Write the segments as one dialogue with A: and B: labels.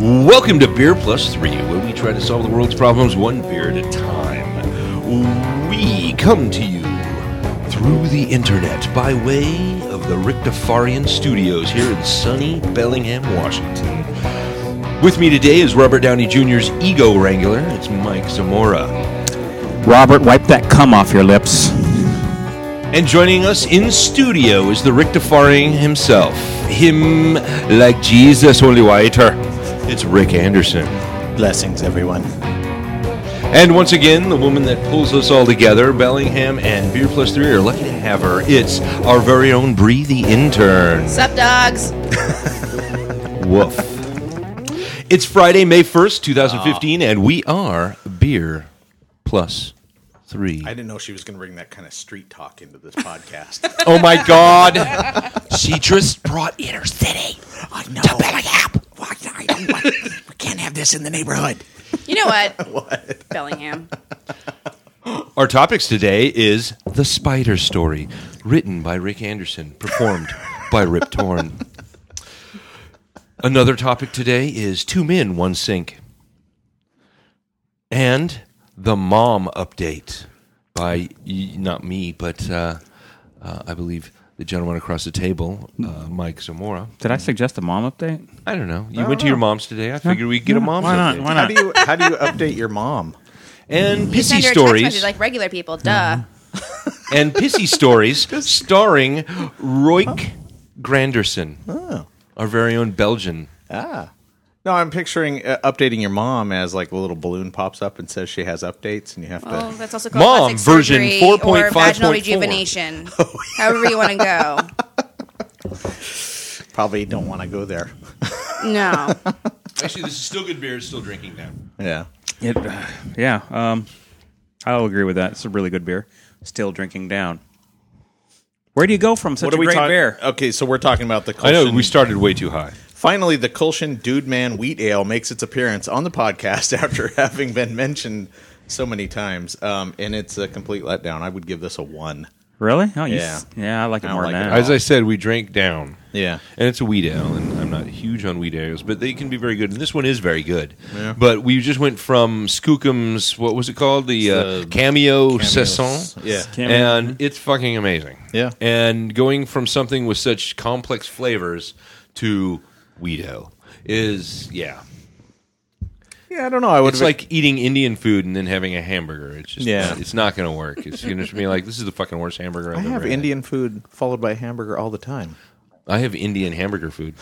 A: Welcome to Beer Plus Three, where we try to solve the world's problems one beer at a time. We come to you through the internet by way of the Rictafarian Studios here in sunny Bellingham, Washington. With me today is Robert Downey Jr.'s ego wrangler. It's Mike Zamora.
B: Robert, wipe that cum off your lips.
A: And joining us in studio is the Rictafarian himself. Him like Jesus, only whiter. It's Rick Anderson.
C: Blessings, everyone.
A: And once again, the woman that pulls us all together, Bellingham and Beer Plus Three, are lucky to have her. It's our very own Bree the intern.
D: Sup, dogs?
A: Woof. It's Friday, May 1st, 2015, and we are Beer Plus Three.
C: I didn't know she was going to bring that kind of street talk into this podcast.
A: Oh my God. she just brought Inner City to Bellingham.
C: we can't have this in the neighborhood.
D: You know what? Bellingham.
A: Our topics today is The Spider Story, written by Rick Anderson, performed by Rip Torn. Another topic today is Two Men, One Sink. And The Mom Update by, y- not me, but uh, uh, I believe the gentleman across the table, uh, Mike Zamora.
B: Did I suggest a mom update?
A: I don't know. You went to your mom's today. I figured we'd get a mom's
B: Why not?
A: update.
B: Why
C: How
B: not?
C: do you how do you update your mom?
A: And pissy
D: Send her a text
A: stories.
D: message like regular people. Duh.
A: and Pissy Stories, starring Roik Granderson, our very own Belgian.
C: Ah. No, I'm picturing uh, updating your mom as like a little balloon pops up and says she has updates, and you have to.
D: Well, Oh, that's also called
A: Mom,
D: plastic
A: version
D: surgery
A: 4.5.4.
D: or vaginal rejuvenation. However you want to go.
C: Probably don't want to go there.
D: No.
A: Actually, this is still good beer. It's still drinking now.
C: Yeah.
B: It, uh, yeah, um, I'll agree with that. It's a really good beer. Still drinking down. Where do you go from such a great
C: talking?
B: beer?
C: Okay, so we're talking about the. Kulshan.
A: I know we started way too high.
C: Finally, the Kulshan Dude Man Wheat Ale makes its appearance on the podcast after having been mentioned so many times, um, and it's a complete letdown. I would give this a one.
B: Really? Oh, you
C: Yeah.
B: s- yeah. I like it
C: I don't
B: more
C: like it
B: now.
C: at all.
A: As I said, we drank down,
C: Yeah,
A: and it's a wheat ale, and I'm not huge on wheat ales, but they can be very good. And this one is very good. But we just went from Skookum's, what was it called, the, uh,
C: The-
A: cameo,
C: Cameos.
A: saison,
C: Yeah,
B: Cameo.
A: and it's fucking amazing.
C: Mm-hmm. Yeah.
A: And going from something with such complex flavors to Weedo is yeah.
C: yeah. I don't know. I would
A: It's like eating Indian food and then having a hamburger. It's just
C: Yeah.
A: it's not going to work. It's going to be like this is the fucking worst hamburger I've
C: I
A: ever
C: have
A: had.
C: Indian food followed by hamburger all the time.
A: I have Indian hamburger food.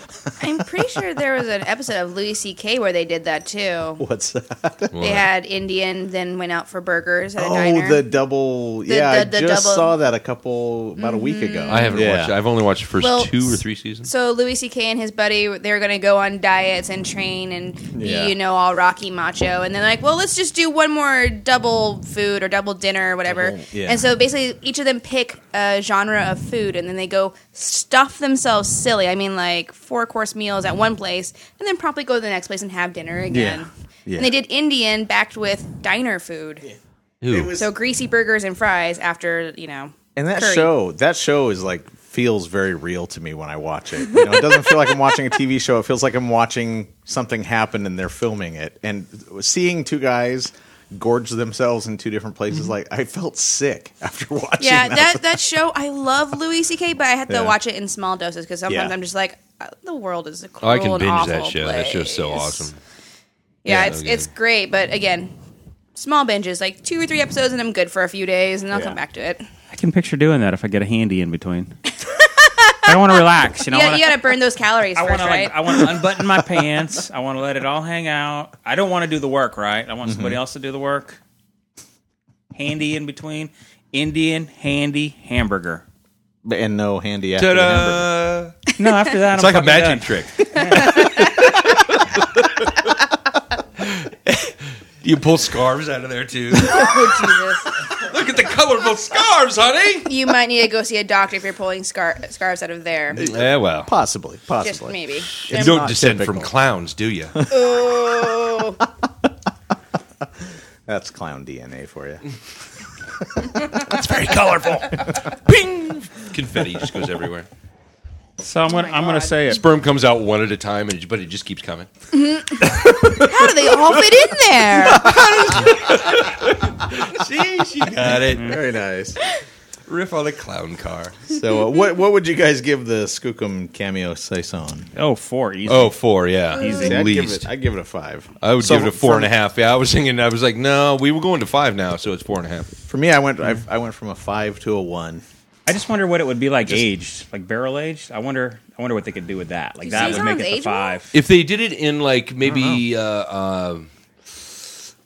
D: I'm pretty sure there was an episode of Louis C.K. where they did that too.
C: What's that?
A: Well,
D: They had Indian, then went out for burgers at a
C: Oh,
D: diner.
C: the double. yeah,
D: the- the
C: I just
D: double- Mm-hmm.
C: saw that a couple about a week ago.
A: I haven't
C: Yeah.
A: watched. I've only watched the first
D: Well,
A: two or three seasons.
D: So Louis C.K. and his buddy, they were going to go on diets and train and be,
C: Yeah.
D: you know, all Rocky Macho. And they're like, well, let's just do one more double food or double dinner or whatever.
C: Double, yeah.
D: And so basically, each of them pick a genre of food, and then they go stuff themselves silly. I mean, like four course meals at one place, and then promptly go to the next place and have dinner again.
C: Yeah. Yeah.
D: And they did Indian backed with diner food,
A: Ooh.
C: was-
D: so greasy burgers and fries after you know.
C: And that
D: curry.
C: show, that show is like feels very real to me when I watch it. You know, it doesn't feel like I'm watching a TV show. It feels like I'm watching something happen and they're filming it. And seeing two guys gorge themselves in two different places, like I felt sick after watching.
D: Mm-hmm. Yeah,
C: that.
D: that that show. I love Louis C.K., but I had to
C: Yeah.
D: watch it in small doses because sometimes
C: Yeah.
D: I'm just like, uh, the world is a
A: Oh,
D: cruel
A: I can
D: and
A: binge
D: awful
A: that show. That show's so
D: place.
A: awesome.
D: Yeah,
A: Yeah,
D: it's
A: okay.
D: it's great, but again, small binges, like two or three episodes, and I'm good for a few days, and I'll
C: Yeah.
D: come back to it.
B: I can picture doing that if I get a handy in between. I want to relax. You know.
D: You
B: I
D: gotta,
B: wanna-
D: you gotta burn those calories
B: I
D: first,
B: want to
D: right?
B: like, I want to unbutton my pants. I want to let it all hang out. I don't want to do the work, right? I want
A: Mm-hmm.
B: somebody else to do the work. Handy in between, Indian handy hamburger.
C: and no handy after the hamburger.
A: Ta-da!
B: No, after that,
A: It's like a magic trick. you pull scarves out of there too.
D: oh, Jesus.
A: Look at the colorful scarves, honey.
D: You might need to go see a doctor if you're pulling scar- scarves out of there.
A: Yeah, well.
C: Possibly,
D: Just
C: possibly.
D: maybe.
A: You don't
C: not
A: descend from
C: typical.
A: clowns, do you?
D: Oh,
C: That's clown DNA for you.
A: It's very colorful. Ping! Confetti just goes everywhere.
B: So I'm gonna
D: my
B: I'm gonna
D: God.
B: say it.
A: Sperm comes out one at a time, and it- but it just keeps coming.
D: how do they all fit in there?
A: See, she got it.
C: Very nice.
A: Riff on a clown car.
C: So, uh, what what would you guys give the Skookum cameo saison?
B: Oh, four easy.
A: Oh, four, yeah. Easy.
C: See,
A: At
C: I'd give
A: least.
C: it. I'd give it a five.
A: I would
C: So
A: give it a four
C: for-
A: and a half. Yeah, I was thinking, I was like, no, we were going to five now, so it's four and a half.
C: For me, I went. I've, I went from a five to a one.
B: I just wonder what it would be like aged, like barrel aged. I wonder. I wonder what they could do with that. Like
D: Do
B: that would make
D: saisons
B: it the
D: age
B: five.
A: If they did it in like maybe uh, uh,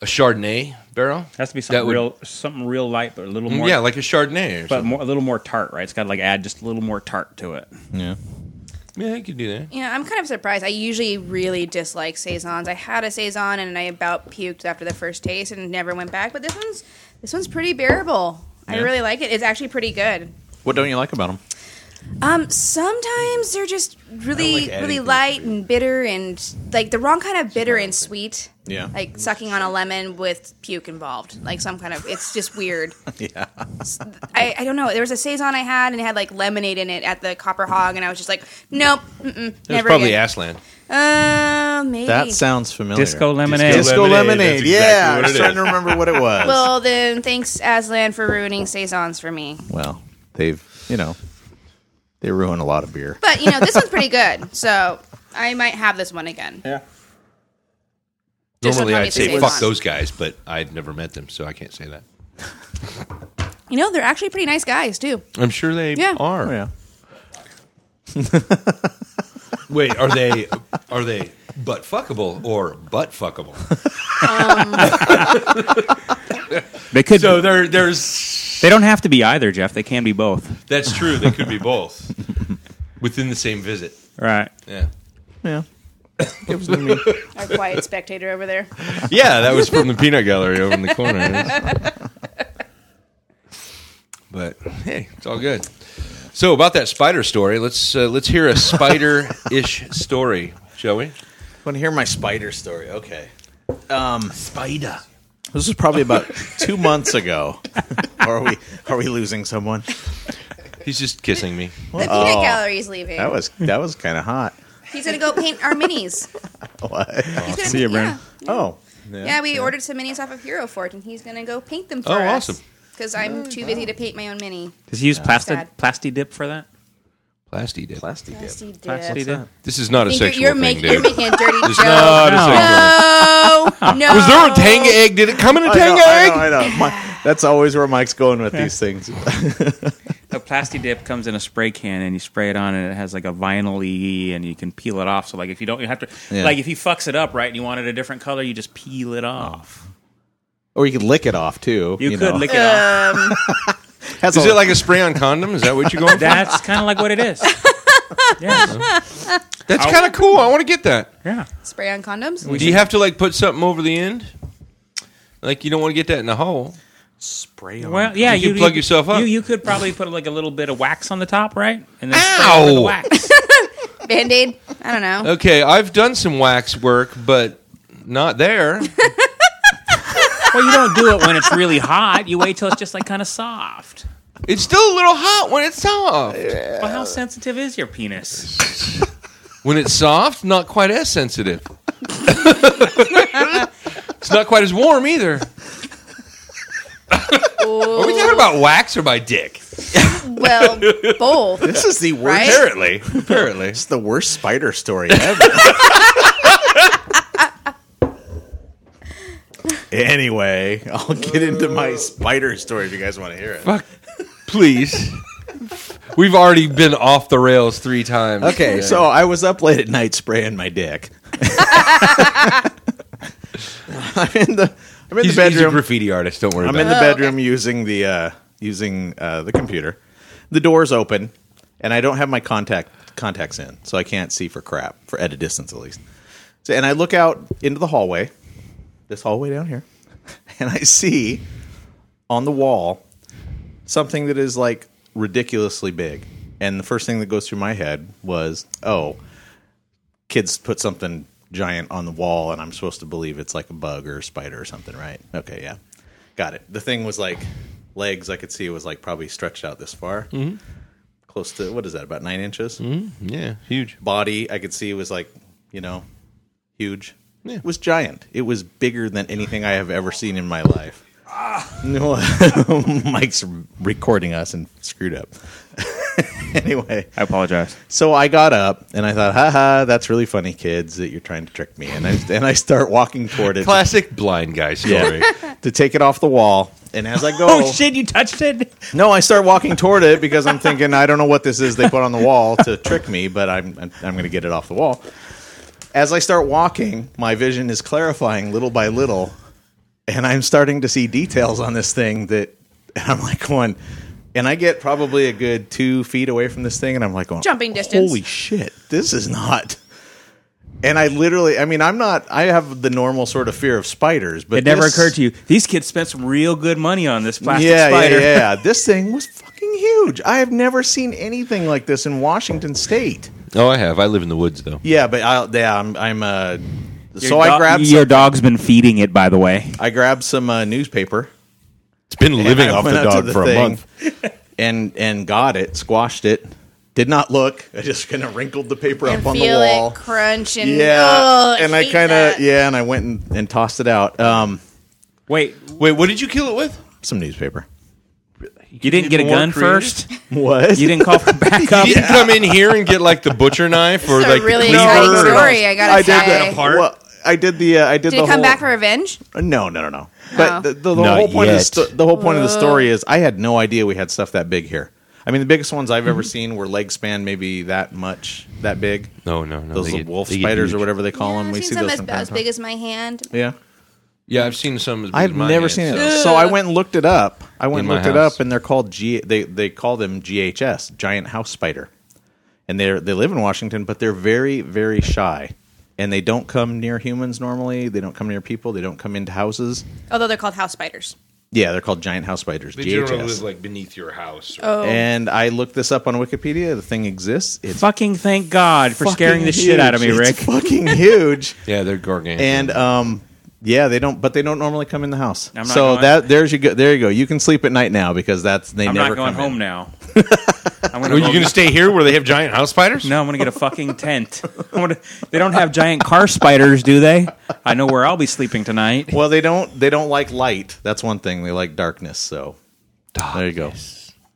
A: a Chardonnay barrel,
B: It has to be
A: That
B: something
A: would- Mm,
B: real, something real light, but a little more.
A: yeah, like a Chardonnay, or
B: but
A: something.
B: more, a little more tart, right? It's got to like add just a little more tart to
A: Oh,
B: it.
C: Yeah.
A: yeah, you could do that.
D: Yeah, I'm kind of surprised. I usually really dislike saisons. I had a saison and I about puked after the first taste and never went back. But this one's this one's pretty bearable. I
C: Yeah.
D: really like it. It's actually pretty good.
C: What don't you like about them?
D: Um, sometimes they're just really,
C: like adding
D: really
C: things
D: light and bitter and like the wrong kind of bitter and sweet.
C: Yeah.
D: Like sucking on a lemon with puke involved. Like some kind of, it's just weird.
C: Yeah.
D: I, I don't know. There was a Saison I had and it had like lemonade in it at the Copper Hog and I was just like, nope, mm-mm,
A: It was
D: never
A: probably
D: again.
A: Aslan.
D: Uh, maybe.
C: That sounds familiar.
B: Disco lemonade.
C: Disco lemonade.
A: Lemonade, that's exactly what
C: yeah. I
A: it
C: was
A: is.
C: trying to remember what it was.
D: well, then thanks, Aslan, for ruining Saisons for me.
C: well, they've you know they ruin a lot of beer.
D: But, you know, this one's pretty good. So I might have this one again.
C: Yeah.
A: Normally,
D: Just don't tell me
A: I'd
D: it's
A: say
D: a
A: fuck
D: Saison.
A: those guys, but I've never met them, so I can't say that.
D: You know, they're actually pretty nice guys, too.
A: I'm sure they
D: Yeah.
A: are.
C: Oh, yeah.
A: Wait, are they are they butt fuckable or butt fuckable?
B: They could.
A: So there, there's
B: they don't have to be either, Jeff. They can be both.
A: that's true. They could be both within the same visit.
B: Right.
A: Yeah,
C: Yeah. Gives them me.
D: Our quiet spectator over there.
A: yeah, that was from the peanut gallery over in the corner. But hey, it's all good. So about that spider story, let's uh, let's hear a spider-ish story, shall we?
C: Want to hear my spider story? Okay. Um,
A: Spider.
C: This was probably about two months ago. are we are we losing someone?
A: He's just kissing me.
D: The
A: Oh,
D: peanut gallery's leaving.
C: That was that was kind of hot.
D: He's gonna go paint our minis.
C: What?
D: He's gonna
B: see you,
D: yeah.
B: Brandon.
C: Oh,
D: Yeah, we ordered some minis off of Hero Forge, and he's gonna go paint them for
A: Oh,
D: us.
A: awesome.
D: Because I'm too busy to paint my own mini.
B: Does he use plasti
D: Sad.
B: plasti dip for that?
A: Plasti dip.
C: plastic
D: Yes, he did.
B: Plasti dip.
A: This is not a
D: I think
A: sexual
D: you're, you're,
A: thing,
D: making,
A: dude.
D: you're making a dirty
A: It's
D: joke.
A: not a
B: No.
A: sexual thing.
D: No, no.
A: Was there a tanga egg? Did it come in a
C: I know,
A: tanga
C: I
A: egg?
C: know, I know. My- that's always where Mike's going with these things.
B: A plasti dip comes in a spray can, and you spray it on, and it has like a vinyl y, and you can peel it off. So like if you don't, you have to
C: Yeah.
B: like if he fucks it up right, and you wanted a different color, you just peel
A: Oh,
B: it off.
C: Or you could lick it off too.
B: You, could
C: know.
B: lick it off.
C: That's
A: Is
C: a-
A: it like a spray-on condom? Is that what you're going for?
B: That's kind of like what it is. Yeah,
A: That's kind of cool. I want to get that.
B: yeah.
D: Spray on condoms?
A: Do you have to like put something over the end? Like you don't want to get that in the hole.
C: spray on?
B: Well, yeah,
A: You could plug yourself up.
B: You, you could probably put like a little bit of wax on the top, right? And then spray it with
A: Ow!
B: the wax.
D: Band aid? I don't know.
A: Okay, I've done some wax work, but not there.
B: well, you don't do it when it's really hot. You wait till it's just like kind of soft.
A: it's still a little hot when it's soft.
B: Well, how sensitive is your penis?
A: When it's soft, not quite as sensitive. it's not quite as warm either. Are we talking about wax or my dick?
D: Well, both.
C: This is the worst.
D: Right?
A: Apparently, apparently.
C: It's the worst spider story ever. anyway, I'll get into my spider story if you guys want to hear it.
A: Fuck. Please. We've already been off the rails three times.
C: Okay, so I was up late at night spraying my dick. I'm in the I'm in
A: he's,
C: the
A: he's a
C: bedroom.
A: graffiti artist. Don't worry
C: I'm
A: about
C: in
A: it.
C: the bedroom using the uh, using uh, the computer. The door's open, and I don't have my contact contacts in, so I can't see for crap for at a distance at least. So, and I look out into the hallway, this hallway down here, and I see on the wall something that is like ridiculously big. And the first thing that goes through my head was, oh, kids put something giant on the wall, and I'm supposed to believe it's like a bug or a spider or something, right? Okay, yeah. Got it. The thing was like legs, I could see it was like probably stretched out this far.
B: Mm-hmm.
C: Close to, what is that, about nine inches?
A: Yeah, huge.
C: Body, I could see was like, you know, huge.
A: Yeah.
C: It was giant. It was bigger than anything I have ever seen in my life.
B: Ah.
C: No, Mike's recording us and screwed up. anyway,
B: I apologize.
C: so I got up and I thought, haha, that's really funny, kids, that you're trying to trick me. And I, and I start walking toward it
A: Classic blind guy story.
C: to take it off the wall. And as I go,
B: Oh, shit! You touched it.
C: no, I start walking toward it because I'm thinking I don't know what this is they put on the wall to trick me, but I'm I'm, I'm going to get it off the wall. As I start walking, my vision is clarifying little by little, and I'm starting to see details on this thing that and I'm like going, and I get probably a good two feet away from this thing, and I'm like going,
D: Jumping distance.
C: Holy shit, this is not. And I literally, I mean, I'm not. I have the normal sort of fear of spiders, but
B: It never
C: this-
B: occurred to you. These kids spent some real good money on this plastic
C: yeah,
B: spider.
C: Yeah, yeah, This thing was fucking huge. I have never seen anything like this in Washington State.
A: oh, I have. I live in the woods though.
C: Yeah, but I, yeah, I'm, I'm uh, so
B: Your
C: I
B: dog-
C: grabbed
B: your
C: some,
B: dog's been feeding it, by the way.
C: I grabbed some uh, newspaper.
A: It's been living
C: I
A: off the
C: went out to
A: dog
C: the
A: for a
C: thing
A: month.
C: and and got it, squashed it. Did not look. I just kind of wrinkled the paper
D: and
C: up on the
D: feel
C: wall.
D: it crunch and
C: yeah,
D: ugh,
C: and I
D: hate
C: kind
D: that.
C: of yeah, and I went and, and tossed it out. Um,
B: Wait,
A: Wait, what did you kill it with?
C: some newspaper.
B: you didn't get a
A: more
B: gun
A: creative?
B: first?
C: What?
B: You didn't call for backup?
A: You didn't come in here and get like the butcher knife or
D: It's
A: like
D: a really
A: the
D: exciting
A: cleaver. or-
D: story. I gotta
C: I did
D: say.
C: that
A: apart?
C: Well, I did the. Uh, I did
D: Did
C: the
D: it come
C: whole,
D: back for revenge?
C: No, no, no, no. But
D: Oh.
C: the, the, the
A: Not
C: whole point of the,
A: yet.
C: sto- the whole point of
D: Uh.
C: the story is I had no idea we had stuff that big here. I mean, the biggest ones I've
D: Mm-hmm.
C: ever seen were leg span maybe that much, that big.
A: No, no, no.
C: Those
A: they
C: little
A: get-
C: wolf
A: they get
C: spiders or
A: huge.
C: whatever they call
D: Yeah,
C: them.
D: I've
C: We
D: seen
C: see
D: some
C: those
D: as, as
C: sometimes.
D: big as my hand.
C: yeah,
A: Yeah, I've seen some. As big
C: I've
A: as my
C: never
A: hand,
C: seen
A: so-
C: it. So I went and looked it up. I went
A: In
C: and
A: my
C: looked it
A: house.
C: up, and they're called G. They they call them GHS, giant house spider, and they are they live in Washington, but they're very very shy, and they don't come near humans normally. They don't come near people. They don't come into houses.
D: Although they're called house spiders.
C: Yeah, they're called giant house spiders.
A: They
C: GHS.
A: generally live like beneath your house. or-
B: Oh.
C: And I looked this up on Wikipedia. The thing exists. It's
B: Fucking thank God for scaring the
C: fucking
B: shit out of me,
C: huge.
B: Rick.
C: It's fucking huge.
A: Yeah, they're gargantuan.
C: and um, yeah, they don't. But they don't normally come in the house.
B: I'm not
C: so
B: going-
C: that there's you go. There you go. You can sleep at night now because that's they
B: I'm
C: never
B: not going
C: come in.
B: home now. I'm
A: are
B: gonna
A: you
B: go-
A: going to stay here where they have giant house spiders?
B: No, I'm gonna get a fucking tent. I'm gonna, they don't have giant car spiders, do they? I know where I'll be sleeping tonight.
C: Well, they don't. They don't like light. That's one thing. They like darkness. So there you go.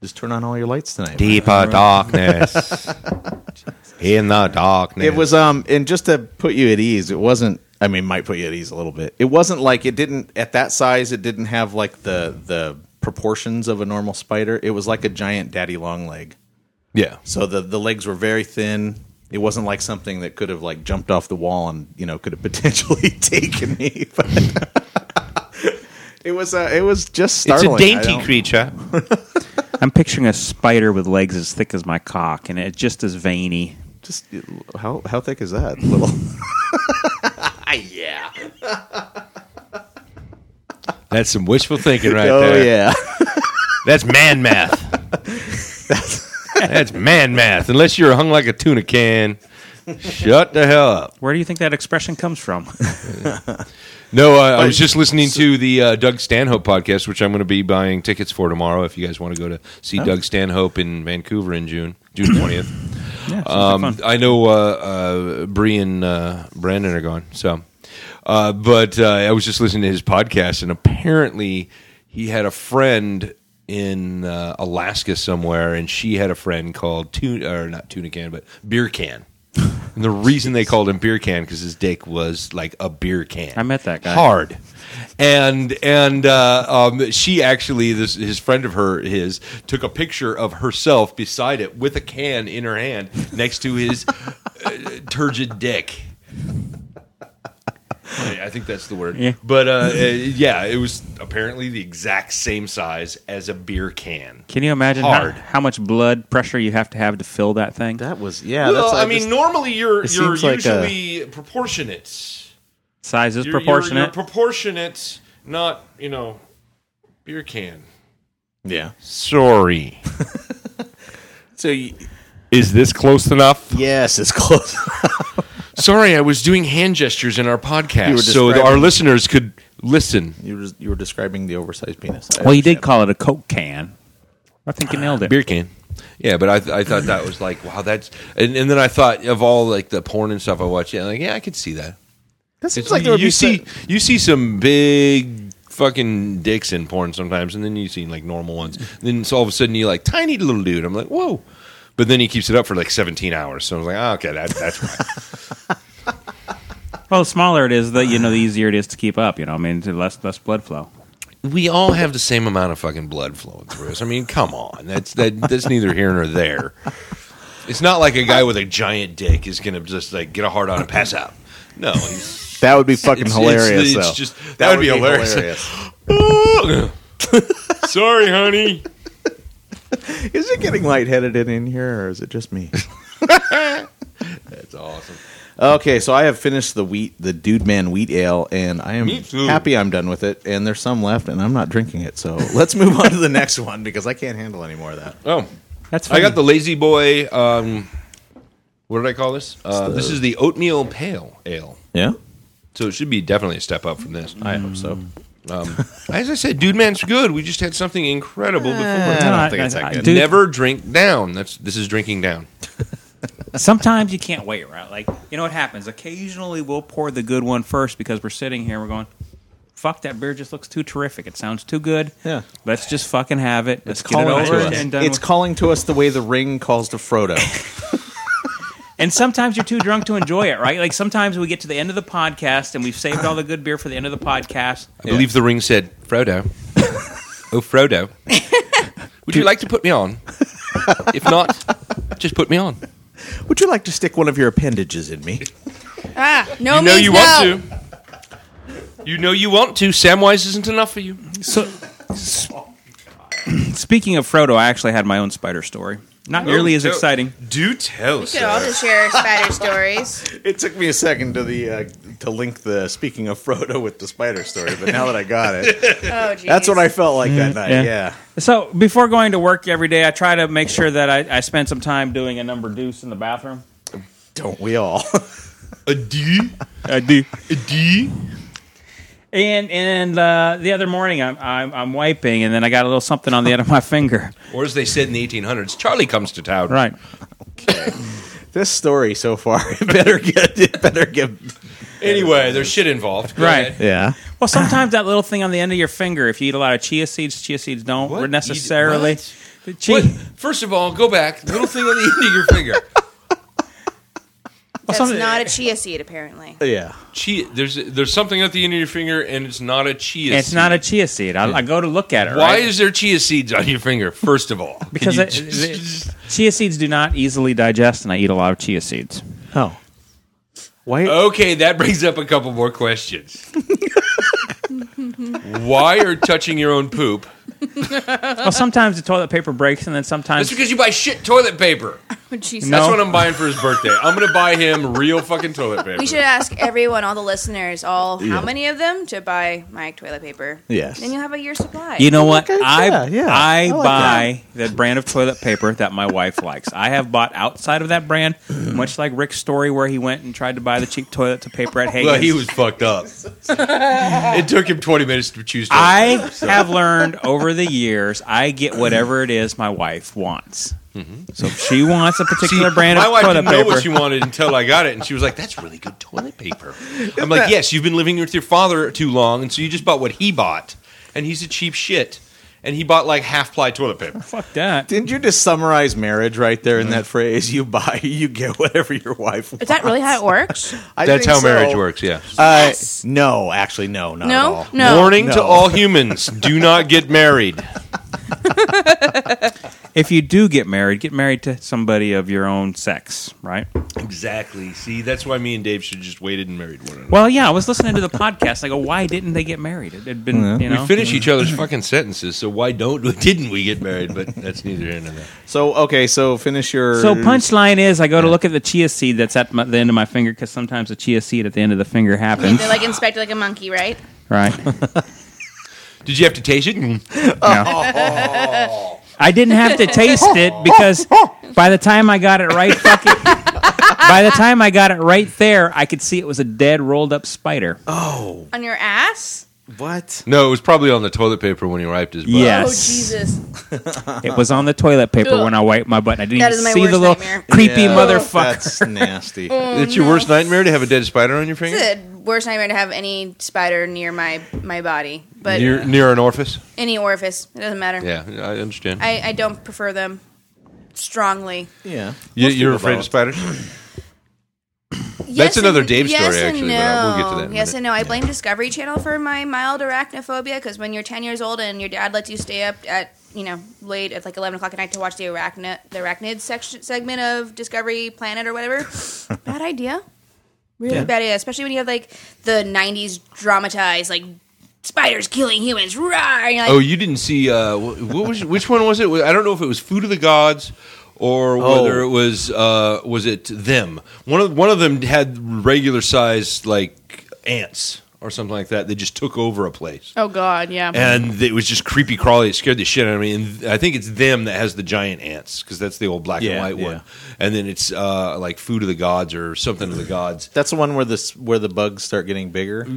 C: Just turn on all your lights tonight.
A: Deeper darkness. In the darkness.
C: It was um, and just to put you at ease, it wasn't. I mean, might put you at ease a little bit. It wasn't like it didn't at that size. It didn't have like the the proportions of a normal spider. It was like a giant daddy long leg.
A: Yeah.
C: So the the legs were very thin. It wasn't like something that could have like jumped off the wall and you know could have potentially taken me. But it was uh, it was just startling. I don't-
A: creature.
B: I'm picturing a spider with legs as thick as my cock, and it's just as veiny.
C: Just how how thick is that little?
A: That's some wishful thinking right
C: oh
A: there.
C: yeah.
A: That's man math. That's, man math. Unless you're hung like a tuna can. Shut the hell up.
B: Where do you think that expression comes from?
A: No, uh, I was just listening to the uh, Doug Stanhope podcast, which I'm going to be buying tickets for tomorrow if you guys want to go to see Doug Stanhope in Vancouver in June, June 20th.
B: Yeah, sounds like
A: Um,
B: fun.
A: I know uh, uh, Bree and uh, Brandon are gone. So, uh, but uh, I was just listening to his podcast, and apparently he had a friend in uh, Alaska somewhere, and she had a friend called tuna or not tuna can, but beer can. And the reason they called him beer can because his dick was like a beer can.
B: I met that guy.
A: Hard. And and uh, um, she actually this his friend of her his took a picture of herself beside it with a can in her hand next to his uh, turgid dick. Yeah, I think that's the word.
B: Yeah.
A: But uh, uh, yeah, it was apparently the exact same size as a beer can.
B: Can you imagine how,
A: Hard.
B: how much blood pressure you have to have to fill that thing?
C: That was yeah.
A: well,
C: that's,
A: I, mean,
C: just-
A: normally you're
C: it
A: you're
C: seems like uh, a-
A: usually proportionate.
B: Size is
A: You're- you're-
B: proportionate.
A: You're, proportionate, not you know Beer can.
C: Yeah.
E: Sorry.
C: So y-
E: Is this close enough?
C: yes, it's close.
A: Sorry, I was doing hand gestures in our podcast
C: You were
A: so that
C: describing-
A: our listeners could listen.
C: you were you were describing the oversized penis. I
B: Well, you did
C: understand.
B: call it a Coke can. I think you nailed it.
A: Beer can. Yeah, but I, th- I thought that was like, wow, that's. And, and then I thought of all like the porn and stuff I watch. Yeah, like, yeah, I could see that.
C: That seems
A: It's
C: like
A: like
C: there would
A: you
C: be
A: see
C: so-
A: you see some big fucking dicks in porn sometimes, and then you see like normal ones. then it's all of a sudden you like tiny little dude. I'm like, whoa. But then he keeps it up for like 17 hours. So I was like, oh, okay, that, that's right.
B: Well, the smaller it is, the you know the easier it is to keep up. You know, I mean, the less less blood flow.
A: we all have the same amount of fucking blood flowing through us. I mean, come on, that's that, that's neither here nor there. It's not like a guy with a giant dick is gonna just like get a hard on and pass out. No, he's
C: that would be fucking
A: it's-
C: hilarious.
A: it's- it's
C: though.
A: just- that would be hilarious. sorry, honey.
C: is it getting lightheaded in, in here, or is it just me?
A: That's awesome.
C: okay, so I have finished the wheat, the Dude Man Wheat Ale, and I am
A: Me too.
C: happy I'm done with it. And there's some left, and I'm not drinking it. So let's move on to the next one because I can't handle any more of that.
A: Oh,
B: That's
A: I got the lazy boy. Um, what did I call this? Uh, this is the oatmeal pale ale.
C: Yeah,
A: So it should be definitely a step up from this.
C: I hope so.
A: Um, as I said, dude, man's good. We just had something incredible before.
C: I don't think it's that good.
B: dude,
A: Never drink down. That's this is drinking down.
B: Sometimes you can't wait, right? Like you know what happens. Occasionally, we'll pour the good one first because we're sitting here. We're going, "Fuck that beer! Just looks too terrific. It sounds too good.
C: Yeah.
B: let's just fucking have it. Let's
C: It's
B: get it
C: calling
B: over
C: to us.
B: and done."
C: It's
B: with."
C: calling to us the way the ring calls to Frodo.
B: And sometimes you're too drunk to enjoy it, right? Like sometimes we get to the end of the podcast and we've saved all the good beer for the end of the podcast.
A: I believe the ring said, Frodo. oh, Frodo. Would you like to put me on? If not, just put me on.
C: Would you like to stick one of your appendages in me?
D: Ah, no
A: you know
D: means
A: you
D: no.
A: want to. You know you want to. Samwise isn't enough for you.
B: So, speaking of Frodo, I actually had my own spider story. Not nearly as
A: do-
B: exciting.
A: Do tell,
D: We should all just share spider stories.
C: It took me a second to the uh, to link the speaking of Frodo with the spider story, but now that I got it,
D: Oh, geez.
C: that's what I felt like that night.
B: yeah.
C: Yeah.
B: So, before going to work every day, I try to make sure that I, I spend some time doing a number deuce in the bathroom.
C: don't we all?
A: A D?
B: I do.
A: A D?
B: And and uh, the other morning, I'm, I'm I'm wiping, and then I got a little something on the end of my finger.
A: Or as they said in the 1800s, Charlie comes to town.
B: Right.
C: this story so far, it better get, it better get.
A: Anyway, there's shit involved. Go
B: Right.
A: ahead.
C: Yeah,
B: Well, sometimes that little thing on the end of your finger, if you eat a lot of chia seeds, chia seeds don't
A: What?
B: necessarily.
A: You d-
B: The chia-
A: What? First of all, go back. Little thing on the end of your finger.
D: That's
B: something-
D: not a chia seed, apparently.
C: yeah.
A: Chia, there's there's something at the end of your finger, and it's not a chia.
B: It's
A: seed.
B: not a chia seed. I, I go to look at it.
A: Why
B: right?
A: is there chia seeds on your finger? First of all, Can
B: Because
A: you
B: it- it- chia seeds do not easily digest, and I eat a lot of chia seeds.
C: Oh, why?
A: okay, that brings up a couple more questions. Why are touching your own poop?
B: Well, sometimes the toilet paper breaks, and then
A: That's
B: sometimes
A: because you buy shit toilet paper.
D: Oh, Jesus.
A: That's
B: No.
A: what I'm buying for his birthday. I'm gonna buy him real fucking toilet paper.
D: We should ask everyone, all the listeners, all how many of them to buy Mike toilet paper.
C: Yes.
D: Then you'll have a year's supply.
B: you know what?
C: Okay,
B: I
C: yeah, yeah.
B: I,
C: I like
B: buy the brand of toilet paper that my wife likes. I have bought outside of that brand, much like Rick's story where he went and tried to buy the cheap toilet paper at Hagen's.
A: well, he was fucked up. it took him 20 minutes to choose. toilet paper.
B: I have learned over the years, I get whatever it is my wife wants. So if she wants a particular brand of
A: Mm-hmm. my wife
B: toilet
A: didn't know
B: paper,
A: what she wanted until I got it, and she was like, "That's really good toilet paper." I'm like, "Yes, you've been living with your father too long, and so you just bought what he bought, and he's a cheap shit, and he bought like half ply toilet paper."
B: fuck that.
C: Didn't you just summarize marriage right there in that phrase? You buy, you get whatever your wife.
D: Is that really how it works?
C: I
A: That's
C: think
A: how
C: so.
A: marriage works. Yeah.
C: Uh,
D: Yes.
C: No, actually, no, not at
D: No,
C: all.
D: no.
A: Warning to
C: No.
A: all humans: Do not get married.
B: If you do get married, get married to somebody of your own sex, right?
A: Exactly. See, that's why me and Dave should just waited and married one another.
B: Well, yeah, I was listening to the podcast. I go, why didn't they get married? It had been, you know.
A: We finish each other's fucking sentences, so why don't didn't we get married? But that's neither here nor there.
C: So okay, so finish your.
B: so punchline is, I go to look at the chia seed that's at my, the end of my finger because sometimes the chia seed at the end of the finger happens,
D: They like inspect like a monkey, right?
B: right?
A: Did you have to taste it? Mm.
B: I didn't have to taste it because by the time I got it right fucking by the time I got it right there, I could see it was a dead rolled up spider.
D: on your ass.
C: What?
A: No, it was probably on the toilet paper when he wiped his butt.
B: Yeah.
D: Oh
B: Yes.
D: Jesus!
B: It was on the toilet paper
D: Ugh.
B: when I wiped my butt. and I didn't
D: That
B: even
D: is my
B: see
D: worst
B: the little
D: nightmare.
B: creepy
C: Yeah,
B: motherfucker.
C: That's nasty.
A: It's your worst nightmare to have a dead spider on your finger?
D: It's the worst nightmare to have any spider near my my body, but
A: Near, near an orifice?
D: any orifice. It doesn't matter.
A: Yeah, I understand.
D: I, I don't prefer them strongly.
C: yeah.
A: you,
C: Most
A: you're
C: people
A: afraid
C: don't.
A: of spiders?
D: Yes
A: another
D: and-
A: Dave
D: yes
A: story,
D: and
A: actually, but I- we'll get to
D: no.
A: that in a
D: Yes
A: minute.
D: and no. I blame Discovery Channel for my mild arachnophobia because when you're 10 years old and your dad lets you stay up at you know late at like 11 o'clock at night to watch the arachnid the arachnid section segment of Discovery Planet or whatever, bad idea. Really bad idea, especially when you have like the 90s dramatized like spiders killing humans. Rah! And you're like,
A: Oh, you didn't see. Uh, wh- what was which one was it? I don't know if it was Food of the Gods or
C: Oh.
A: whether it was uh, was it them. One of one of them had regular sized like ants or something like that. They just took over a place.
D: Oh, God, yeah.
A: And it was just creepy crawly. It scared the shit out of me. And I think it's them that has the giant ants because that's the old black and
C: Yeah,
A: white one.
C: yeah.
A: And then it's uh, like food of the gods or something of the gods.
C: That's the one where this where the bugs start getting bigger.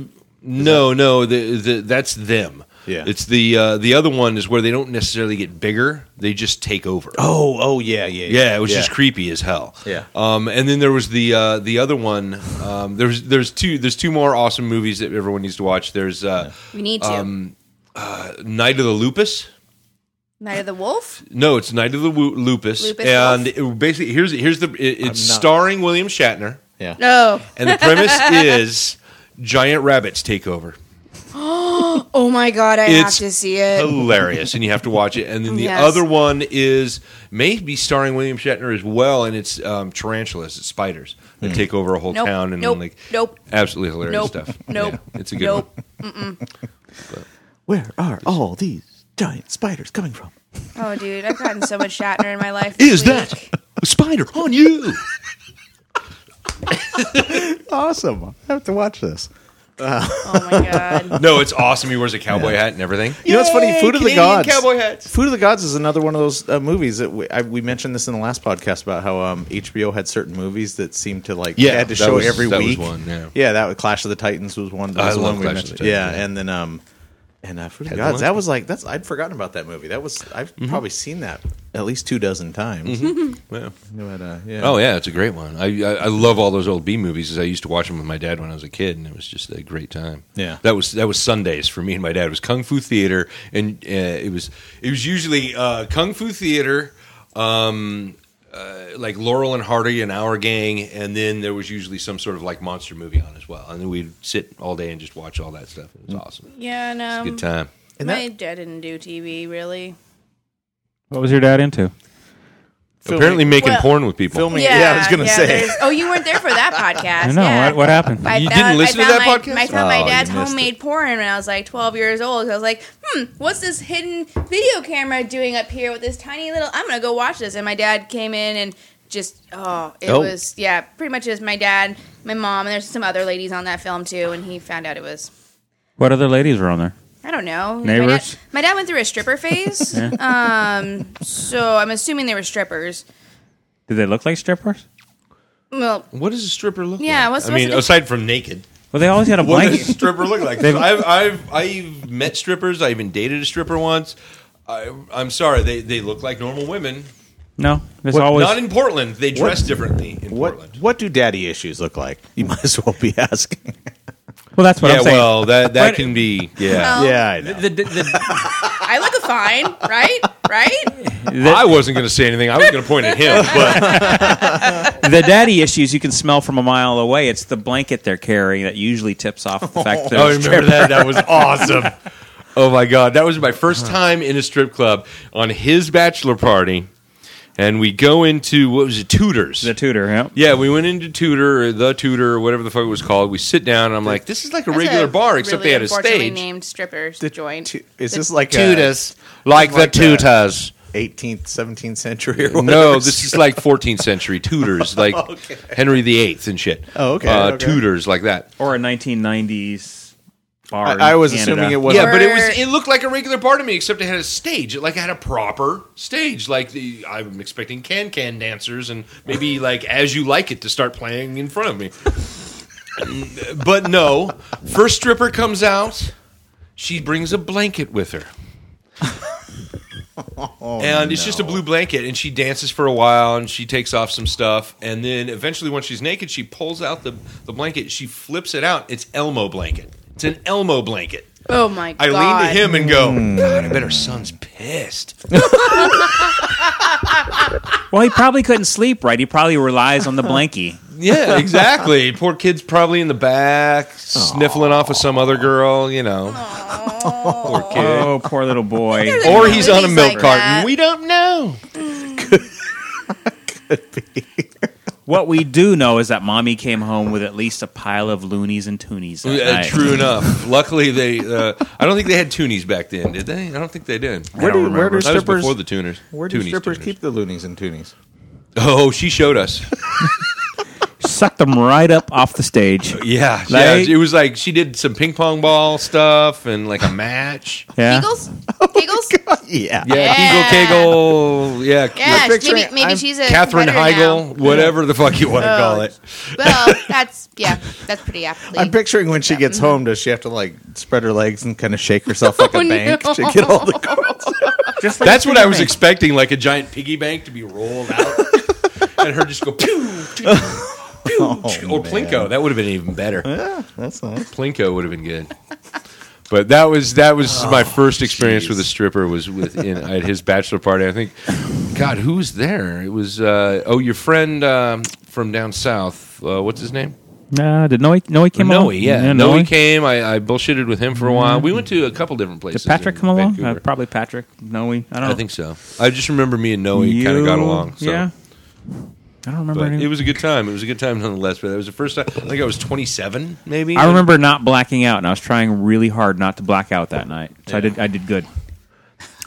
A: No, no, the, the, that's them.
C: Yeah.
A: it's the uh, the other one is where they don't necessarily get bigger; they just take over.
C: Oh, oh yeah, yeah,
A: Yeah, it was just creepy as hell.
C: Yeah.
A: Um, and then there was the uh, the other one. Um, there's there's two there's two more awesome movies that everyone needs to watch. There's uh,
D: we need to.
A: Night of the Lupus.
D: Night of the Wolf?
A: No, it's Night of the Wo- Lupus.
D: Lupus
A: and
D: Wolf?
A: it- basically, here's here's the it, it's
C: not-
A: starring William Shatner,
C: Yeah.
D: No.
A: and the premise is giant rabbits take over.
D: Oh, my God, I
A: It's
D: have to see it.
A: hilarious, and you have to watch it. And then the
D: Yes.
A: other one is maybe starring William Shatner as well, and it's um, tarantulas, it's spiders that take over a whole
D: Nope,
A: town, and
D: nope,
A: like
D: nope,
A: absolutely hilarious
D: nope,
A: stuff.
D: nope,
A: Yeah, it's a good
D: nope.
A: one.
C: Where are all these giant spiders coming from?
D: Oh, dude, I've gotten so much Shatner in my life.
A: Is
D: this
A: that
D: week.
A: a spider on you?
C: Awesome. I have to watch this.
D: Oh my god!
A: no, it's awesome. He wears a cowboy hat and everything.
C: You know what's funny? Food of the Gods.
A: cowboy hats.
C: Food of the Gods is another one of those uh, movies that we, I, we mentioned this in the last podcast about how um, HBO had certain movies that seemed to like
A: Yeah,
C: they had to
A: that
C: show
A: was-
C: every
A: that was
C: week.
A: one, yeah.
C: that was Clash of the Titans was one. That
A: I
C: was the
A: love
C: one we
A: Clash of
C: mentioned.
A: the Titans,
C: yeah,
A: yeah.
C: and then um, and uh, Food of
A: Had the
C: the
A: Mm-hmm.
C: Gods. That
A: lunch.
C: was like that's I'd forgotten about that movie. That was I've probably seen that at least two dozen times.
A: Yeah.
C: But, uh, yeah.
A: Mm-hmm. Oh yeah, it's a great one. I, I I love all those old B movies because I used to watch them with my dad when I was a kid, and it was just a great time.
C: Yeah.
A: that was that was Sundays for me and my dad. It was Kung Fu Theater, and uh, it was it was usually uh, Kung Fu Theater, um, uh, like Laurel and Hardy and Our Gang, and then there was usually some sort of like monster movie on as well, and then we'd sit all day and just watch all that stuff. It was
C: Mm.
A: awesome,
D: Yeah, no.
A: good time.
C: And
D: My
C: that
D: dad didn't do TV really.
B: What was your dad into?
C: filming-
A: Apparently, making
D: Well-
A: porn with people.
C: filming. Yeah, I was gonna say.
D: there's- Oh, you weren't there for that podcast.
B: I don't know
D: yeah.
B: what, what happened.
D: I
A: You
D: found,
A: didn't listen
D: I
A: to
D: found
A: that
D: my, I
A: podcast?
D: found
C: Oh,
D: my
C: you
D: dad's
C: missed
D: homemade porn when I was like 12 years old. I was like, hmm, what's this hidden video camera doing up here with this tiny little? I'm gonna go watch this. And my dad came in and just oh, it
C: Oh.
D: was yeah, pretty much just my dad, my mom, and there's some other ladies on that film too. And he found out it was
B: What other ladies were on there?
D: I don't know. My dad,
B: Neighbors?
D: my dad went through a stripper phase. Um, so I'm assuming they were strippers.
B: Did they look like strippers?
D: Well,
A: What does a stripper look like?
D: Yeah, what's-
A: I
D: what's
A: mean,
D: the-
A: aside from naked.
B: Well, they always had a
A: What does a
B: blanket.
A: stripper look like? I've, I've I've met strippers. I even dated a stripper once. I, I'm sorry, they they look like normal women.
B: No, there's
C: What-
B: always
A: Not in Portland. They dress
C: What?
A: differently in
C: What
A: Portland.
C: what do daddy issues look like? You might as well be asking.
B: well. That's what
A: yeah,
B: I'm saying.
A: well, that that
B: But-
A: can be yeah.
D: Oh.
C: Yeah, I know.
B: The- the- the-
D: I look fine, right? Right?
A: I wasn't going to say anything. I was going to point at him, but
B: the daddy issues you can smell from a mile away. It's the blanket they're carrying that usually tips off the fact that
A: I remember that. That was awesome. Oh my god, that was my first time in a strip club on his bachelor party, and we go into what was it, Tudors?
B: the tutor. Yeah.
A: Yeah, we went into Tudor or the Tudor or whatever the fuck it was called. We sit down and I'm like, this is like a
D: That's
A: regular
D: a
A: bar, except
D: really
A: they had a
D: unfortunately
A: stage.
D: named strippers joint.
C: Tu- Is this like
A: Tudors. Like,
C: Like
A: the
C: that.
A: Tudors.
C: a 18th, 17th century? Or whatever?
A: No, this is like 14th century Tudors, like Henry VIII and shit.
C: Oh, okay,
A: Uh,
C: okay.
A: Tudors, like that.
B: Or a 1990s bar. in
C: I, I was
B: Canada.
C: assuming it was.
D: Yeah,
A: Yeah, but it was
D: We're-
A: it looked like a regular part of me, except it had a stage. Like I had a proper stage. Like the I'm expecting can can dancers and maybe like as you like it to start playing in front of me. but no. First stripper comes out, she brings a blanket with her.
C: Oh,
A: and it's just a blue blanket, and she dances for a while, and she takes off some stuff, and then eventually, when she's naked, she pulls out the, the blanket, she flips it out. It's Elmo blanket. It's an Elmo blanket.
D: Oh my
A: I
D: god!
A: lean to him and go, God, I bet her son's pissed.
B: Well, he probably couldn't sleep, right? He probably relies on the blankie.
A: yeah, exactly. Poor kid's probably in the back, sniffling off of some other girl, you know. Poor kid.
B: Oh, poor little boy.
D: There's
A: Or he's on a
D: movies
A: milk
D: like
A: carton.
D: that.
A: We don't know.
B: What we do know is that mommy came home with at least a pile of loonies and toonies. that
A: Uh,
B: night.
A: True enough. Luckily, they. Uh, I don't think they had toonies back then, did they? I don't think they did.
C: where do, where do
A: That was
C: strippers?
A: before the tuners.
C: where do
A: Toonies,
C: strippers
A: tuners.
C: keep the loonies and toonies?
A: Oh, she showed us.
B: Sucked them right up off the stage.
A: Yeah,
B: Like-
A: yeah. It was like she did some ping pong ball stuff and like a match.
B: Yeah.
D: Kegels,
A: Oh
D: Kegels,
C: yeah.
A: Yeah,
D: Yeah.
A: Kegel Kegel. Yeah,
D: yeah.
C: picturing-
D: Maybe maybe
C: I'm
D: she's a
A: Catherine
D: competitor
A: Heigl, whatever the fuck you want to
D: Oh.
A: call it.
D: now. Well, that's yeah, that's pretty aptly.
C: I'm picturing when she gets home, does she have to like spread her legs and kind of shake herself like
D: Oh,
C: a
D: no.
C: bank to get all the cards?
B: Just like
A: That's
B: the
A: what I
B: piggy
A: was
B: bank.
A: expecting, like a giant piggy bank to be rolled out, and her just go pew, pew, pew, or
C: man.
A: plinko. That would have been even better.
C: That's nice.
A: Plinko would have been good. But that was that was my first experience with a stripper was with in, at his bachelor party. I think, God, who was there? It was uh, oh your friend um, from down south. Uh, what's his name?
B: Nah, did Noe, Noe came
A: Noe,
B: along?
A: yeah. Noe,
B: Noe, Mm-hmm.
A: came. I, I bullshitted with him for a while. We went to a couple different places.
B: Did Patrick
A: in
B: come along?
A: Vancouver.
B: Uh, probably Patrick. Noe. I don't know.
A: I think so. I just remember me and Noe
B: Oh. You-
A: kind of got along. So.
B: Yeah. I don't remember
A: But
B: any.
A: it was a good time. It was a good time nonetheless. But that was the first time. I think I was 27, maybe.
B: I remember not blacking out, and I was trying really hard not to black out that night. So I
A: Yeah.
B: did. I did good.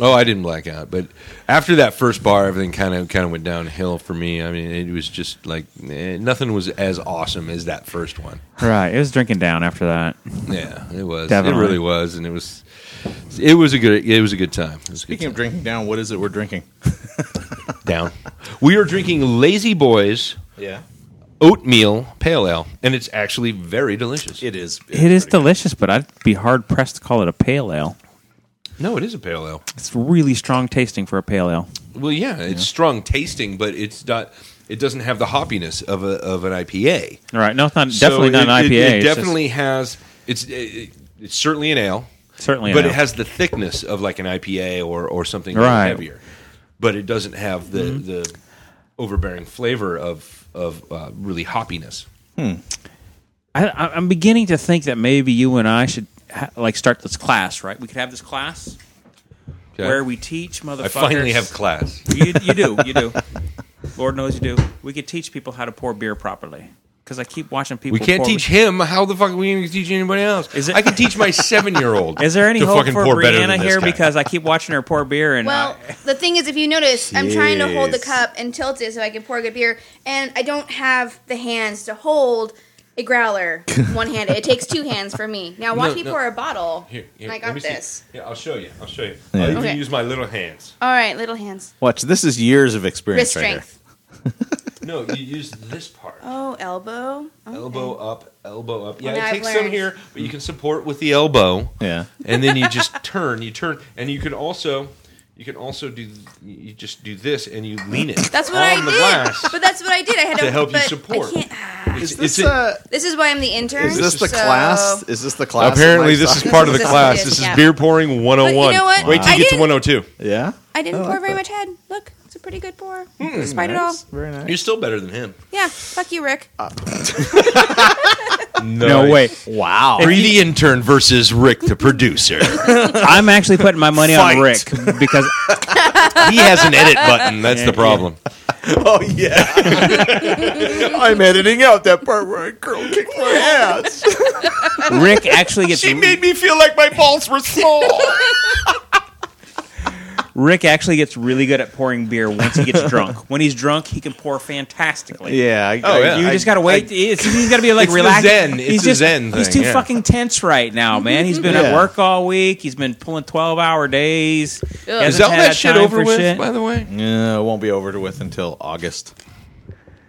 A: Oh, I didn't black out. But after that first bar, everything kind of kind of went downhill for me. I mean, it was just like eh, nothing was as awesome as that first one.
B: Right. It was drinking down after that.
A: Yeah, it was.
B: Definitely.
A: It really was, and it was. It was a good. It was a good time. It was a good
C: Speaking of drinking down, what is it we're drinking?
A: down. We are drinking Lazy Boys
C: Yeah.
A: oatmeal pale ale, and it's actually very delicious.
C: It is.
B: It is delicious, but I'd be hard pressed to call it a pale ale.
A: no, it is a pale ale.
B: It's really strong tasting for a pale ale.
A: Well, yeah, it's strong tasting, but it's not. It doesn't have the hoppiness of a of an IPA.
B: All right. No, it's not.
A: So
B: Definitely not an
A: it- It,
B: IPA.
A: it
B: It's just-
A: definitely has. It's it, it's certainly an ale,
B: certainly,
A: but
B: an
A: it
B: ale.
A: has the thickness of like an IPA or or something
B: Right. Mm-hmm.
A: heavier. But it doesn't have the the overbearing flavor of of uh, really hoppiness.
B: I, I- I'm beginning to think that maybe you and I should ha- like start this class, right? We could have this class
A: Okay.
B: where we teach motherfuckers.
A: I finally have class.
B: you, you do, you do. Lord knows you do. We could teach people how to pour beer properly because I keep watching people.
A: We can't
B: pour-
A: teach him. How the fuck are we going to teach anybody else?
B: Is it-
A: I can teach my seven year old.
B: Is there any
A: to
B: hope
A: fucking
B: for
A: pour better than
B: Brianna
A: this
B: here?
A: guy.
B: Because I keep watching her pour beer and
D: Well,
B: I-
D: the thing is, if you notice, I'm trying to hold the
C: Jeez.
D: cup and tilt it so I can pour good beer, and I don't have the hands to hold a growler one handed. it takes two hands for me. Now watch
A: No,
D: me
A: no.
D: pour a bottle.
A: Here, here,
D: and I
A: let
D: got
A: me see.
D: this.
A: Yeah, I'll show you. I'll show you.
C: Yeah.
A: I'll even
D: Okay.
A: use my little hands.
D: All right, little hands,
C: Watch, this is years of
D: wrist
C: experience right here.
D: strength.
A: No, you use this part.
D: Oh, elbow. Okay.
A: Elbow up, elbow up. Yeah,
D: Now
A: it
D: I've
A: takes some
D: learned.
A: here, but you can support with the elbow.
C: Yeah.
A: And then you just turn, you turn, and you can also, you can also do, you just do this and you lean it.
D: That's what
A: on
D: I
A: the
D: did.
A: glass
D: But that's what I did. I had
A: to help you
D: but
A: support.
D: I can't.
A: It's-
C: Is
A: it's
C: this,
A: a-
C: uh,
D: This is why I'm the intern.
C: is this the
D: so-
C: class? Is this the class?
A: Apparently,
C: that my
A: this is
C: son-
A: part of the
D: This is
A: class.
D: what it
A: This
D: is,
A: is
D: yeah.
A: beer pouring 101.
D: But you know what?
A: Wait till you
D: I
A: get to
D: didn't-
A: 102.
C: Yeah.
D: I didn't
C: I
D: pour
C: like
D: very
C: that.
D: much head. Look, it's a pretty good pour, despite it all.
C: Very Oh, Hmm, nice. Um,
A: You're still better than him.
D: Yeah, fuck you, Rick.
B: no way.
C: Wow.
A: Bree the intern versus Rick the producer.
B: I'm actually putting my money
C: Fight.
B: on Rick because
A: he has an edit button. That's the problem.
C: Oh yeah. I'm editing out that part where I girl kicked my ass.
B: Rick actually gets
A: me feel like my balls were small.
B: Rick actually gets really good at pouring beer once he gets drunk. When he's drunk, he can pour fantastically.
C: Yeah. I,
A: Oh,
C: I-
A: yeah.
B: You
A: I-
B: just gotta wait. It's- he's gotta be like
A: It's the
B: relaxed.
A: zen. It's
B: he's
A: the
B: just,
A: zen
B: He's
A: thing,
B: too
A: yeah.
B: fucking tense right now, man. He's been
C: Yeah.
B: at work all week. He's been pulling twelve-hour days. He
D: Ugh.
A: Is
B: hasn't
A: all
B: had
A: that shit
B: time
A: over
B: for
A: with,
B: shit.
A: by the way?
C: Yeah, uh, it won't be over with until August.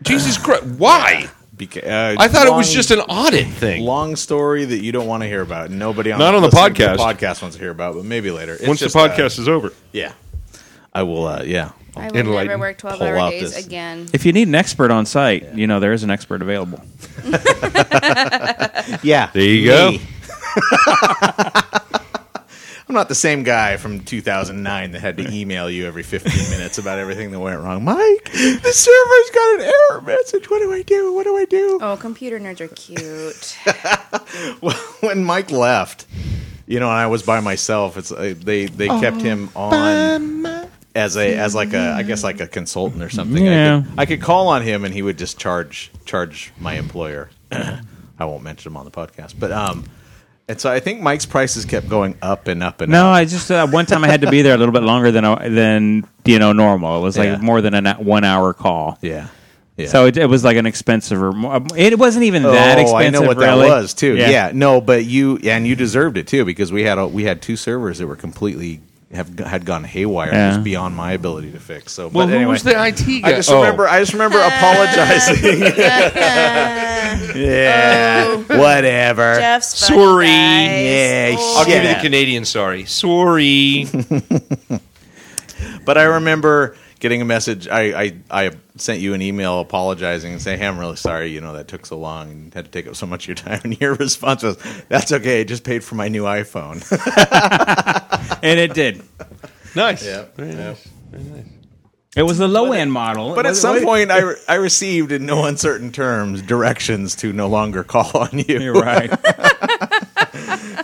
A: Jesus Christ. Why?
C: Because, uh,
A: I thought it was
C: long-
A: just an audit thing.
C: long story that you don't want to hear about. Nobody on
E: Not on the
C: listening to
E: podcast.
C: podcast wants to hear about, but maybe later. It's
E: Once the
C: just, uh,
E: podcast is over.
C: yeah, I will. Uh, yeah,
D: I will
A: Enlighten.
D: never work 12
C: Pull
D: hour
C: out
D: days
C: this.
D: again.
B: If you need an expert on site, you know there is an expert available.
C: yeah.
E: There you go.
C: I'm not the same guy from 2009 that had to email you every 15 minutes about everything that went wrong. Mike, the server's got an error message. What do I do? What do I do?
D: Oh, computer nerds are cute.
C: when Mike left, you know, and I was by myself. It's uh, they they kept him
B: Oh,
C: on as a as like a I guess like a consultant or something.
B: Yeah.
C: I, could, I could call on him and he would just charge charge my employer. I won't mention him on the podcast, but um, and so I think Mike's prices kept going up and up and
B: No,
C: up.
B: I just uh, one time I had to be there a little bit longer than I- than you know normal. It was like
C: Yeah.
B: more than a one hour call.
C: Yeah, yeah.
B: So it, it was like an expensive. Or more, it wasn't even
C: Oh,
B: that expensive.
C: I know what
B: really.
C: that was too. Yeah. no, but you and you deserved it too because we had a, we had two servers that were completely have had gone haywire
B: Yeah.
C: just beyond my ability to fix. So,
A: well,
C: but
A: who
C: anyway,
A: was the IT guy?
C: I just remember. I just remember apologizing. yeah.
A: Oh.
C: Whatever.
D: Jeff's funny,
A: Sorry.
D: guys.
C: Yeah,
A: Oh, I'll
C: shit.
A: give you the Canadian sorry. Sorry.
C: But I remember getting a message. I, I I sent you an email apologizing and saying, "Hey, I'm really sorry. You know that took so long and had to take up so much of your time." And your response was, "That's okay. I just paid for my new iPhone."
B: and it did.
A: nice.
B: It was the low end model.
C: But
B: It
C: at
B: was-
C: some point, I, re- I received in no uncertain terms directions to no longer call on you.
B: you're right.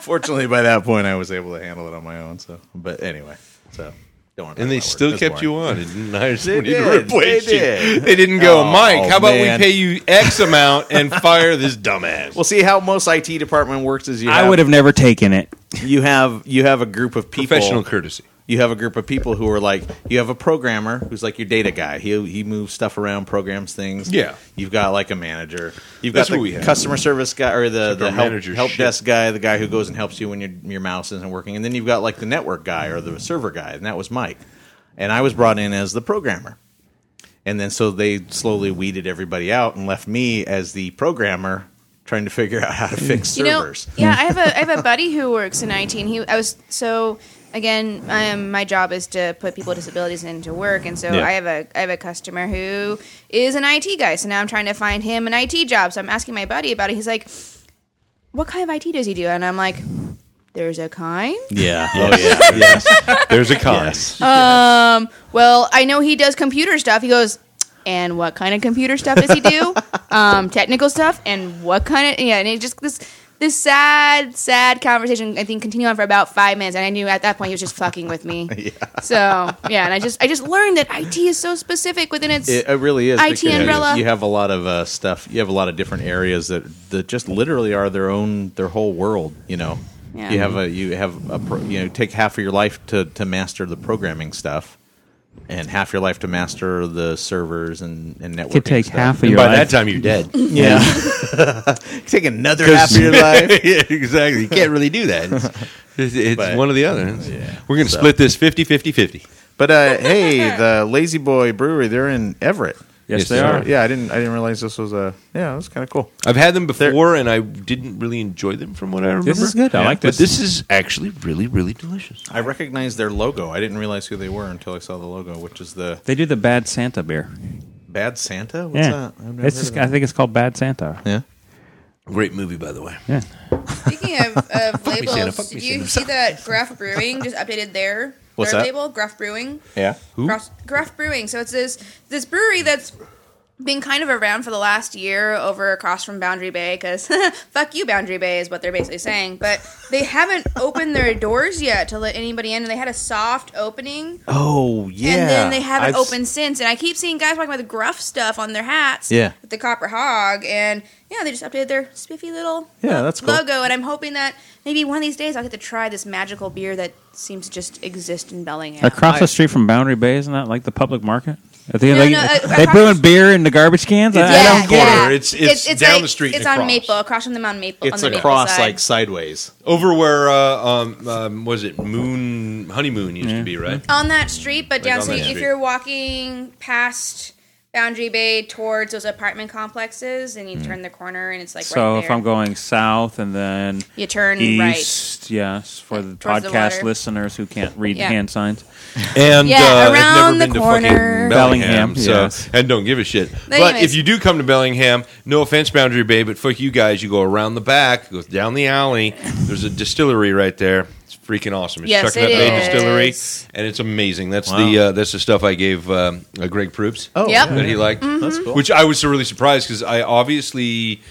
C: Fortunately, by that point, I was able to handle it on my own. So, but anyway, so don't worry. about
A: And they
C: that word.
A: still
C: That's
A: kept
C: boring.
A: you on. It didn't hire somebody to
C: did.
A: replace
C: They
A: you.
C: did.
A: They didn't go,
C: Oh,
A: Mike, how about
C: man.
A: we pay you X amount and fire this dumbass?
C: Well, see how most IT department works is you.
B: I would have never taken it.
C: You have you have a group of people.
A: Professional courtesy.
C: you have a group of people who are like you have a programmer who's like your data guy. He he moves stuff around, programs things.
A: Yeah.
C: You've got like a manager. You've
A: That's
C: got
A: what we
C: the
A: have.
C: customer service guy or the,
A: our
C: the help,
A: manager
C: help
A: shit.
C: desk guy, the guy who goes and helps you when your your mouse isn't working. And then you've got like the network guy or the server guy, and that was Mike. And I was brought in as the programmer. And then so they slowly weeded everybody out and left me as the programmer trying to figure out how to
A: Mm.
C: fix
D: You know,
C: servers.
D: yeah, I have a I have a buddy who works in IT. And he I was so again. Um, my job is to put people with disabilities into work, and so
C: Yeah.
D: I have a I have a customer who is an IT guy. So now I'm trying to find him an IT job. So I'm asking my buddy about it. He's like, "What kind of IT does he do?" And I'm like, "There's a kind."
C: Yeah. Oh yeah. yes.
E: There's a con.
D: Well, I know he does computer stuff. He goes, and what kind of computer stuff does he do? um, technical stuff, and what kind of yeah? And it just this this sad, sad conversation. I think continued on for about five minutes, and I knew at that point he was just fucking with me. So yeah, and I just I just learned that IT is so specific within its.
C: It, it really is.
D: IT
C: because
D: umbrella.
C: You have a lot of uh, stuff. You have a lot of different areas that that just literally are their own, their whole world. You know,
D: Yeah.
C: you have a you have a pro, you know take half of your life to to master the programming stuff, and half your life to master the servers and and networking.
B: Could take
C: stuff.
B: half of
A: And
B: your
A: by
B: life.
A: that time, you're dead.
C: Yeah, take another half of your life.
A: yeah, exactly. You can't really do that. It's, it's- it's
C: But-
A: one or the other. It's-
C: Yeah.
A: We're going to split this 50 50 50.
C: But uh, hey, the Lazy Boy Brewery, they're in Everett.
B: Yes,
A: Yes,
B: they
A: they
B: are.
C: Yeah, I didn't I didn't realize this was a yeah. It was kind of cool.
A: I've had them before and I didn't really enjoy them from what I remember.
B: This is good. I
C: Yeah.
B: like
A: But
B: this.
A: this is actually really, really delicious.
C: I recognized their logo. I didn't realize who they were until I saw the logo, which is the
B: they do the Bad Santa beer.
C: Bad Santa? What's
B: Yeah,
C: that? I've never
B: it's
C: heard
B: just,
C: of
B: I
C: that.
B: think it's called Bad Santa.
C: Yeah.
A: Great movie, by the way.
B: Yeah.
D: Speaking of, of
A: me, Santa.
D: labels,
A: Fuck me,
D: did you
A: Santa.
D: see that Graph Brewing just updated their
C: What's
D: their
C: that?
D: label? Graph Brewing.
C: Yeah.
D: Graph, Graph Brewing. So it's this this brewery that's been kind of around for the last year over across from Boundary Bay because fuck you, Boundary Bay is what they're basically saying. But they haven't opened their doors yet to let anybody in, and they had a soft opening,
C: Oh yeah.
D: and then they haven't
C: I've s-
D: opened since. And I keep seeing guys walking by the gruff stuff on their hats,
C: Yeah.
D: with the copper hog, and yeah, they just updated their spiffy little
C: Yeah, that's cool.
D: logo. And I'm hoping that maybe one of these days I'll get to try this magical beer that seems to just exist in Bellingham.
B: Across
C: I-
B: the street from Boundary Bay, isn't that like the public market? I think
D: No,
B: they,
D: no, uh,
B: they
D: across-
B: brewing beer in the garbage cans. I, I
D: Yeah,
B: don't get
A: corner.
D: yeah.
A: It's- it's down the street
D: It's
A: and
D: on
A: across.
D: Maple, across from the Mount Maple.
C: It's
D: on the
C: across
D: Maple side.
C: like sideways.
A: Over where uh, um, um, was it Moon Honeymoon used to be, right?
D: on that street, but down
A: on that
D: street. If
A: street.
D: you're walking past Boundary Bay towards those apartment complexes, and you
A: Hmm.
D: turn the corner, and it's like
B: So
D: right
B: if
D: there.
B: I'm going south and then
D: you turn right.
B: east, yes, for the
D: Towards the
B: podcast
D: water.
B: listeners who can't read
D: Yeah.
B: hand signs.
A: And
D: Yeah,
A: uh, I've
D: around
A: never
D: the
A: been to fucking Bellingham,
D: corner.
B: Bellingham,
A: so
B: yes.
A: and don't give a shit. But,
D: anyways.
A: if you do come to Bellingham, no offense, Boundary Bay, but fuck you guys. You go around the back, go down the alley. There's a distillery right there. It's freaking awesome. It's
D: Yes,
A: Chuckanut
D: it
A: Bay
D: is.
A: Distillery, and it's amazing. That's the uh, that's the stuff I gave um, uh, Greg Proops
C: Oh,
D: Yep.
A: that he liked,
C: That's cool.
A: which I was really surprised because I obviously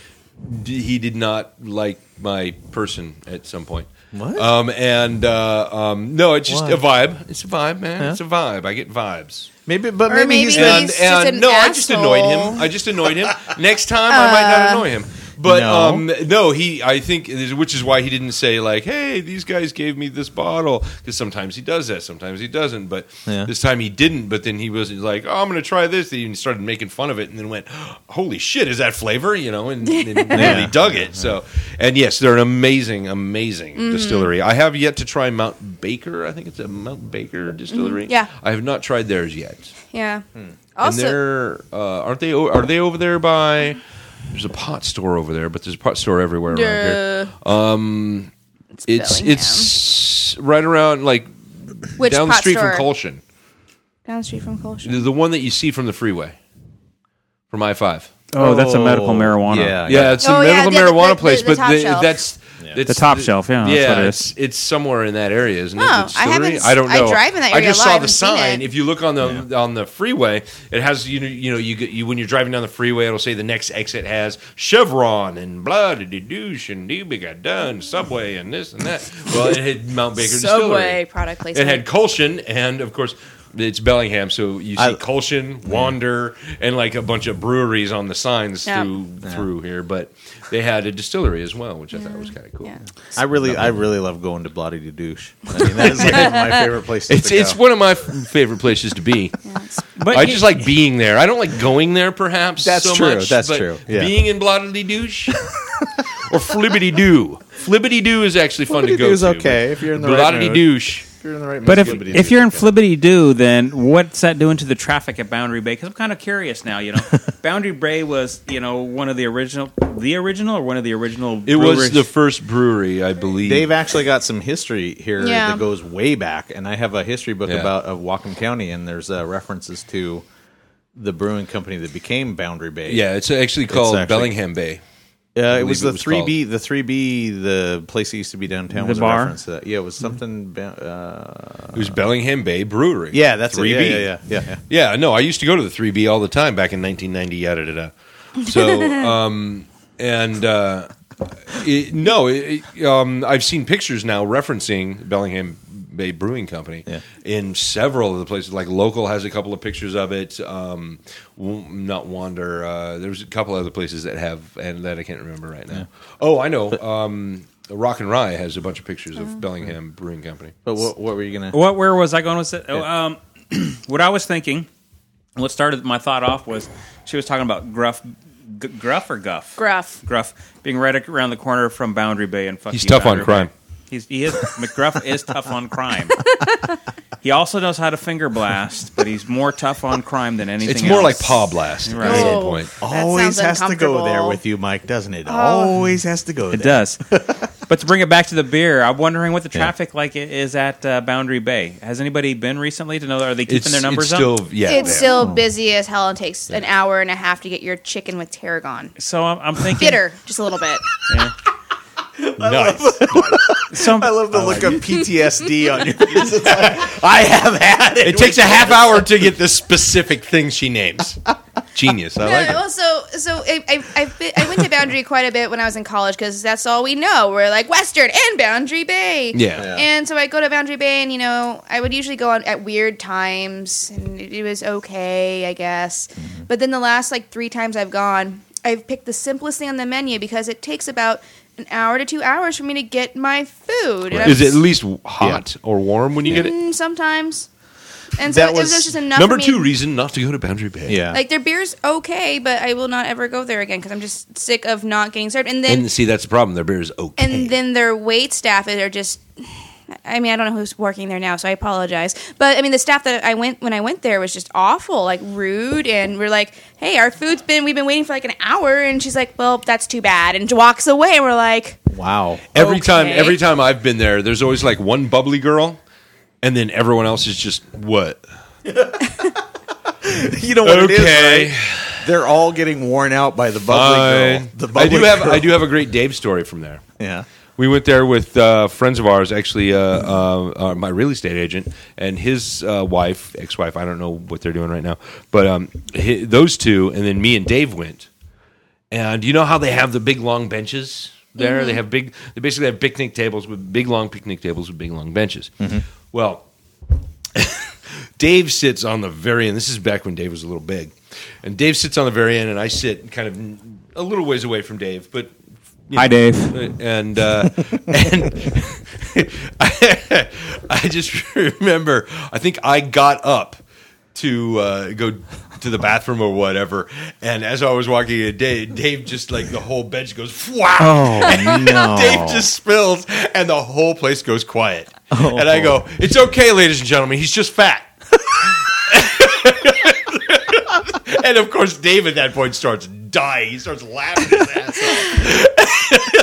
A: d- he did not like my person at some point.
C: What?
A: Um, and uh, um, no, it's just
C: Why?
A: a vibe. It's a vibe, man.
C: Yeah.
A: It's a vibe. I get vibes.
C: maybe, but
D: Or
C: maybe, he's
D: maybe-
C: got
A: And,
D: just
A: and
D: an
A: no, I just annoyed
D: asshole. Uh,
A: him. I just annoyed him. Next time, I might not annoy him. But
C: No.
A: um, no, he. I think, which is why he didn't say like, "Hey, these guys gave me this bottle." Because sometimes he does that, sometimes he doesn't. But
C: Yeah.
A: this time he didn't. But then he was like, "Oh, I'm going to try this." He even started making fun of it, and then went, "Holy shit, is that flavor?" You know, and, and really dug it. So, and yes, they're an amazing, amazing
D: Mm-hmm.
A: distillery. I have yet to try Mount Baker. I think it's a Mount Baker distillery.
D: Mm-hmm. Yeah.
A: I have not tried theirs yet.
D: Yeah.
A: Also, and
D: Also,
A: they're uh, aren't they o- are they over there by? There's a pot store over there, but there's a pot store everywhere around here.
D: uh, um,
A: It's it's right around like
D: Which
A: down the
D: pot
A: street
D: store?
A: from Colshan,
D: down the street from Colchester.
A: the, the one that you see from the freeway, from I five.
B: Oh, that's a medical marijuana.
C: Yeah,
A: Yeah, it's a
D: Oh, yeah,
A: medical
D: the- the-
A: marijuana
D: the-
A: place,
D: the
A: but
D: top
A: the-
D: shelf.
A: that's it's
B: The top shelf, yeah, Oh, that's what it
A: it's-
B: is.
A: It's, somewhere in that area, isn't it?
D: Oh,
A: The
D: I haven't
A: distillery?
D: s-
A: I don't
D: I
A: know.
D: drive in that
A: I
D: area
A: just
D: a
A: saw
D: lot. I
A: the
D: haven't seen
A: sign.
D: it.
A: If you look on the on the freeway, it has you know you know you, get- you when you're driving down the freeway, it'll say the next exit has Chevron and blah de douche and Dubica done Subway and this and that. Well, it had Mount Baker
D: Subway
A: Distillery.
D: product
A: It
D: placement.
A: had Colshan and of course. It's Bellingham, so you see
C: I-
B: Mm.
A: Colshan, Wander, and like a bunch of breweries on the signs
D: Yeah.
A: through through here, but they had a distillery as well, which I thought was kind of cool.
D: yeah.
C: I really, I really love going to Bloody de Douche. I mean, that is like my favorite place. To
A: It's
C: go.
A: it's one of my f- favorite places to be.
B: But
A: I
B: he-
A: just like being there. I don't like going there, perhaps.
C: That's
A: so
C: true,
A: Much,
C: that's
A: but
C: true, yeah.
A: Being in blottily douche or flibbity doo. Flibbity doo is actually fun to go
C: Flibbity-doo's
A: to.
C: okay if you're in the right
A: blottily douche.
C: If you're in the right
B: But if,
C: mood, it's
B: if you're in
C: good.
B: Flibbity Doo, then what's that doing to the traffic at Boundary Bay? Because I'm kind of curious now. You know, Boundary Bay was you know one of the original, the original, or one of the original.
A: It was
B: breweries?
A: the first brewery, I believe.
C: They've actually got some history here
D: Yeah.
C: that goes way back, and I have a history book
A: Yeah.
C: about of Whatcom County, and there's uh, references to the brewing company that became Boundary Bay.
A: yeah, it's actually called
C: actually-
A: Bellingham Bay.
C: uh, it
A: believe
C: was
A: it
C: the
A: was
C: three B, the three B, the Mm-hmm. place that used to be downtown
B: The
C: was
B: bar?
C: a reference to that. Yeah, it was something. ba- Uh,
A: It was Bellingham Bay Brewery.
C: yeah, that's it.
A: three
C: Yeah,
A: B.
C: yeah, yeah, yeah, yeah.
A: Yeah, no, I used to go to the 3B all the time back in 1990. Yada da da. So, um, and uh, it, no, it, it, um, I've seen pictures now referencing Bellingham Bay Brewing Company
C: Yeah.
A: in several of the places. Like local has a couple of pictures of it. Um, w- not Wander. Uh, there's a couple other places that have, and that I can't remember right now. Oh, I know. Um, Rock and Rye has a bunch of pictures of Bellingham Brewing Company.
C: But what, what were you gonna?
B: What? Where was I going with it? Oh, um, what I was thinking, what started my thought off was she was talking about gruff, g- gruff or guff,
D: Gruff.
B: gruff being right ac- around the corner from Boundary Bay and fuck
A: He's
B: you,
A: tough on
B: Boundary Bay.
A: crime.
B: He's he is McGruff is tough on crime. he also knows how to finger blast, but he's more tough on crime than anything.
A: It's more like
B: else.
A: Paw Blast
B: Right.
A: at some
D: Oh.
A: point.
D: That
C: Always
D: sounds
C: has to go there
D: uncomfortable. Oh.
C: with you, Mike, doesn't it? Always has to go there.
B: It does. but to bring it back to the beer, I'm wondering what the traffic like it is at uh, Boundary Bay. Has anybody been recently to know? Are they keeping their
A: it's
B: numbers up?
A: still, Yeah,
D: It's
A: yeah. Oh.
D: still busy as hell and takes an hour and a half to get your chicken with tarragon.
B: so I'm, I'm thinking.
D: Bitter, just a little bit.
B: Yeah.
A: nice.
B: So I'm-
C: I love the look of PTSD on your face. It's like, I have had it.
A: It takes a half hour to get the specific thing she names. Genius. I like
D: No,
A: it.
D: well, so so I, I, I've been- I went to Boundary quite a bit when I was in college because that's all we know. We're like Western and Boundary Bay.
A: Yeah.
C: Yeah.
D: And so I go to Boundary Bay, and you know, I would usually go on at weird times, and it, it was okay, I guess.
A: Mm-hmm.
D: But then the last like three times I've gone, I've picked the simplest thing on the menu because it takes about an hour to two hours for me to get my food. And I'm
A: Is it at least hot or warm when you get it?
D: mm, sometimes? And so
C: That
D: it was
C: was
D: just enough.
A: Number
D: for me
A: two reason not to go to Boundary Bay.
C: Yeah.
D: like their beer's okay, but I will not ever go there again because I'm just sick of not getting served. And then
A: And see, that's the problem. Their beer is okay.
D: and then their wait staff are just. I mean, I don't know who's working there now, so I apologize. But I mean, the staff that I went when I went there was just awful, like rude, and we're like, "Hey, our food's been we've been waiting for like an hour," and she's like, "Well, that's too bad," and walks away. And we're like,
C: Wow.
A: every time,
D: okay.
A: every time I've been there, there's always like one bubbly girl, and then everyone else is just what?
C: You know what
A: Okay.
C: it is, right? They're all getting worn out by the bubbly girl.
A: Fine.
C: The bubbly
A: I do have,
C: girl.
A: I do have a great Dave story from there.
C: Yeah.
A: We went there with uh, friends of ours, actually, uh, uh, uh, my real estate agent and his uh, wife, ex wife. I don't know what they're doing right now, but um, hi those two, and then me and Dave went. And you know how they have the big long benches there? They have big, they basically have picnic tables with big long picnic tables with big long benches. Well, Dave sits on the very end. This is back when Dave was a little big, and Dave sits on the very end, and I sit kind of a little ways away from Dave, but you
E: Hi, Dave.
A: and uh, and I, I just remember I think I got up to uh, go to the bathroom or whatever, and as I was walking, in, Dave, Dave just like the whole bench goes wow,
C: Oh no.
A: Dave just spills, and the whole place goes quiet.
C: Oh.
A: And I go, "It's okay, ladies and gentlemen. He's just fat." and of course, Dave at that point starts dying. He starts laughing his ass off.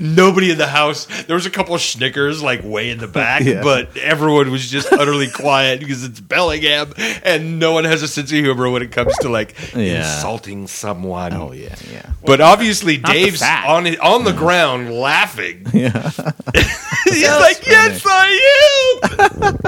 A: Nobody in the house. There was a couple of Snickers like way in the back,
C: Yeah.
A: but everyone was just utterly quiet because it's Bellingham, and no one has a sense of humor when it comes to like
C: Yeah.
A: insulting someone.
C: Oh yeah, yeah.
A: But obviously,
B: the
A: Dave's
B: fat.
A: on it- on the ground laughing. Yeah, he's like, "Yes, I am."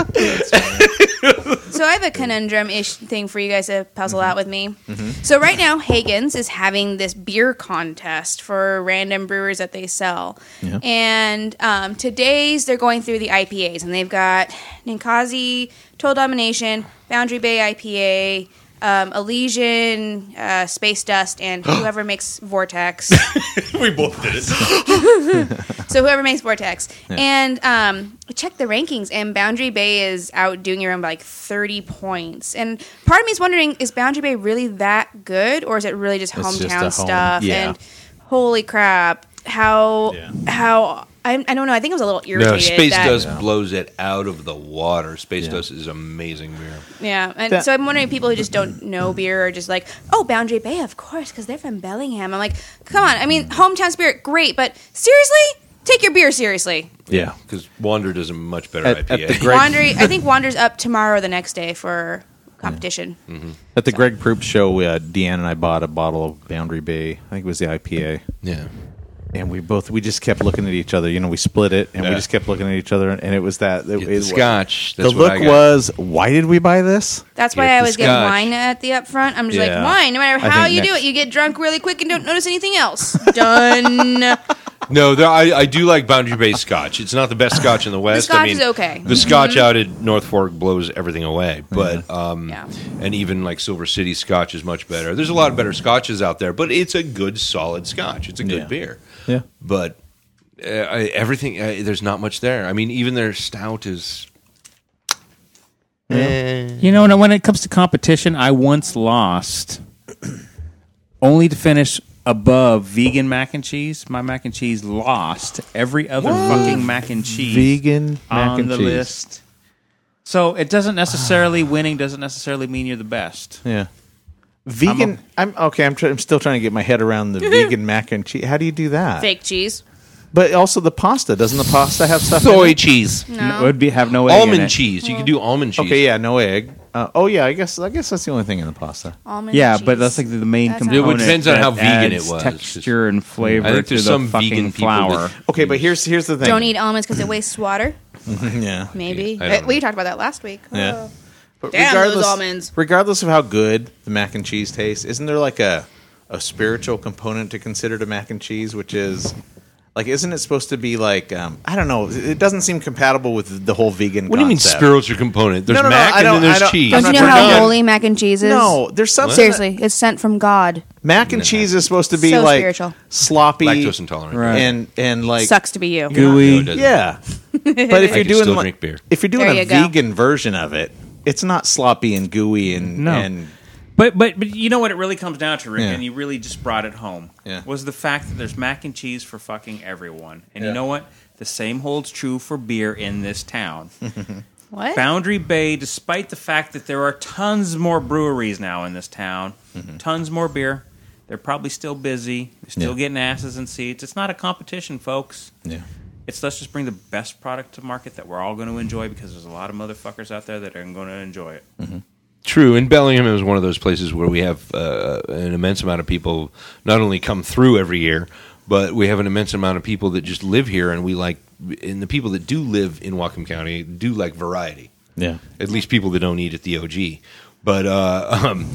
D: So I have a conundrum ish thing for you guys to puzzle out with me. So right now, Hagen's is having this beer contest for random brewers that they sell, and um, today's they're going through the IPAs, and they've got Ninkazi, Total Domination, Boundary Bay IPA. Um, Elysian, uh, Space Dust, and whoever makes Vortex.
A: we both did it.
D: So whoever makes Vortex and um, check the rankings, and Boundary Bay is outdoing your own by like thirty points. And part of me is wondering: is Boundary Bay really that good, or is it really just
C: It's just
D: hometown
C: a home-
D: stuff?
C: yeah.
D: And holy crap, how
C: Yeah.
D: how I, I don't know. I think I was a little irritated.
A: No, Space
D: that-
A: Dust blows it out of the water. Space
C: Yeah.
A: Dust is amazing beer.
D: Yeah, and
C: That-
D: so I'm wondering if people who just don't know beer are just like, oh, Boundary Bay, of course, because they're from Bellingham. I'm like, come on. I mean, hometown spirit, great, but seriously, take your beer seriously.
C: Yeah.
A: because Wander does a much better
C: At- at
A: IPA.
C: the gra- Greg-
D: Wander, I think Wander's up tomorrow, or the next day for competition.
C: Mm. At the Greg Proop show, we, uh, Deanne and I bought a bottle of Boundary Bay. I think it was the IPA,
A: yeah,
C: and we both we just kept looking at each other. You know, we split it, and
A: Yeah.
C: we just kept looking at each other, and it was that. It,
A: Get
C: it
A: the
C: was-
A: Scotch.
C: The
A: That's what
C: look
A: I got.
C: was, why did we buy this?
D: That's why
A: Get
D: I
A: the
D: always get
A: scotch.
D: wine at the up front. I'm just
C: Yeah.
D: like wine, no matter
C: I
D: how
C: think
D: you do
C: next-
D: it, you get drunk really quick and don't notice anything else. Done.
A: No, there, I, I do like Boundary Bay Scotch. It's not the best Scotch in the West. I
D: Scotch
A: mean,
D: is okay.
A: The Scotch out at North Fork blows everything away, but um,
D: Yeah.
A: and even like Silver City Scotch is much better. There's a lot of better Scotches out there, but it's a good solid Scotch. It's a good
C: Yeah.
A: beer,
C: Yeah.
A: but uh, I, everything uh, there's not much there. I mean, even their stout is
B: You know, and when it comes to competition, I once lost only to finish above vegan mac and cheese. My mac and cheese lost every other fucking mac and cheese
C: Vegan mac
B: on
C: and
B: the
C: cheese.
B: list. So it doesn't necessarily winning doesn't necessarily mean you're the best.
C: Yeah. Vegan. I'm, okay. I'm, try, I'm still trying to get my head around the vegan mac and cheese. How do you do that?
D: Fake cheese.
C: But also the pasta. Doesn't the pasta have stuff? in it?
A: cheese,
B: It would be have no egg in
A: almond
B: it.
A: cheese. You
D: Mm-hmm.
A: can do almond cheese.
C: Okay. Yeah. No egg. Uh, oh yeah. I guess. I guess that's the only thing in the pasta.
D: Almond
B: Yeah,
D: cheese.
B: but that's like the main
D: That's
B: component.
D: awesome. It
A: depends on
B: that
A: how vegan
B: adds
A: it was.
B: Texture and flavor.
A: I think
B: to
A: there's
B: the
A: some
B: fucking
A: vegan people
B: flour.
A: that-
C: Okay. But here's here's the thing.
D: Don't eat almonds because it wastes water.
C: Yeah.
D: Maybe
A: I don't
D: Uh, we
A: know.
D: talked about that last week.
C: Yeah.
D: Oh.
C: But
D: Damn those almonds.
C: Regardless of how good the mac and cheese tastes, isn't there like a a spiritual component to consider to mac and cheese, which is like, isn't it supposed to be like um, I don't know? It doesn't seem compatible with the whole vegan.
E: What do you mean
C: concept.
E: spiritual component? There's
C: No, no, no,
E: mac
C: I
E: and
C: don't-
E: then
C: I
E: there's
C: don't-
E: cheese.
C: I'm
D: Don't you
C: not
D: know
C: trying to-
D: how holy mac and cheese is?
C: No, there's something.
D: Seriously, it's sent from God.
C: mac and cheese is supposed to be
D: So
C: like
D: spiritual.
C: sloppy,
E: Lactose intolerant.
B: Right.
C: and and like
D: Sucks to be you.
E: No,
B: gooey.
E: it doesn't.
C: Yeah, but if
E: I
C: you're
E: can
C: doing
E: still
C: like-
E: drink beer.
C: if you're doing
D: There
C: a
D: you go.
C: vegan version of it, it's not sloppy and gooey and
B: No.
C: and
B: But but but you know what it really comes down to, Rick,
C: Yeah.
B: and you really just brought it home.
C: Yeah.
B: Was the fact that there's mac and cheese for fucking everyone, and
C: Yeah.
B: you know what? The same holds true for beer in this town.
D: What?
B: Boundary Bay, despite the fact that there are tons more breweries now in this town, tons more beer. They're probably still busy. They're still
C: Yeah.
B: getting asses and seats. It's not a competition, folks.
C: yeah.
B: It's let's just bring the best product to market that we're all going to enjoy because there's a lot of motherfuckers out there that are going to enjoy it.
E: True, and Bellingham is one of those places where we have uh, an immense amount of people not only come through every year, but we have an immense amount of people that just live here, and we like, and the people that do live in Whatcom County do like variety.
C: Yeah.
E: at least people that don't eat at the OG. But uh, um,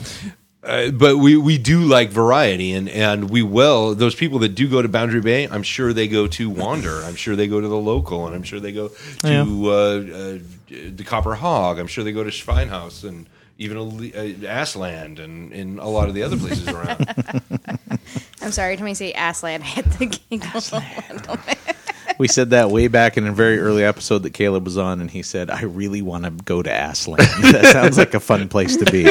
E: uh, but we, we do like variety, and, and we will those people that do go to Boundary Bay. I'm sure they go to Wander. I'm sure they go to the local, and I'm sure they go to uh, uh, the Copper Hog. I'm sure they go to Schweinhaus and even uh, Assland and, and a lot of the other places around.
D: I'm sorry, Tommy say assland. I had to giggle.
C: We said that way back in a very early episode that Caleb was on, and he said, "I really want to go to Aslan. that sounds like a fun place to be."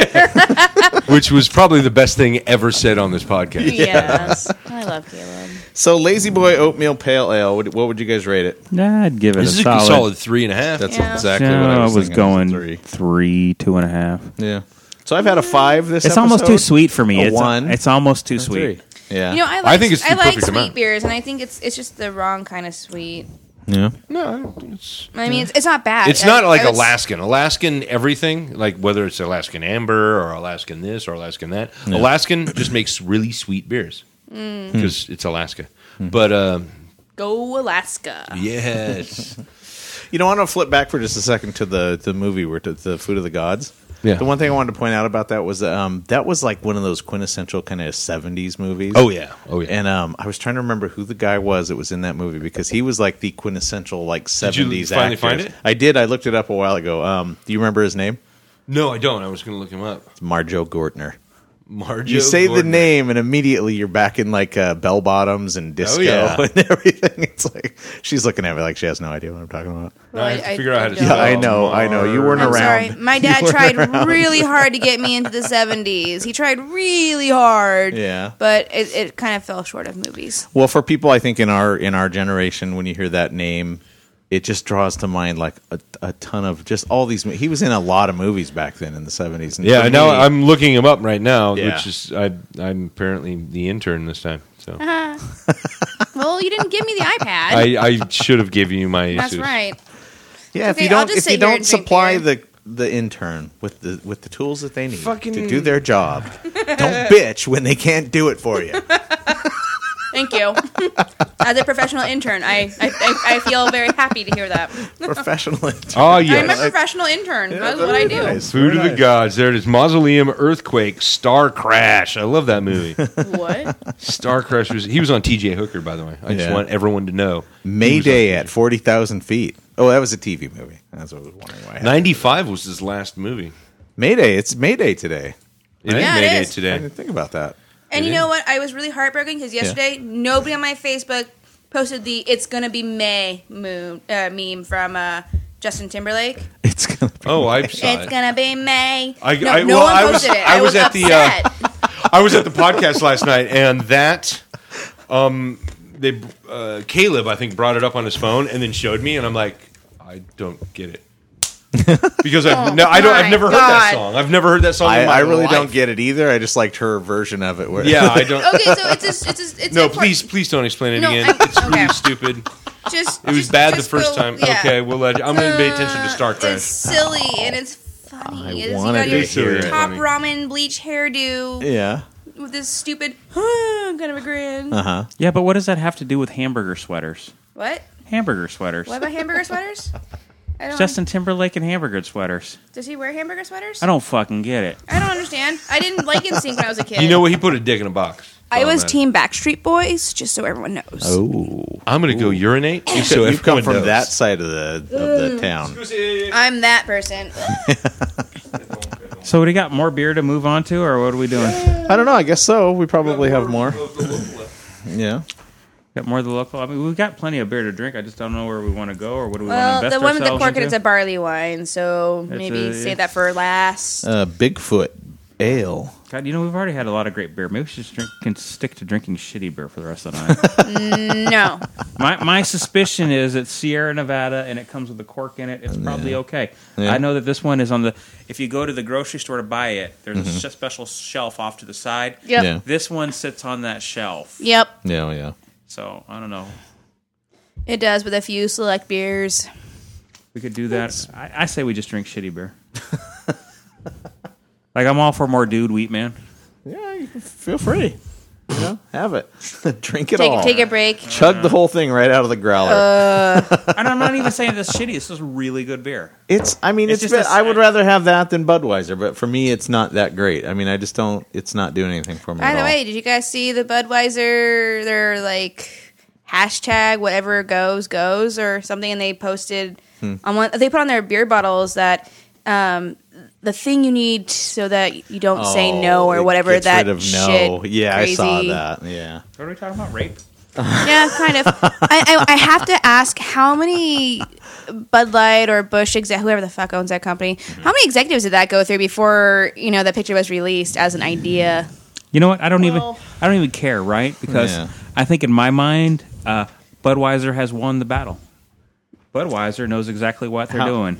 E: Which was probably the best thing ever said on this podcast.
D: yes. I love Caleb.
C: so, Lazy Boy Oatmeal Pale Ale. What, what would you guys rate it?
B: Nah, I'd give it
E: This is a solid. three and a half.
C: That's
D: Yeah.
C: exactly what I was, thinking. It was a
B: going
C: three.
B: three, two and a half.
C: Yeah. So I've had a five. This
B: It's almost
C: episode,
B: too sweet for me.
C: a
B: it's
C: one,
B: It's almost too
C: a
B: sweet.
C: three. Yeah.
D: You know, I like,
E: I think it's the
D: I like
E: perfect
D: sweet
E: amount.
D: beers, and I think it's it's just the wrong kind of sweet.
C: yeah.
E: No, it's
D: I mean, it's, it's not bad.
E: It's
D: I-
E: not like
D: I would s-
E: Alaskan. Alaskan everything, like whether it's Alaskan amber or Alaskan this or Alaskan that. Alaskan just makes really sweet beers
D: Mm.
E: because it's Alaska. But uh,
D: Go Alaska.
E: yes,
C: You know, I want to flip back for just a second to the the movie where to the food of the gods.
E: Yeah.
C: The one thing I wanted to point out about that was um, that was like one of those quintessential kind of '70s movies.
E: oh yeah, oh yeah.
C: And um, I was trying to remember who the guy was that was in that movie because he was like the quintessential like
E: you
C: '70s
E: finally
C: actor.
E: find it?
C: I did. I looked it up a while ago. Um, do you remember his name?
E: no, I don't. I was going to look him up.
C: It's Marjo Gortner.
E: Marjo.
C: You say the
E: Gordon.
C: name, and immediately you're back in like uh, bell bottoms and disco
E: Oh, yeah.
C: and everything. It's like she's looking at me like she has no idea what I'm talking about.
D: Well,
E: I have to figure out how to
D: don't.
E: spell
C: Yeah, I know, I know. You weren't
D: I'm
C: around.
D: sorry. My dad tried really hard to get me into the 70s. He tried really hard.
C: Yeah.
D: But it, it kind of fell short of movies.
C: Well, for people, I think in our in our generation, when you hear that name, it just draws to mind like a, a ton of just all these. mo- He was in a lot of movies back then in the seventies.
E: Yeah, now I'm looking him up right now,
C: Yeah.
E: which is I, I'm apparently the intern this time. So
D: Uh-huh. Well, you didn't give me the iPad.
E: I, I should have given you my.
D: That's
E: issues.
D: right.
C: yeah. If
D: Okay,
C: you
D: I'll
C: don't
D: just
C: if
D: sit
C: you
D: here
C: don't
D: and drink
C: supply
D: beer.
C: the the intern with the with the tools that they need
E: Fucking-
C: to do their job, don't bitch when they can't do it for you.
D: Thank you. As a professional intern, I, I, I, I feel very happy to hear that.
C: Professional intern.
E: Oh
D: I'm a
E: yes.
D: professional intern. That's what I do.
C: Nice,
E: Food
C: very
E: of the
C: nice.
E: Gods. There it is. Mausoleum, Earthquake, Star Crash. I love that movie.
D: What?
E: Star Crash was he was on TJ Hooker, by the way. I just
C: Yeah.
E: want everyone to know.
C: Mayday at forty thousand feet. Oh, that was a TV movie. That's what I was wondering why. I had-
E: Ninety five was his last movie.
C: Mayday. It's Mayday today.
E: It is
D: Yeah, it
E: Mayday
D: is.
C: I
E: today.
C: didn't think about that.
D: And you know what? I was really heartbroken because yesterday nobody on my Facebook posted the "It's gonna be May" moon, uh, meme from uh, Justin Timberlake.
C: It's gonna be
E: Oh, I saw
D: It's
E: it.
D: gonna be May.
E: I-
D: no,
E: I-
D: no
E: well,
D: one
E: I was-
D: posted it.
E: I
D: I,
E: was
D: was,
E: at the, uh,
D: upset.
E: I was at the podcast last night, and that um they uh, Caleb I think brought it up on his phone and then showed me, and I'm like, I don't get it. Because I've
D: Oh,
E: no, I don't. I've
D: my
E: never heard that
D: God.
E: song. I've never heard that song.
C: I,
E: in my
C: I really
E: life.
C: don't get it either. I just liked her version of it. Where
E: Yeah, I don't.
D: okay, so it's just, it's just, it's
E: No,
D: important.
E: please, please don't explain it
D: No,
E: again.
D: I'm-
E: it's really
D: okay.
E: stupid.
D: Just
E: It was
D: just-
E: bad the
D: just
E: first
D: go-
E: time.
D: yeah. Uh,
E: Okay, we'll let you. I'm going to pay attention to Star
D: It's
E: Crash.
D: silly and it's funny. It's, you
C: wanted
D: got
C: to
D: your
C: hear it.
D: top ramen bleach hairdo
C: yeah.
D: with this stupid kind of a grin.
E: Uh-huh.
B: Yeah, but what does that have to do with hamburger sweaters?
D: What?
B: Hamburger sweaters.
D: What about hamburger sweaters? I don't
B: Justin Timberlake and hamburger sweaters.
D: Does he wear hamburger sweaters?
B: I don't fucking get it.
D: I don't understand. I didn't like NSYNC when I was a kid.
A: You know what? He put a dick in a box.
D: I was
A: Oh, man.
D: Team Backstreet Boys, just so everyone knows.
B: Oh.
A: I'm gonna go urinate.
C: So
A: so
C: you come
A: everyone
C: from
A: knows.
C: that side of the
D: Mm.
C: of the town.
D: I'm that person.
B: So, what do you got? More beer to move on to, or what are we doing?
C: I don't know. I guess so. We probably have more. Yeah.
B: Got more of the local. I mean, we've got plenty of beer to drink. I just don't know where we want to go or what do we
D: Well,
B: want to invest
D: the one with the
B: ourselves
D: cork and it's
B: into.
D: a barley wine, so
B: It's
D: maybe
B: a-
D: save that for last.
C: Uh, Bigfoot ale.
B: God, you know, we've already had a lot of great beer. Maybe we should just drink, can stick to drinking shitty beer for the rest of the night.
D: no,
B: my, my suspicion is it's Sierra Nevada and it comes with a cork in it. It's probably okay.
C: Yeah.
B: I know that this one is on the. If you go to the grocery store to buy it, there's a
C: Mm-hmm.
B: s- special shelf off to the side.
D: yep,
C: Yeah.
B: This one sits on that shelf.
D: yep,
C: Yeah. Yeah.
B: So I don't know.
D: it does with a few select beers.
B: We could do that. I, I say we just drink shitty beer. like I'm all for more dude wheat man.
C: Yeah. You can feel free. You know, have it. Drink it
D: Take
C: all.
D: take a Uh, break.
C: Chug the whole thing right out of the growler.
B: And I'm not even saying this shitty. This is really good beer.
C: it's. I mean,
B: it's
C: it's.
B: just
C: been-
B: a
C: I would
B: snack.
C: rather have that than Budweiser, but for me, it's not that great. I mean, I just don't. It's not doing anything for me.
D: By
C: at
D: the
C: all.
D: way, did you guys see the Budweiser? Their like hashtag whatever goes goes or something, and they posted
C: Hmm.
D: on one. They put on their beer bottles that um, the thing you need so that you don't say no
C: Oh,
D: or
C: it
D: whatever
C: gets
D: that
C: rid of no.
D: shit.
C: Yeah, I saw
D: crazy.
C: that. Yeah.
B: What are we talking about? Rape?
D: Yeah, kind of. I, I, I have to ask how many Bud Light or Bush exec, whoever the fuck owns that company,
C: Mm-hmm.
D: how many executives did that go through before you know that picture was released as an idea?
C: Mm-hmm.
B: You know what? I don't
D: Well-
B: even. I don't even care, right? Because
C: Yeah.
B: I think in my mind, uh, Budweiser has won the battle. Budweiser knows exactly what they're
C: How-
B: doing.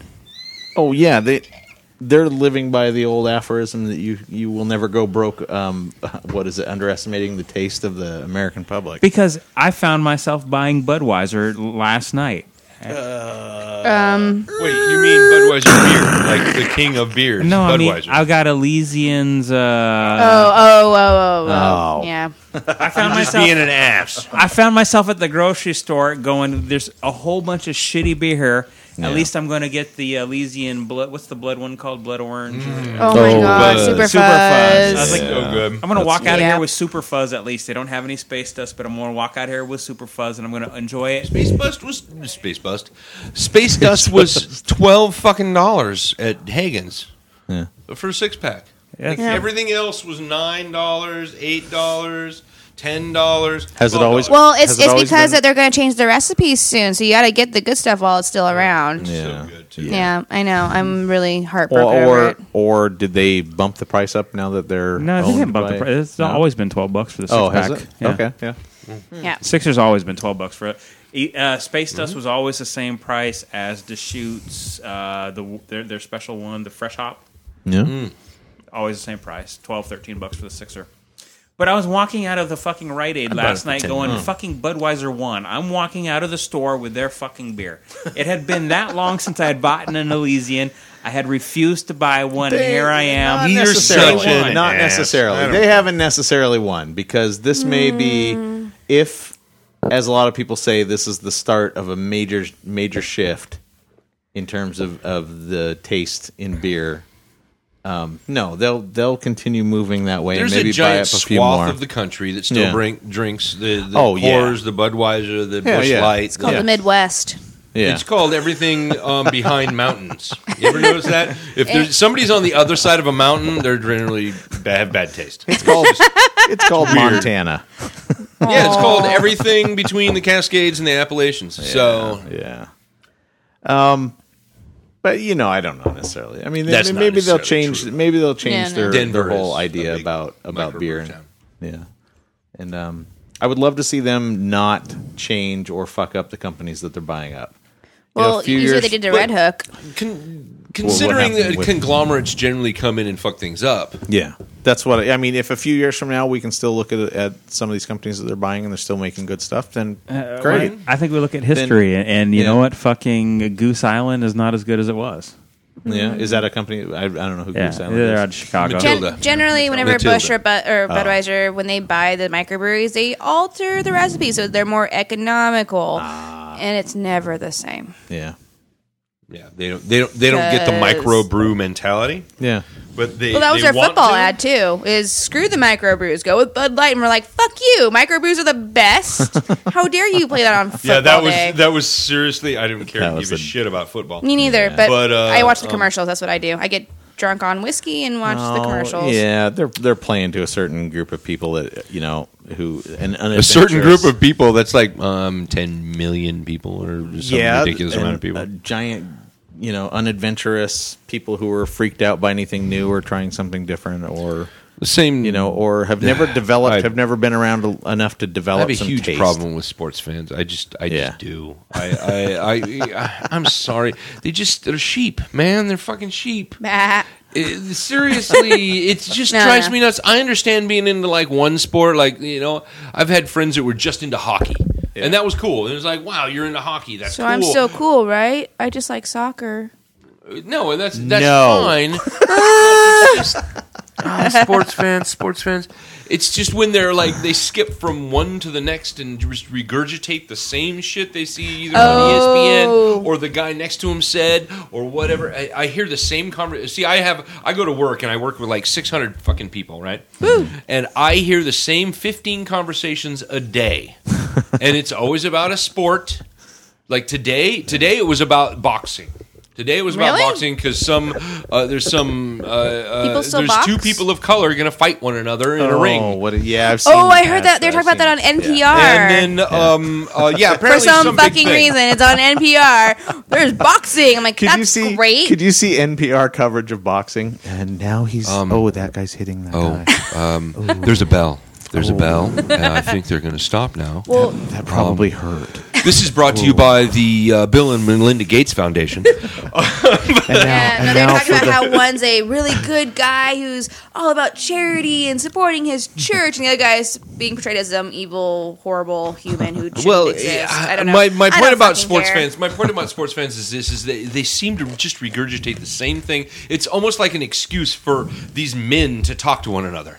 C: Oh yeah, they they're living by the old aphorism that you you will never go broke. Um, what is it? Underestimating the taste of the American public.
B: Because I found myself buying Budweiser l- last night.
A: Wait, you mean Budweiser beer, like the king of beers?
B: No, I mean
A: Budweiser.
B: I got Elysian's. Uh,
D: Oh, oh, oh, oh,
C: Oh.
D: oh. yeah.
B: I found
A: just
B: myself
A: being an ass.
B: I found myself at the grocery store going, there's a whole bunch of shitty beer.
C: Yeah.
B: At least I'm going to get the Elysian blood. What's the blood one called? Blood orange.
A: Mm.
D: Oh my
C: Oh,
D: god,
C: Buzz.
D: super,
B: Super
D: fuzz.
B: Fuzz. I was like,
A: so Oh, good.
B: I'm going to walk out of
D: Yeah.
B: here with super fuzz. At least they don't have any space dust, but I'm going to walk out here with super fuzz, and I'm going to enjoy it.
A: Space Bust was Space Bust. Space Dust was twelve fucking dollars at Hagen's
C: Yeah.
A: for a six pack.
B: Yeah.
A: Everything else was nine dollars, eight dollars, ten dollars.
C: Has it always-
D: Well, it's
C: Has it
D: it's
C: always
D: because
C: been-
D: that they're going to change the recipes soon, so you got to get the good stuff while it's still around. Yeah,
C: Yeah.
A: good, too.
D: I know. I'm really
C: Or
D: heartbroken over
C: or,
D: it.
C: or did they bump the price up now that they're
B: No, they
C: owned
B: didn't bump the
C: by-
B: price. It's
C: No?
B: always been 12 bucks for the six
C: oh
B: pack.
C: has it
B: Yeah.
C: okay yeah
D: Yeah.
B: Sixers always been twelve bucks for it. E- Uh, Space Dust
C: Mm-hmm.
B: was always the same price as Deschutes, uh, the their, their special one, the Fresh Hop.
C: yeah
B: always the same price 12 13 bucks for the sixer but i was walking out of the fucking Rite aid last night going fucking budweiser one i'm walking out of the store with their fucking beer it had been that long since i had bought an elysian i had refused to buy one and here i am
A: You're
C: necessarily
A: such an
C: not
A: ass. I
C: necessarily
A: don't
C: they haven't necessarily won because this may be if as a lot of people say this is the start of a major major shift in terms of of the taste in beer um, no they'll they'll continue moving that way
A: There's
C: and maybe
A: a
C: buy
A: giant
C: up a few
A: swath
C: more
A: of the country that still
C: Yeah.
A: bring, drinks the, the
C: Oh, yeah.
A: Coors, the Budweiser, the
C: Yeah,
A: Bush
C: yeah.
A: Light.
C: It's
A: the-
D: Called
C: Yeah.
D: the Midwest.
C: yeah
A: It's called everything um, behind mountains. You ever notice that? If there's, somebody's on the other side of a mountain, they're generally ba- have bad taste.
C: it's called it's called montana
A: Yeah, it's called everything between the Cascades and the Appalachians. So
C: Yeah. Um, but you know, I don't know necessarily. I mean, they,
A: That's not
C: maybe they'll
A: necessarily
C: change.
A: true.
C: Maybe they'll
D: Yeah,
C: change
D: no.
C: their,
A: Denver
C: their whole
A: is a
C: idea
A: big
C: about about
A: microbrew
C: beer. And,
A: town.
C: yeah, and um, I would love to see them not change or fuck up the companies that they're buying up. You know, a
D: Well,
C: few
D: usually
C: years-
D: they did the
A: Wait.
D: Red Hook.
A: con- considering
C: happened
A: that
C: with-
A: conglomerates generally come in and fuck things up,
C: Yeah, that's what I, I mean. If a few years from now we can still look at, at some of these companies that they're buying and they're still making good stuff, then
B: Uh,
C: great.
B: i think we look at history and, and you
C: yeah.
B: know what fucking goose island is not as good as it was
C: Yeah, is that a company? I, I don't know who.
B: yeah
C: Goose Island
B: they're
C: is.
B: out of chicago
A: Matilda.
D: Gen- generally, whenever
A: Matilda.
D: Bush or, Bu- or Budweiser, when they buy the microbreweries, they alter the recipe so they're more economical, and it's never the same.
C: Yeah.
A: Yeah, they don't. They don't. They don't get the
D: 'Cause-
A: micro brew mentality.
C: Yeah.
A: But they.
D: Well, that was
A: they
D: our
A: want
D: football
A: to.
D: ad too. Is screw the microbrews, go with Bud Light, and we're like, fuck you, microbrews are the best. How dare you play that on football
A: Yeah, that was
D: day?
A: that was seriously. I didn't care
C: That
A: to
C: was
A: give a,
C: a-
A: shit about football.
D: Me neither, but,
A: But, uh,
D: I watch the
A: um,
D: commercials. That's what I do. I get drunk on whiskey and watch the
C: Oh,
D: commercials.
C: Yeah, they're they're playing to a certain group of people that you know who an
A: a certain group of people that's like um, 10 million people or some ridiculous
C: and
A: amount of people.
C: a giant, you know, unadventurous people who are freaked out by anything new or trying something different or
A: the same,
C: you know or have never developed
A: I-
C: have never been around el- enough to
A: I
C: develop
A: have a
C: some
A: huge
C: taste.
A: problem with sports fans. I just, I
C: Yeah.
A: just do. I, I, I, I, I'm sorry. They just, they're sheep, man. They're fucking sheep.
D: Bah.
A: It- seriously, it just
D: No,
A: drives
D: no.
A: me nuts. I understand being into like one sport, like you know, I've had friends that were just into hockey, and that was cool. And it was like, wow, you're into hockey. That's
D: So
A: cool.
D: I'm so cool, right? I just like soccer.
A: No, and that's that's
C: No.
A: fine. It's just- Ah, sports fans, sports fans. It's just when they're like they skip from one to the next and just regurgitate the same shit they see either E
D: Oh.
A: on ESPN or the guy next to him said or whatever. I, I hear the same conversation. See, I have I go to work and I work with like six hundred fucking people, right? And I hear the same fifteen conversations a day, and it's always about a sport. Like today, today it was about boxing. Today it was about
D: Really?
A: boxing because some uh, there's some uh, uh,
D: People
A: there's
D: still box?
A: two people of color going to fight one another in
C: Oh,
A: a ring.
C: what a- yeah, I've seen
D: Oh, I heard that. They're
C: I've
D: talking about that on
C: seen-
D: NPR.
C: yeah.
A: And then, um, uh, yeah,
D: For
A: apparently
D: some,
A: big
D: fucking
A: thing.
D: reason, it's on NPR. There's boxing. I'm like,
C: Could
D: that's
C: you see?
D: great.
C: Could you see NPR coverage of boxing? And now he's oh, that guy's hitting that
A: Um, Oh,
C: guy.
A: um, there's a bell. There's a bell. And I think they're going to stop now.
D: well,
C: That probably hurt.
A: This is brought to you by the uh, Bill and Melinda Gates Foundation.
C: And now,
D: yeah,
C: and
D: no, they're
C: now
D: talking
C: for
D: about
C: the-
D: how one's a really good guy who's all about charity and supporting his church, and the other guy's being portrayed as some evil, horrible human who shouldn't
A: well,
D: exist.
A: I-
D: I don't know.
A: my my
D: I don't
A: point about
D: fucking
A: sports
D: care.
A: fans, my point about sports fans is this: is they they seem to just regurgitate the same thing. It's almost like an excuse for these men to talk to one another.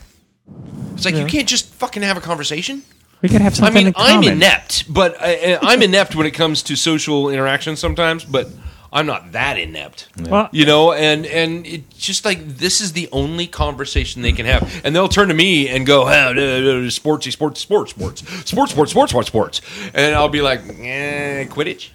A: It's like you can't just fucking have a conversation.
B: We could have
A: I
B: something
A: mean,
B: in
A: I'm
B: common.
A: inept, but I, I'm inept when it comes to social interaction sometimes. But I'm not that inept
B: Well,
A: you know and and it just like this is the only conversation they can have and they'll turn to me and go "Ah, uh, uh, sportsy sports sports sports sports sports sports sports sports and i'll be like eh, quidditch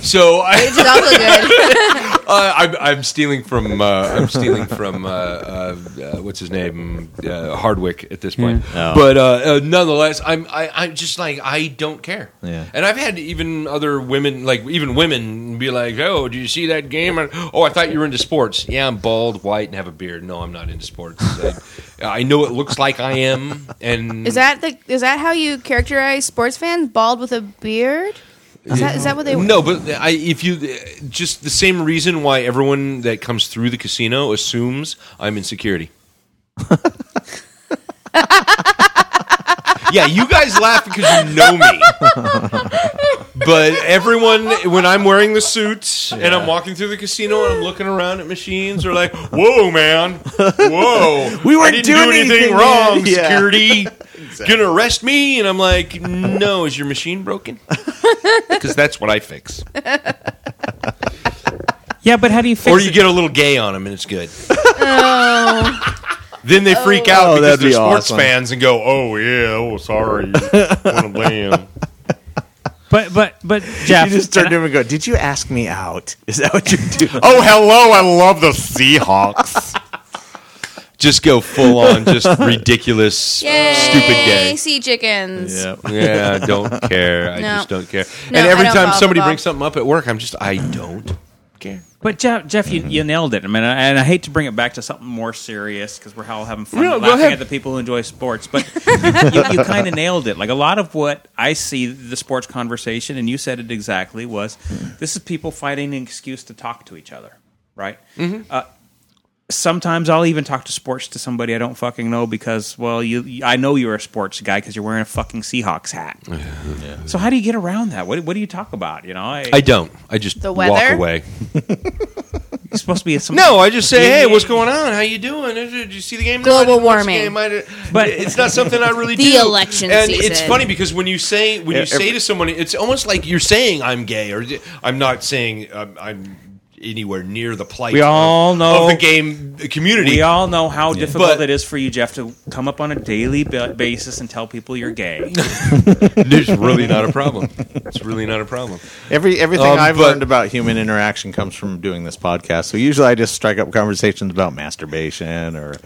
A: so I,
D: It's also good.
A: uh, I'm, I'm stealing from uh, I'm stealing from uh, uh, uh, what's his name uh, Hardwick at this point,
C: Yeah. Oh.
A: but uh, uh, nonetheless, I'm I, I'm just like I don't care.
C: Yeah.
A: And I've had even other women, like even women, be like, "Oh, do you see that game? Or, oh, I thought you were into sports. Yeah, I'm bald, white, and have a beard. No, I'm not into sports. I, I know it looks like I am, and
D: Is that the? Is that how you characterize sports fans? Bald with a beard? Is that, is that what they?
A: No, but I, if you just the same reason why everyone that comes through the casino assumes I'm in security. yeah, you guys laugh because you know me. But everyone, when I'm wearing the suit and I'm walking through the casino and I'm looking around at machines, are like, "Whoa, man! Whoa,
C: We
A: I
C: weren't
A: didn't
C: doing
A: do anything,
C: anything,
A: wrong.
C: man." Yeah.
A: Security gonna arrest me?" And I'm like, "No, is your machine broken? Because that's what I fix."
B: yeah, but how do you fix
A: Or you
B: it?
A: get a little gay on them and it's good. Oh. Then they freak out
C: Oh,
A: because
C: that'd
A: they're
C: be
A: sports
C: awesome.
A: fans and go, "Oh yeah, oh sorry, want to blame."
B: But but but Jeff,
C: You just turn
B: and
C: to him and go, Did you ask me out? Is that what you do?
E: Oh, hello. I love the Seahawks.
A: Just go full on, just ridiculous,
D: Yay,
A: stupid gay.
D: Sea chickens.
A: Yeah, I don't care. I
D: No.
A: just don't care.
D: No,
A: and
D: I
A: every
D: don't
A: time
D: follow
A: somebody
D: football.
A: brings something up at work, I'm just, I don't care.
B: But Jeff, Jeff,
A: Mm-hmm.
B: you, you nailed it. I mean, I- and I hate to bring it back to something more serious because we're all having fun
A: No, go
B: laughing
A: ahead.
B: at the people who enjoy sports. But you, you, you kind of nailed it. Like a lot of what I see the sports conversation, and you said it exactly, was this is people finding an excuse to talk to each other, right?
A: Mm-hmm.
B: Uh, sometimes I'll even talk to sports to somebody I don't fucking know because, well, you I know you're a sports guy because you're wearing a fucking Seahawks hat. So how do you get around that? What, what do you talk about? You know, I,
A: I don't. I just
D: The
A: walk
D: weather?
A: away.
B: it's supposed to be some
A: No, I just say, hey, what's going on? How you doing? Did you see the game? No, I
D: Global
A: didn't watch the
D: warming.
A: game. I did-
B: But-
A: it's not something I really
D: The
A: do.
D: election
A: and
D: season.
A: it's funny because when you say when
C: Yeah,
A: you say
C: every-
A: to someone, it's almost like you're saying I'm gay or I'm not saying um, I'm anywhere near the plight
B: We all
A: of,
B: know-
A: of the game community.
B: We all know how difficult
A: But-
B: it is for you, Jeff, to come up on a daily ba- basis and tell people you're gay.
A: There's really not a problem. It's really not a problem.
C: Every everything
A: Um,
C: I've
A: but-
C: learned about human interaction comes from doing this podcast. So usually I just strike up conversations about masturbation or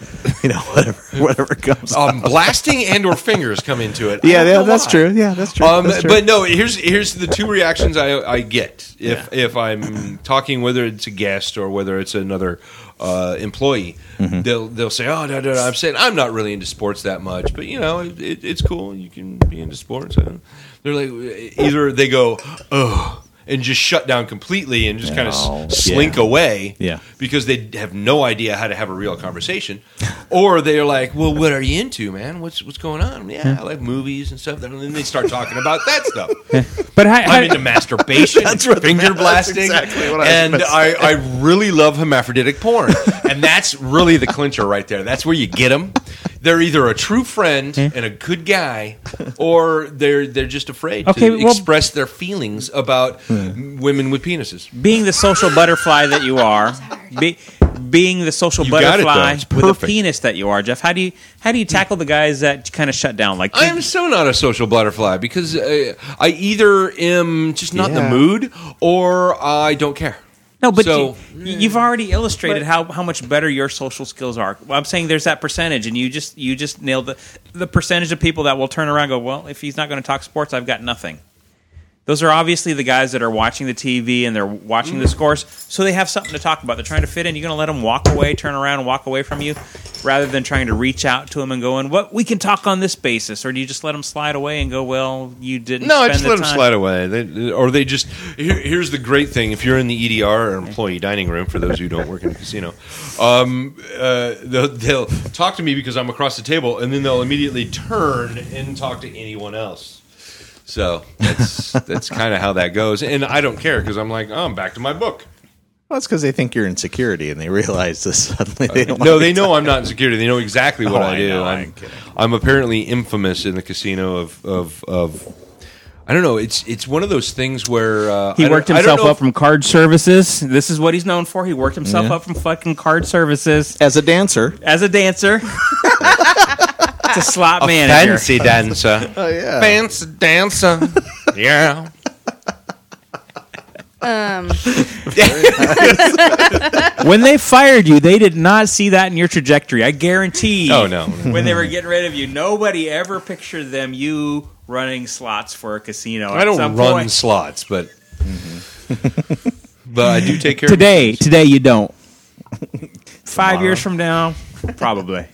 C: you know whatever whatever comes. up.
A: Um, blasting and or fingers come into it. I
C: yeah,
A: don't
C: yeah,
A: know
C: that's
A: why.
C: true. Yeah, that's true.
A: Um,
C: that's true.
A: but no, here's here's the two reactions I, I get if if I'm talking whether it's a guest or whether it's another uh, employee.
C: Mm-hmm.
A: They'll they'll say, oh no no no, I'm saying I'm not really into sports that much, but you know it, it, it's cool. You can be into sports. I don't- They're like either they go oh and just shut down completely and just kind of
C: No.
A: s- slink
C: Yeah.
A: away
C: Yeah.
A: because they have no idea how to have a real conversation, or they're like, "Well, what are you into, man? What's what's going on? Yeah, I like movies and stuff." And then they start talking about that stuff.
B: But how,
A: I'm into masturbation, finger blasting,
C: exactly what I was
A: and
C: gonna
A: I, I really love hermaphroditic porn, and that's really the clincher right there. That's where you get them. They're either a true friend and a good guy, or they're they're just afraid
B: Okay,
A: to
B: well-
A: express their feelings about women with penises.
B: being the social butterfly that you are, be, being the social
A: You got it, though.
B: butterfly
A: It's
B: with a
A: perfect.
B: penis that you are, Jeff. How do you how do you tackle the guys that kind of shut down? Like
A: I am so not a social butterfly because uh, I either am just not in
C: Yeah.
A: the mood or I don't care.
B: no, but
A: so-
B: you, you've already illustrated how, how much better your social skills are. Well, I'm saying there's that percentage, and you just you just nailed the the percentage of people that will turn around and go, well, if he's not going to talk sports, I've got nothing. Those are obviously the guys that are watching the TV and they're watching the
A: Mm-hmm.
B: scores, so they have something to talk about. They're trying to fit in. You're going to let them walk away, turn around, and walk away from you, rather than trying to reach out to them and going, "What we can talk on this basis," or do you just let them slide away and go, "Well, you didn't."
A: No, I
B: spend
A: just
B: the
A: let them
B: time."
A: slide away. They, or they just. Here, here's the great thing: if you're in the EDR or employee dining room, for those who don't work in a casino, um, uh, they'll, they'll talk to me because I'm across the table, and then they'll immediately turn and talk to anyone else. So that's that's kind of how that goes, and I don't care because I'm like, oh, I'm back to my book.
C: well, it's because they think you're in security and they realize this suddenly. They don't
A: No,
C: wanna
A: they
C: be
A: know I'm not in security. They know exactly what
C: Oh,
A: I
C: I
A: do.
C: know. I
A: I'm,
C: ain't kidding.
A: I'm apparently infamous in the casino of of of. I don't know. It's it's one of those things where uh, I
B: He
A: don't-
B: worked
A: I don't
B: himself
A: know
B: up from card services. This is what he's known for. He worked himself up from fucking card services
C: as a dancer.
B: as a dancer. It's a slot manager.
A: fancy dancer.
C: Oh yeah.
A: fancy dancer. Yeah.
B: When they fired you, they did not see that in your trajectory. I guarantee. you.
A: Oh, no.
B: When they were getting rid of you, nobody ever pictured them you running slots for a casino.
A: I
B: At
A: don't
B: some
A: run
B: point-
A: slots, but Mm-hmm. but I do take care
B: today.
A: of
B: Today you don't. Five
A: Tomorrow.
B: years from now, probably.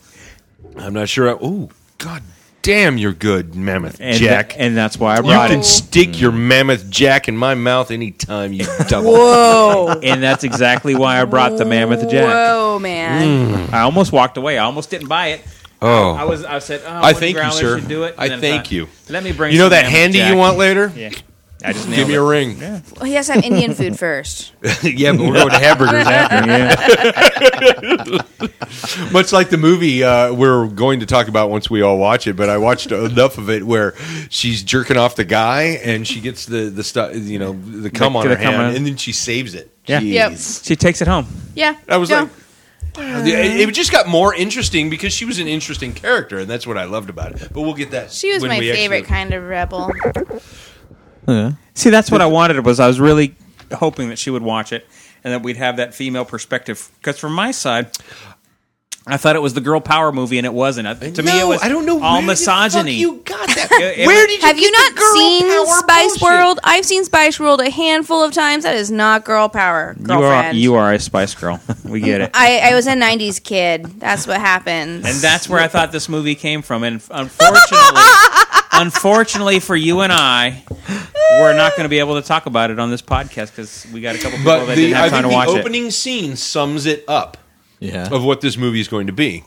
A: I'm not sure. I, oh God, damn, you're good, Mammoth
B: And
A: Jack.
B: tha- and that's why I
A: you
B: brought
A: can
B: it.
A: stick your Mammoth Jack in my mouth anytime you double.
D: Whoa.
B: And that's exactly why I brought the mammoth jack.
D: Whoa, man.
A: Mm.
B: I almost walked away. I almost didn't buy it.
A: Oh.
B: I was. I said, oh,
A: I
B: one
A: thank you,
B: growler
A: sir.
B: should do it. And
A: I
B: then
A: thank
B: thought,
A: you.
B: Let me bring.
A: You know
B: some
A: that
B: Mammoth
A: handy
B: Jack."
A: you want later?
B: Yeah. I just
A: Give
B: nailed
A: me
B: it.
A: a ring. Yeah.
D: Well, he has to have Indian food first.
A: but we're going to hamburgers after. Much like the movie uh, we're going to talk about once we all watch it, but I watched enough of it where she's jerking off the guy and she gets the the stuff, you know, the cum on
B: the
A: her
B: cum
A: hand,
B: on-
A: and then she saves it.
B: Yeah.
D: Yep.
B: She takes it home.
D: Yeah.
A: I was
D: No.
A: like. It it just got more interesting because she was an interesting character, and that's what I loved about it. But we'll get that.
D: she was
A: when
D: my
A: we actually-
D: favorite kind of rebel.
B: See, that's what I wanted. Was I was really hoping that she would watch it and that we'd have that female perspective. Because from my side, I thought it was the girl power movie, and it wasn't. I- To me, it
A: No,
B: was
A: I don't know
B: all
A: where the fuck
B: misogyny.
A: you got that?
B: It- it
A: where
B: was-
A: did you
D: Have you
A: get the
D: not
A: girl
D: seen
A: power
D: Spice
A: bullshit?
D: World? I've seen Spice World a handful of times. That is not girl power,
B: You are
D: girlfriend.
B: you are a Spice Girl. We get it.
D: I, I was a '90s kid. That's what happens.
B: And that's where I thought this movie came from. And unfortunately, unfortunately for you and I, we're not going to be able to talk about it on this podcast because we got a couple people
A: But
B: that
A: the,
B: didn't
A: I
B: have time
A: think
B: to
A: the
B: watch it.
A: opening scene sums it up
C: Yeah.
A: of what this movie is going to be.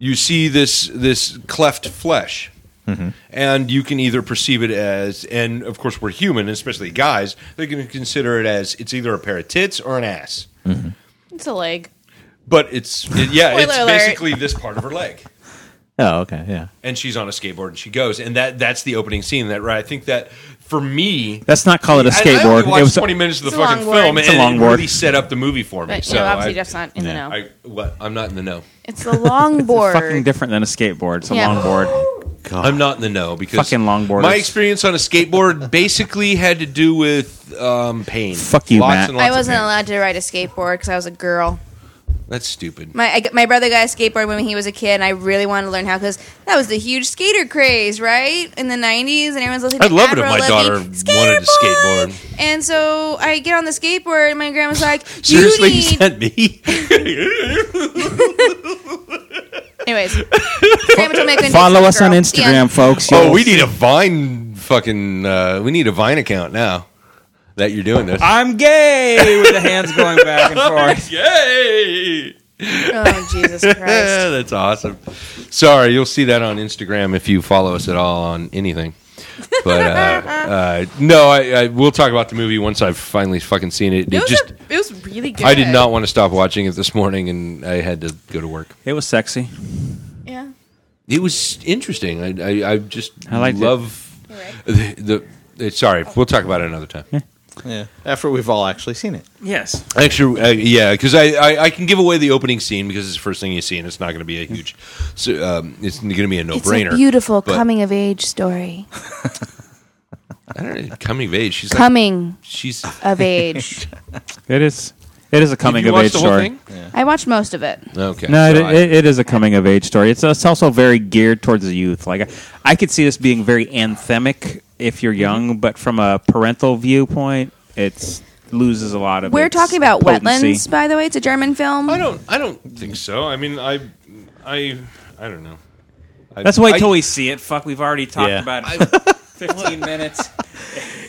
A: You see this this cleft flesh,
B: Mm-hmm.
A: and you can either perceive it as, and of course we're human, especially guys, they can consider it as it's either a pair of tits or an ass.
D: it's a leg.
A: But it's it- yeah, it's
D: Spoiler alert.
A: basically this part of her leg.
C: Oh okay. Yeah.
A: and she's on a skateboard and she goes and that that's the opening scene that right i think that
E: for me.
B: Let's not call it a
E: I, I
B: skateboard.
E: only watched
B: it was
E: 20 minutes of the
D: It's a long
E: fucking
D: word.
E: film,
B: It's a
E: and
B: long
E: it
B: word.
E: really set up the movie for me.
D: But
E: so
D: you know, obviously
E: I,
D: Jeff's not in
C: yeah.
D: the know.
E: I, what, I'm not in the know.
D: it's the long board.
B: fucking different than a skateboard. It's a
D: Yeah.
B: longboard.
E: I'm not in the know because
B: Fucking longboarders.
E: My experience on a skateboard basically had to do with um, pain.
B: Fuck you,
E: lots
B: Matt.
E: And
D: I
E: lots of
D: wasn't
E: pain.
D: allowed to ride a skateboard because I was a girl.
E: That's stupid.
D: My I g my brother got a skateboard when he was a kid, and I really wanted to learn how because that was the huge skater craze, right, in the '90s, and everyone's listening.
E: I'd
D: to
E: love it if
D: Avril
E: my daughter
D: Lavigne,
E: wanted a skateboard.
D: And so I get on the skateboard, and my grandma's like, "You
E: Seriously,
D: need."
E: is that me?
D: Anyways, grandma told me I couldn't do
B: Follow
D: it
B: us
D: as a
B: on
D: girl.
B: Instagram,
D: Yeah.
B: folks.
E: oh,
B: You'll-
E: we need a Vine fucking. Uh, we need a Vine account now that you're doing this.
B: I'm gay with the hands going back and forth.
E: Yay!
D: Oh Jesus Christ!
E: That's awesome. Sorry, you'll see that on Instagram if you follow us at all on anything. But uh, uh, no, I, I we'll talk about the movie once I've finally fucking seen it. It,
D: It was,
E: just
D: a- it was really good.
E: I did not want to stop watching it this morning, and I had to go to work.
B: It was sexy.
D: Yeah.
E: It was interesting. I I, I just
B: I liked it.
E: love
D: You're right.
E: the, the. eh, Sorry, we'll talk about it another time.
C: Yeah. After we've all actually seen it.
B: Yes.
E: Actually, uh, yeah, because I, I, I can give away the opening scene because it's the first thing you see, and it's not going to be a huge. So, um, it's going to be a no
D: It's
E: brainer.
D: a beautiful
E: but-
D: coming of age story.
E: I don't know, coming of age. She's like,
D: Coming
E: she's.
D: of age.
B: It is. It is a coming
E: Did
B: of
E: you watch
B: age
E: the whole
B: story.
E: thing?
D: I watched most of it.
E: Okay.
B: No,
E: so
B: it,
E: I-
B: it, it is a coming of age story. It's, it's also very geared towards the youth. Like I, I could see this being very anthemic if you're young, but from a parental viewpoint, it's loses a lot of.
D: We're
B: its
D: talking about
B: potency.
D: wetlands, by the way. It's a German film.
E: I don't. I don't think so. I mean, I, I, I don't know. I-
B: That's why
E: I-
B: till we see it. Fuck, we've already talked
C: Yeah.
B: about it. for Fifteen minutes.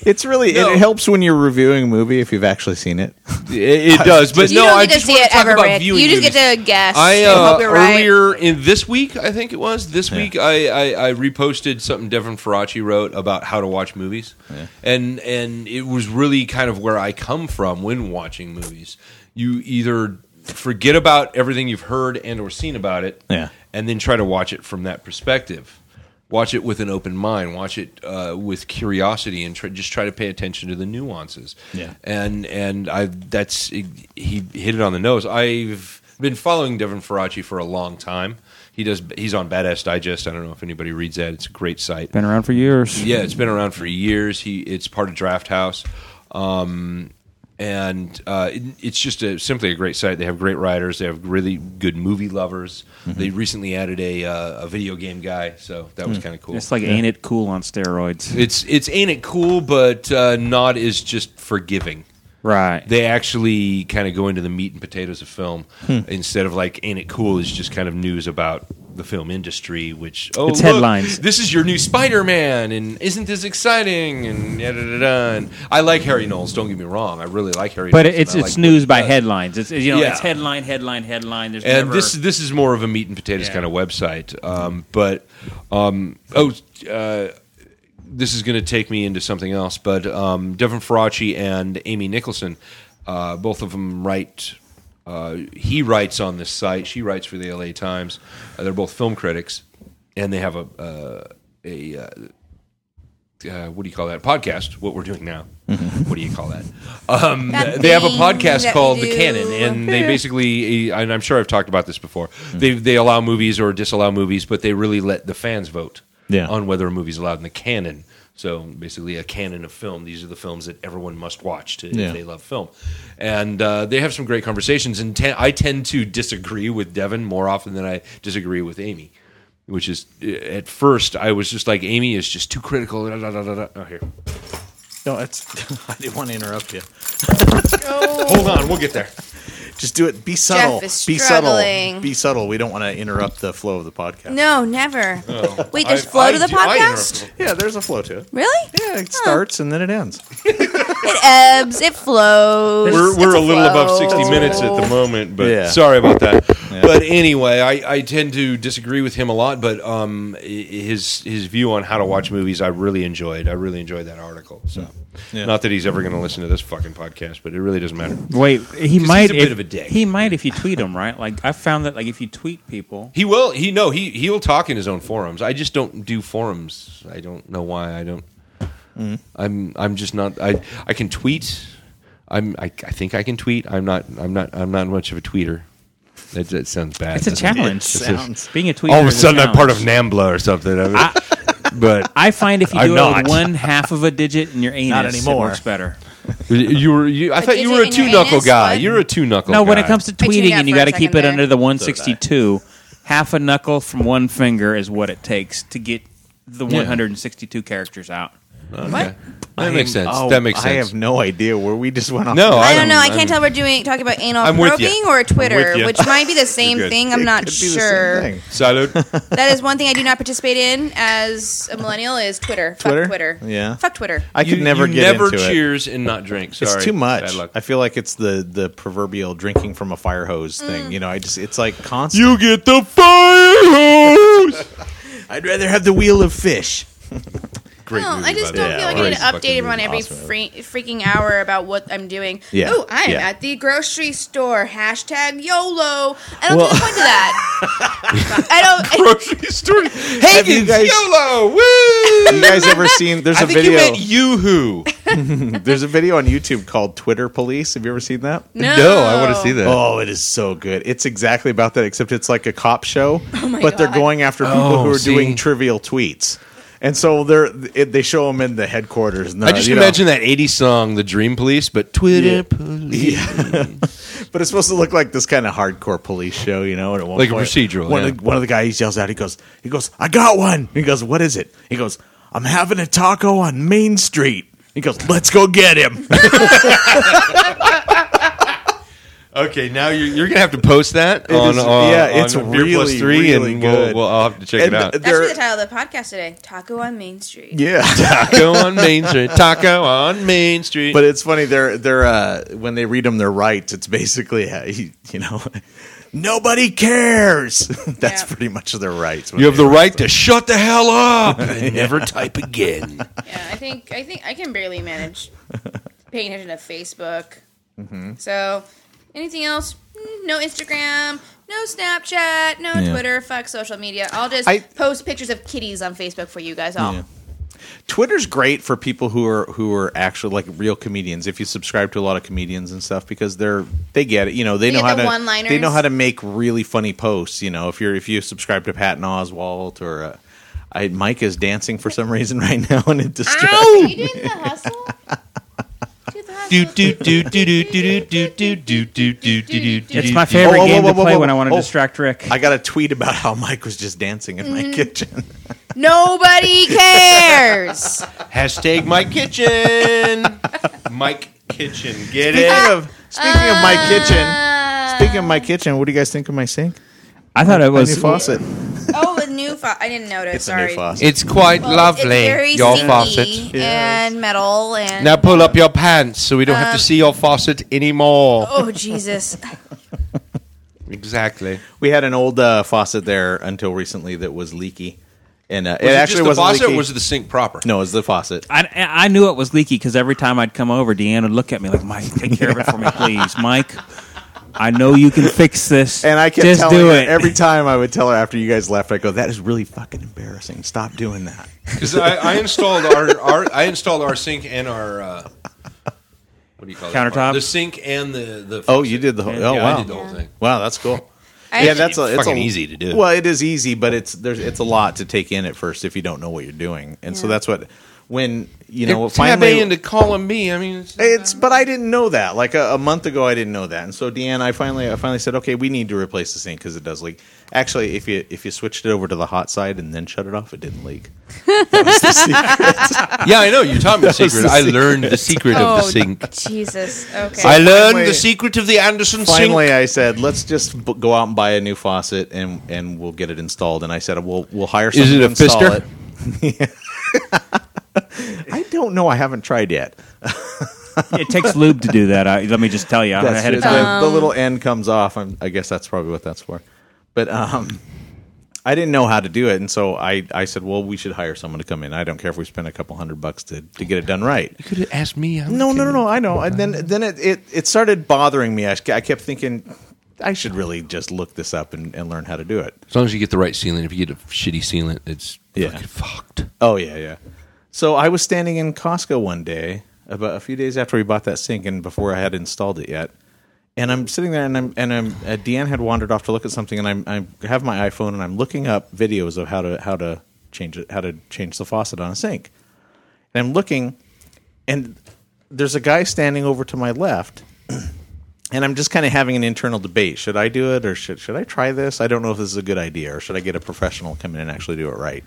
C: It's really
E: No.
C: it helps when you're reviewing a movie if you've actually seen it.
E: It, it does, but
D: you
E: no.
D: don't
E: I
D: need to
E: just
D: see
E: wanna
D: it
E: talk
D: ever,
E: about
D: Rick. You
E: viewing
D: just
E: movies.
D: get to guess.
E: I
D: and
E: uh,
D: hope you're right.
E: earlier in this week, I think it was this week, I, I, I reposted something Devin Faraci wrote about how to watch movies, and and it was really kind of where I come from when watching movies. You either forget about everything you've heard and or seen about it,
C: Yeah.
E: and then try to watch it from that perspective. Watch it with an open mind. Watch it uh, with curiosity, and try, just try to pay attention to the nuances.
C: Yeah.
E: and and I that's he hit it on the nose. I've been following Devin Faraci for a long time. He does. He's on Badass Digest. I don't know if anybody reads that. It's a great site.
B: Been around for years.
E: Yeah, it's been around for years. He it's part of Draft House, um, and uh, it- it's just a, simply a great site. They have great writers. They have really good movie lovers.
B: Mm-hmm.
E: They recently added a uh, a video game guy, so that was kind of cool.
B: Mm. It's like ain't it cool on steroids?
E: It's it's ain't it cool, but uh, not is just forgiving.
B: Right.
E: They actually kind of go into the meat and potatoes of film
B: Hmm.
E: instead of like ain't it cool is just kind of news about the film industry, which oh
B: It's
E: look,
B: headlines.
E: This is your new Spider Man, and isn't this exciting? And da da da da. And I like Harry Knowles. Don't get me wrong, I really like Harry.
B: But
E: Knowles,
B: it's
E: and I
B: it's
E: like what
B: news
E: he
B: by
E: does.
B: headlines. It's you know
E: Yeah.
B: it's headline, headline, headline. There's
E: And
B: never,
E: this this is more of a meat and potatoes
B: Yeah.
E: kind of website. Um, but um, oh, uh, this is going to take me into something else. But um, Devin Faraci and Amy Nicholson, uh, both of them write. Uh, he writes on this site. She writes for the L.A. Times. Uh, they're both film critics, and they have a uh, a uh, uh, what do you call that podcast? What we're doing now. What do you call that? Um,
D: Mm-hmm. That
E: they have a
D: thing
E: podcast
D: that
E: called
D: we
E: The
D: do.
E: Canon, and they basically, eh, and I'm sure I've talked about this before. They they allow movies or disallow movies, but they really let the fans vote
C: Yeah.
E: on whether a movie's allowed in the canon. So basically, a canon of film. These are the films that everyone must watch to,
C: Yeah.
E: if they love film, and uh, they have some great conversations. And ten, I tend to disagree with Devin more often than I disagree with Amy, which is eh, at first I was just like Amy is just too critical. Da, da, da, da, da. Oh, here,
C: No, that's I didn't want to interrupt you.
E: hold on, we'll get there.
C: Just do it. Be subtle.
D: is
C: be subtle.
D: struggling.
C: Be subtle. We don't want to interrupt the flow of the podcast.
D: No, never.
C: Oh.
D: Wait, there's
E: I-
D: flow
E: I
D: to the
E: do- I
D: podcast?
E: interrupt.
C: Yeah, there's a flow to it.
D: Really?
C: Yeah, it starts and then it ends.
D: It ebbs, it flows.
E: We're,
D: it's
E: we're a little above
D: flow.
E: 60 minutes at the moment, but
C: Yeah.
E: sorry about that. But anyway, I, I tend to disagree with him a lot, but um, i- his his view on how to watch movies, I really enjoyed. I really enjoyed that article. So,
C: Yeah.
E: not that he's ever going to listen to this fucking podcast, but it really doesn't matter.
B: Wait, he
E: he's
B: might
E: a
B: if,
E: bit of a dick.
B: He might if you tweet him, right? Like I found that like if you tweet people,
E: He will. He no. He he'll talk in his own forums. I just don't do forums. I don't know why. I don't.
C: Mm.
A: I'm I'm just not I I can tweet. I'm I, I think I can tweet. I'm not I'm not I'm not much of a tweeter. That, that sounds bad.
B: It's a
A: doesn't it?
B: challenge.
A: It's
C: sounds-
B: Being a tweeter.
A: all of a
B: is
A: sudden I'm part of
B: challenge.
A: Nambla or something. I mean, but
B: I find if you
A: I'm
B: do it
A: not.
B: with one half of a digit in your anus,
C: Not
B: it
C: anymore.
B: works better.
A: you were you, I thought you
D: digit
A: were a
D: in
A: two
D: your
A: knuckle
D: anus,
A: guy.
D: what?
A: You're a two
E: Oh,
A: knuckle.
B: No, when it comes to
D: tuned
B: tweeting
D: out
B: and you
D: for a
B: got to keep
D: second
B: it
D: there.
B: under the 162, half a knuckle from one finger is what it takes to get the
A: Yeah.
B: 162 characters out.
A: what? That makes sense.
C: Oh,
A: that makes
C: I
A: sense.
C: have no idea where we just went off.
A: No,
D: I don't know. I
A: I'm-
D: can't tell if we're doing talking about anal
A: I'm with ya.
D: probing or Twitter,
A: with ya.
D: which might be the same
A: good.
D: thing. I'm
C: It
D: not
C: could be the same
D: sure.
C: thing.
A: Salud.
D: That is one thing I do not participate in as a millennial is Twitter.
C: Twitter?
D: Fuck Twitter.
C: Yeah.
D: Fuck Twitter.
C: I could
A: You-
C: never
A: you
C: get
A: never
C: into it.
A: cheers and not drink. Sorry,
C: It's too much.
A: Bad luck.
C: I feel like it's the the proverbial drinking from a fire hose thing.
D: Mm.
C: You know, I just it's like constant.
A: You get the fire hose.
C: I'd rather have the wheel of fish.
A: Great
D: No,
A: movie,
D: I
A: by
D: just
A: the
D: don't
A: way.
D: feel like I need to
A: Fucking
D: update everyone
A: movie.
D: every
C: Awesome.
D: free, freaking hour about what I'm doing.
C: Yeah.
D: Oh, I'm
C: Yeah.
D: at the grocery store. Hashtag YOLO. I don't
C: Well-
D: think point to that. I don't.
A: Grocery store. Hey,
C: Have you guys-
A: YOLO. Woo!
C: You guys ever seen? There's
A: I
C: a
A: think you
C: video.
A: meant YooHoo.
C: There's a video on YouTube called Twitter Police. Have you ever seen that?
D: No,
A: wanna that.
C: Oh, it is so good. It's exactly about that, except it's like a cop show,
D: Oh my
C: but they're
D: God.
C: going after people
A: Oh,
C: who are
A: see.
C: doing trivial tweets. And so they're it, they show them in the headquarters. And
A: I just imagine that 80s song, The Dream Police, but Twitter
C: Yeah.
A: Police.
C: but it's supposed to look like this kind of hardcore police show, you know. And at one
A: Like a
C: point,
A: procedural,
C: One,
A: yeah.
C: of the, one of the guys yells out. He goes, he goes, I got one. He goes, what is it? He goes, I'm having a taco on Main Street. He goes, let's go get him.
A: Okay, now you're, you're going to have to post that
C: It
A: on,
C: is-
A: on,
C: yeah, it's
A: on Beer Plus
C: really,
A: 3,
C: really
A: and we'll,
C: good.
A: we'll, I'll have to check
C: And
A: it out.
D: That's
C: they're-
D: the title of the podcast today. Taco on Main Street.
C: yeah.
A: Taco on Main Street. Taco on Main Street.
C: But it's funny. They're they're uh, when they read them their rights. It's basically uh, you, you know nobody cares. That's
D: Yeah.
C: pretty much their rights.
A: you have the right to shut the hell up and never type again.
D: Yeah, I think I think I can barely manage paying attention to Facebook.
A: Mm-hmm.
D: So, anything else? Mm, No Instagram, no Snapchat, no
C: Yeah.
D: Twitter. Fuck social media. I'll just
C: I-
D: post pictures of kitties on Facebook for you guys all.
C: Yeah. Twitter's great for people who are who are actually like real comedians. If you subscribe to a lot of comedians and stuff, because they're they get it. You know they,
D: They
C: know
D: get
C: how
D: the
C: to
D: one-liners.
C: they know how to make really funny posts. You know if you're if you subscribe to Patton Oswalt or uh, I, Mike is dancing for some reason right now and it distracts.
D: Are you doing the hustle? Do the hustle.
A: Do, do, do, do, do, do, do, do, do, do, do, do, do.
B: It's my favorite
C: Oh, whoa,
B: game
C: whoa,
B: to
C: whoa,
B: play
C: whoa,
B: when I
C: whoa.
B: want to
C: Oh.
B: distract Rick.
C: I got a tweet about how Mike was just dancing in
D: Mm.
C: my kitchen.
D: Nobody cares.
A: Hashtag my kitchen. Mike Kitchen. Get it?
C: Speaking of speaking of my kitchen.
D: Uh,
C: Speaking of my kitchen, what do you guys think of my sink?
B: I thought it
C: My
B: was
C: new faucet.
D: oh, the new faucet. I didn't notice. sorry.
A: It's quite
D: Well,
A: lovely,
D: It's very
A: your
D: sinky
A: faucet.
D: and metal and
A: Now pull up your pants so we don't have to see your faucet anymore.
D: oh Jesus.
A: Exactly.
C: We had an old uh, faucet there until recently that was leaky, and uh, it, actually
A: was
C: wasn't leaky.
A: it the sink proper?
C: no, it was the faucet.
B: I, I knew it was leaky because every time I'd come over, Deanne would look at me like, "Mike, take care of it for me, please, Mike. I know you can fix this."
C: And I kept
B: just
C: telling
B: do
C: her
B: it
C: every time I would tell her after you guys left, I go, "That is really fucking embarrassing. Stop doing that."
A: Because I, I installed our, our I installed our sink and our uh, what do you call it?
B: Countertop?
A: The sink and the the.
C: Oh, you did the whole. Oh
A: yeah,
C: wow,
A: I did the whole thing.
C: wow, that's cool.
D: I
C: yeah,
D: actually-
C: that's a, it's
A: Fucking
C: a-
A: easy to do.
C: Well, it is easy, but it's there's it's a lot to take in at first if you don't know what you're doing, and so that's what when you know
A: They're
C: finally
A: tab A into column B. I mean, it's,
C: It's but I didn't know that. Like a, a month ago, I didn't know that, and so Deanne, I finally, I finally said, okay, we need to replace the sink because it does leak. Actually, if you if you switched it over to the hot side and then shut it off, it didn't leak. That was the secret.
A: yeah, I know. You taught me the
C: was
A: secret.
C: the
A: I learned the secret
D: oh
A: of the sink.
D: Jesus. Okay.
A: I learned
C: Finally-
A: the secret of the Anderson
C: finally,
A: sink.
C: I said, let's just b- go out and buy a new faucet and and we'll get it installed. And I said, we'll we'll hire someone
A: it
C: to
A: a
C: install
A: fister?
C: it. I don't know. I haven't tried yet.
B: it takes lube to do that. I, let me just tell you
C: That's
B: ahead of
C: the-
B: time.
C: The,
A: Um,
C: little end comes off. I'm, I guess that's probably what that's for. But um, I didn't know how to do it, and so I, I said, well, we should hire someone to come in. I don't care if we spend a couple hundred bucks to, to get it done right.
A: You could have asked me. I'm
C: No, no, no, no. I know. And then then it, it, it started bothering me. I, sh- I kept thinking I should really just look this up and, and learn how to do it.
A: As long as you get the right sealant. If you get a shitty sealant, it's
C: Yeah.
A: fucking fucked.
C: Oh yeah, yeah. So I was standing in Costco one day, about a few days after we bought that sink, and before I had installed it yet. And I'm sitting there, and I'm and I'm uh, Deanne had wandered off to look at something, and I'm I have my iPhone, and I'm looking up videos of how to how to change it, how to change the faucet on a sink. And I'm looking, and there's a guy standing over to my left, and I'm just kind of having an internal debate: should I do it or should should I try this? I don't know if this is a good idea, or should I get a professional to come in and actually do it right?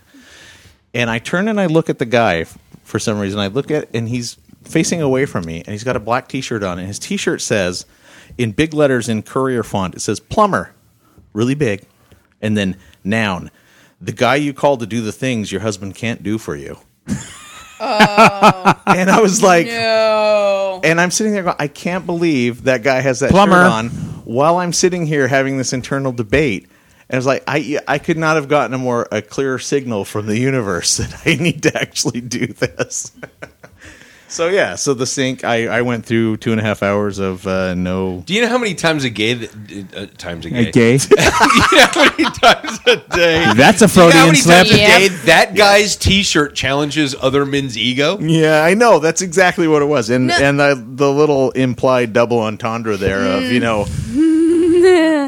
C: and I turn and I look at the guy f- for some reason. I look at and he's facing away from me, and he's got a black T-shirt on, and his T-shirt says, in big letters in courier font, it says plumber, really big, and then noun, the guy you call to do the things your husband can't do for you. and I was like,
D: No.
C: and I'm sitting there going, I can't believe that guy has that
B: Plumber.
C: shirt on while I'm sitting here having this internal debate. And it's like I I could not have gotten a more a clearer signal from the universe that I need to actually do this. so yeah, so the sink I, I went through two and a half hours of uh, no
A: Do you know how many times a gay that, uh, times a gay?
B: Okay,
A: you know how many times a day?
B: that's a
A: Do you know how
B: Freudian
A: many
B: slip.
A: times a
D: Yep.
A: day that guy's T-shirt challenges other men's ego?
C: yeah I know that's exactly what it was and
D: No.
C: and the the little implied double entendre there of you know.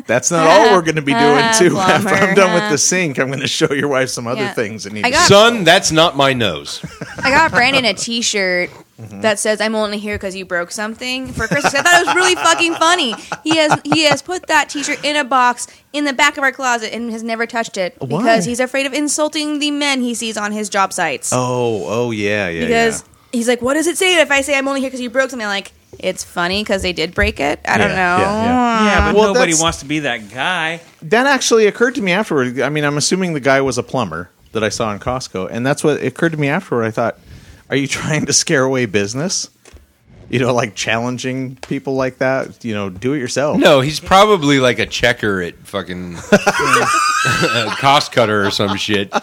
C: That's not all we're going to be doing too. After I'm
D: Ah, Plumber,
C: done with
D: huh?
C: the sink, I'm going to show your wife some other
D: Yeah.
C: things. And
D: I got-
A: Son, that's not my nose.
D: I got Brandon a T-shirt
C: Mm-hmm.
D: that says "I'm only here because you broke something" for Christmas. I thought it was really fucking funny. He has he has put that T-shirt in a box in the back of our closet and has never touched it because he's afraid of insulting the men he sees on his job sites.
C: Oh, oh yeah, yeah.
D: because he's like, "What does it say if I say I'm only here because you broke something?" Like it's funny because they did break it. I don't know.
C: Yeah, yeah, yeah.
B: Yeah, but
C: Well,
B: nobody
C: that's-
B: wants to be that guy.
C: yeah. that actually occurred to me afterward. I mean, I'm assuming the guy was a plumber that I saw in Costco, and that's what it occurred to me afterward. I thought, are you trying to scare away business? You know, like challenging people like that. You know, do it yourself.
A: No, he's probably like a checker at fucking uh, cost cutter or some shit.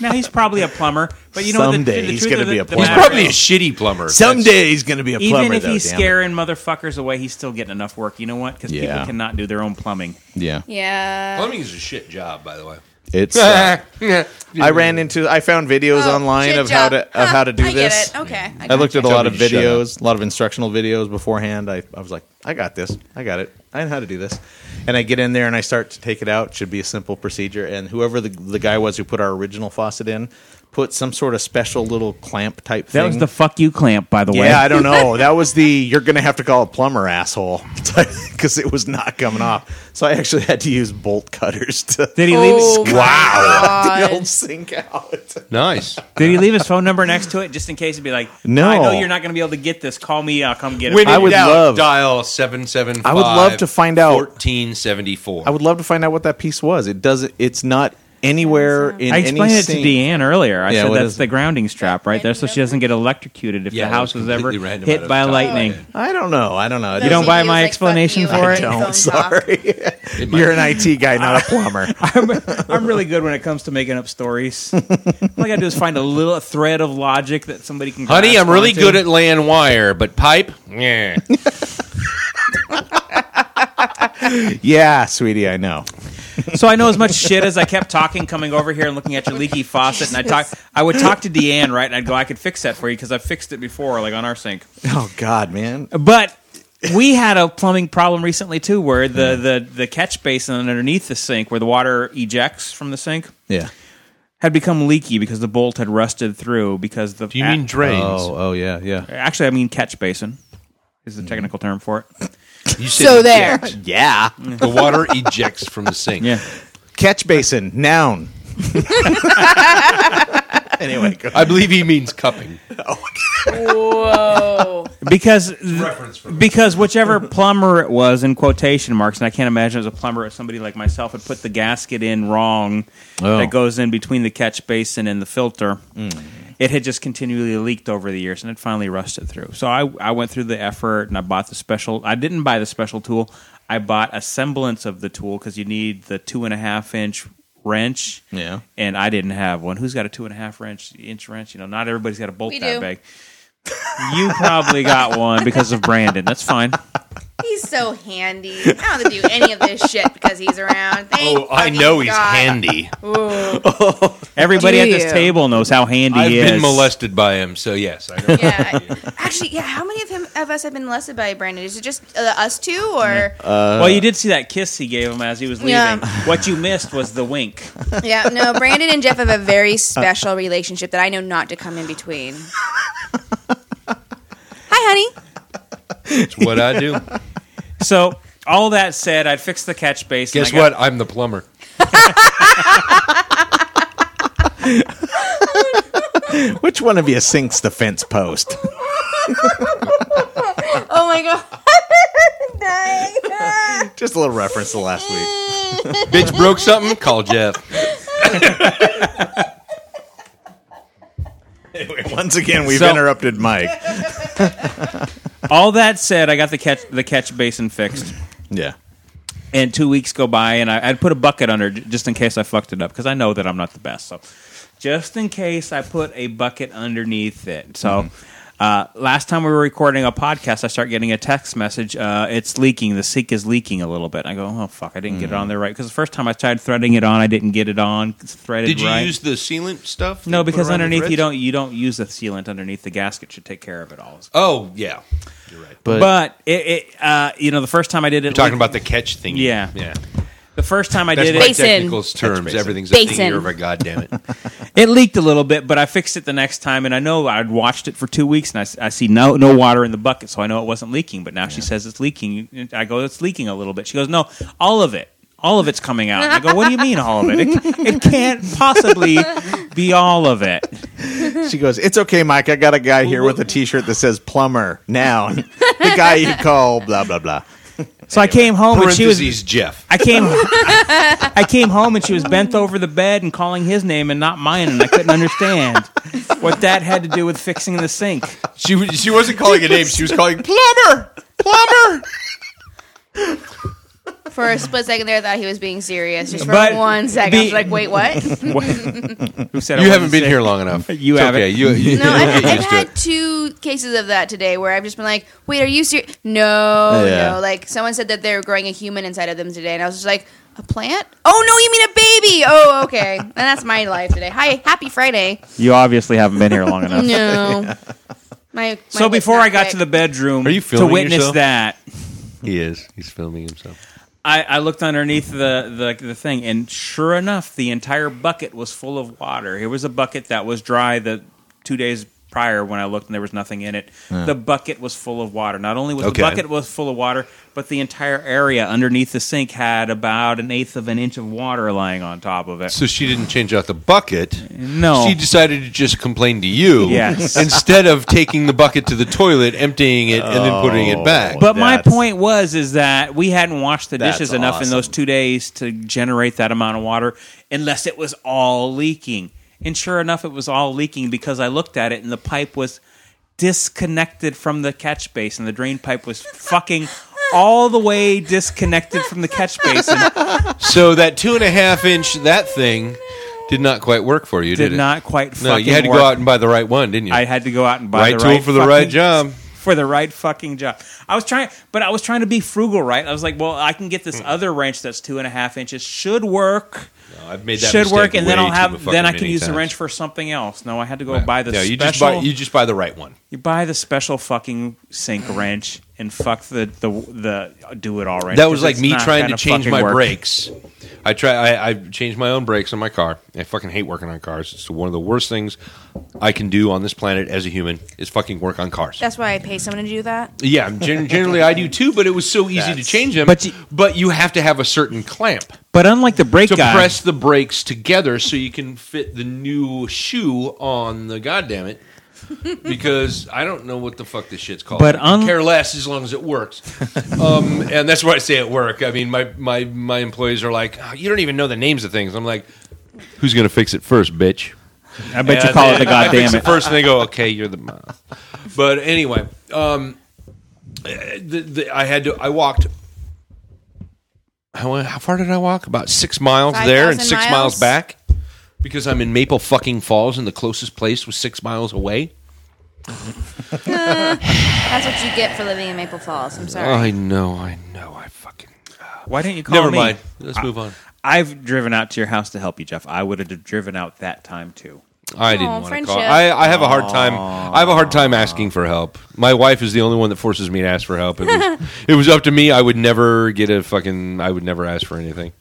B: Now he's probably a plumber, but you know what,
C: Someday
B: the, the
C: he's
B: truth
C: gonna
B: of the-
C: be a
B: the
C: plumber.
A: He's
B: matter
A: probably a
B: is,
A: shitty plumber.
C: someday he's going to be a plumber.
B: even if
C: though,
B: he's
C: damn it.
B: scaring motherfuckers away, he's still getting enough work. You know what? Because
C: Yeah.
B: people cannot do their own plumbing.
C: yeah,
A: That's-
D: Yeah.
A: plumbing is a shit job, by the way.
C: it's. uh, I ran into. I found videos
D: Oh,
C: online
D: shit
C: of
D: job.
C: how to of
D: Huh,
C: how to do
D: I
C: this.
D: Get it. Okay.
C: I looked at a lot of
A: Tell me to shut
C: videos, a lot of instructional videos beforehand. I, I was like, I got this. I got it. I know how to do this. And I get in there and I start to take it out. Should be a simple procedure. And whoever the, the guy was who put our original faucet in put some sort of special little clamp type
B: That
C: thing.
B: was the fuck you clamp, by the way.
C: yeah, I don't know. That was the you're going to have to call a plumber asshole because it was not coming off. So I actually had to use bolt cutters to
B: Did he
D: Oh,
B: leave? His,
D: my God.
C: the old sink out.
A: Nice.
B: did he leave his phone number next to it just in case? He'd be like,
C: No.
B: I know you're not going to be able to get this. Call me. I'll come get it."
A: When
C: I
A: in
C: would
A: doubt,
C: love-
A: dial seven seven.
C: I would love to find out-
A: fourteen seventy four.
C: I would love to find out what that piece was. It doesn't. It's not anywhere in
B: I
C: any
B: explained it to
C: sink.
B: Deanne earlier. I
C: Yeah,
B: said
C: what
B: that's
C: is
B: the
C: it?
B: grounding strap right there, so she doesn't get electrocuted if
A: Yeah,
B: the
A: that was
B: house was ever
A: completely random out
B: hit
A: of
B: by
A: town. Oh,
B: lightning.
C: I don't know. I don't know. It
D: You
B: don't
C: doesn't-
B: buy my explanation for it?
C: don't. Sorry. You're an IT guy, not a plumber.
B: I'm, I'm really good when it comes to making up stories. All I gotta do is find a little thread of logic that somebody can.
A: Honey, I'm
B: grasp
A: really
B: onto.
A: good at laying wire, but pipe, yeah.
C: yeah, sweetie, I know.
B: So I know as much shit as I kept talking, coming over here and looking at your leaky faucet, and I talk. I would talk to Deanne, right, and I'd go, "I could fix that for you because I fixed it before, like on our sink."
C: Oh God, man.
B: But we had a plumbing problem recently too, where
A: Hmm.
B: the the the catch basin underneath the sink, where the water ejects from the sink,
C: Yeah.
B: had become leaky because the bolt had rusted through. Because the
A: Do you mean drains?
C: Oh, oh yeah, yeah.
B: Actually, I mean catch basin is the
A: Hmm.
B: technical term for it.
A: You said
D: So there.
A: eject.
C: Yeah.
A: The water ejects from the sink.
C: Catch basin, noun. anyway, go.
A: I believe he means cupping.
D: Oh Whoa.
B: because
A: Reference for-
B: because whichever plumber it was in quotation marks, and I can't imagine it was a plumber or somebody like myself had put the gasket in wrong
C: Oh. Mm.
B: that goes in between the catch basin and the filter. It had just continually leaked over the years and it finally rusted through. So I, I went through the effort and I bought the special. I didn't buy the special tool. I bought a semblance of the tool because you need the two and a half inch wrench.
C: Yeah.
B: And I didn't have one. Who's got a two and a half wrench inch wrench? You know, not everybody's got a bolt
D: We
B: that
D: do.
B: big. You probably got one because of Brandon. That's fine.
D: He's so handy. I don't have to do any of this shit because he's around. Thank
E: Oh, I
D: fucking
E: know he's
D: God.
E: handy.
B: Everybody at
D: Do
B: this
D: you?
B: table knows how handy
E: I've
B: he is.
E: been molested by him, so yes, I know.
D: Yeah. Actually, yeah. How many of him of us have been molested by Brandon? Is it just uh, us two, or
E: Uh,
B: well, you did see that kiss he gave him as he was leaving.
D: Yeah.
B: What you missed was the wink.
D: yeah? No, Brandon and Jeff have a very special relationship that I know not to come in between. Hi, honey.
E: It's what I do.
B: So all that said, I fixed the catch base. and
E: Guess
B: I got-
E: what? I'm the plumber.
C: Which one of you sinks the fence post?
D: Oh my god. Dying.
C: Just a little reference to last week.
E: Bitch broke something? Call Jeff.
C: Once again, we've
B: So-
C: interrupted Mike.
B: All that said, I got the catch the catch basin fixed.
C: Yeah.
B: and two weeks go by, and I, I'd put a bucket under j- just in case I fucked it up because I know that I'm not the best. So, just in case, I put a bucket underneath it. So,
E: Mm-hmm.
B: uh, last time we were recording a podcast, I start getting a text message. Uh, it's leaking. The sink is leaking a little bit. I go, oh fuck, I didn't get it
E: Mm-hmm.
B: on there right because the first time I tried threading it on, I didn't get it on It's threaded
E: Did you
B: right.
E: use the sealant stuff? that
B: no,
E: you put
B: because
E: around the
B: underneath you
E: threads?
B: don't you don't use the sealant underneath the gasket should take care of it all.
E: Oh, yeah. You're right.
B: But, it, it uh, you know the first time I did it,
E: You're talking
B: leaked-
E: about the catch thing.
B: Yeah.
E: Yeah.
B: the first time I
E: That's
B: did
E: my
B: it.
D: Basin.
E: technical terms.
C: basin.
E: Everything's a thing
D: Basin.
E: here, God damn it.
B: It leaked a little bit, but I fixed it the next time, and I know I'd watched it for two weeks, and I s- I, see no no water in the bucket, so I know it wasn't leaking. But now she says it's leaking. I go, it's leaking a little bit. She goes, no, all of it, all of it's coming out. And I go, what do you mean all of it? It, it can't possibly be all of it.
C: She goes, It's okay, Mike. I got a guy here with a t shirt that says plumber, noun. The guy you call, blah, blah, blah.
B: So I came home, and she was.
E: Parentheses, Jeff.
B: I came, I came home, and she was bent over the bed and calling his name and not mine, and I couldn't understand what that had to do with fixing the sink.
E: She, was- she wasn't calling a name. She was calling plumber. Plumber.
D: For a split second there, I thought he was being serious. Just for
B: But
D: one second, I was
B: the-
D: like, "Wait, what?" No,
B: What- Who said I
E: You
B: wasn't
E: haven't been
B: sick?
E: here long enough.
B: You
E: It's
B: haven't.
E: Okay. You, you,
D: I've,
E: get
D: I've
E: used to it.
D: had two cases of that today where I've just been like, "Wait, are you serious?" No,
C: Yeah.
D: no. Like someone said that they're growing a human inside of them today, and I was just like, "A plant? Oh no, you mean a baby? Oh, okay." and that's my life today. Hi, happy Friday.
B: You obviously haven't been here long enough.
D: No. My, my
B: So
D: lip's
B: before
D: not
B: I got
D: quick.
B: to the bedroom
E: Are you filming
B: to witness
E: yourself?
B: that,
E: He is. He's filming himself.
B: I, I looked underneath the, the the thing, and sure enough, the entire bucket was full of water. Here was a bucket that was dry the two days prior when I looked, and there was nothing in it. The bucket was full of water. Not only was
E: Okay.
B: the bucket was full of water, but the entire area underneath the sink had about an eighth of an inch of water lying on top of it.
E: So she didn't change out the bucket.
B: No.
E: She decided to just complain to you
B: Yes.
E: instead of taking the bucket to the toilet, emptying it, and then putting it back.
B: Oh. But my
C: That's-
B: point was is that we hadn't washed the dishes
C: That's
B: enough in those
C: awesome.
B: two days to generate that amount of water, unless it was all leaking. And sure enough, it was all leaking because I looked at it and the pipe was disconnected from the catch basin. The drain pipe was fucking all the way disconnected from the catch basin.
E: so that two and a half inch that thing did not quite work for you, did,
B: Did
E: it?
B: not quite. Fucking
E: No, you had to
B: work.
E: go out and buy the right one, didn't you?
B: I had to go out and buy
E: right
B: the
E: tool
B: right
E: for the right
B: fucking-
E: job.
B: for the right fucking job. I was trying, but I was trying to be frugal, right? I was like, well, I can get
E: Hmm.
B: this other wrench that's two and a half inches. Should work.
E: No, I've made that
B: Should
E: mistake
B: work, and then
E: way
B: I'll
E: too
B: have.
E: fucking
B: Then I can
E: many
B: use the
E: times.
B: wrench for something else. No, I had to go buy the
E: no, you
B: special.
E: just buy you just buy the right one.
B: you buy the special fucking sink wrench and fuck the the the do it all wrench.
E: That was
B: 'cause
E: like
B: it's
E: me
B: not
E: trying to
B: gonna
E: change
B: fucking
E: my
B: work.
E: brakes. I try. I, I changed my own brakes on my car. I fucking hate working on cars. It's one of the worst things I can do on this planet as a human is fucking work on cars.
D: That's why I pay someone to do that.
E: yeah, gen- generally I do too, but it was so easy to change them.
B: But you-
E: but you have to have a certain clamp
B: But unlike the brake
E: to
B: guy,
E: press the brakes together so you can fit the new shoe on the goddamn it. because I don't know what the fuck this shit's called.
B: But
E: I couldn't
B: un-
E: care less as long as it works. um, and that's why I say at work. I mean, my my my employees are like, "Oh, you don't even know the names of things. I'm like, who's gonna fix it first, bitch?
B: I bet you
E: And
B: call it
E: then
B: the
E: I fix
B: goddamn it.
E: first, and they go, "Okay, you're the." mo-" But anyway, um, the, the, I had to. I walked. How, how far did I walk? About six miles there
D: 5,000
E: and six miles
D: miles?
E: back, because I'm in Maple fucking Falls, and the closest place was six miles away.
D: That's what you get for living in Maple Falls. I'm sorry.
E: I know, I know, I fucking.
B: Why didn't you call
E: Never
B: me?
E: mind. Let's move on.
B: I've driven out to your house to help you, Jeff. I would have driven out that time too.
E: I didn't
D: Aw,
E: want to call.
D: friendship.
E: I, I have a hard time. I have a hard time asking for help. My wife is the only one that forces me to ask for help. It was, it was up to me. I would never get a fucking. I would never ask for anything.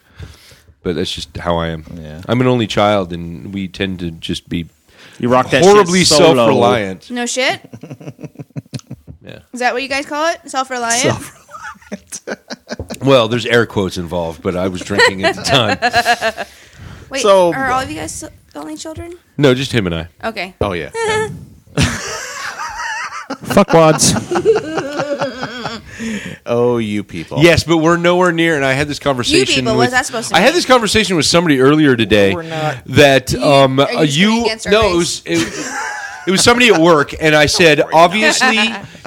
E: But that's just how I am.
C: Yeah.
E: I'm an only child, and we tend to just be
B: You rock that
E: horribly
B: shit solo.
E: self-reliant.
D: No shit.
E: Yeah.
D: Is that what you guys call it? Self reliant.
E: Well, there's air quotes involved, but I was drinking at the time.
D: Wait,
C: So-
D: are all of you guys so- only children?
E: No, just him and I.
D: Okay.
C: Oh yeah.
B: Fuckwads.
C: Oh, you people.
E: Yes, but we're nowhere near. And I had this conversation.
D: people,
E: with,
D: what was that supposed to
E: I had
D: mean?
E: this conversation with somebody earlier today.
C: We're not-
E: That um,
D: are you
E: uh, you,
D: speaking against our
E: no, it was
D: race?
E: it, it was somebody at work, and I said, obviously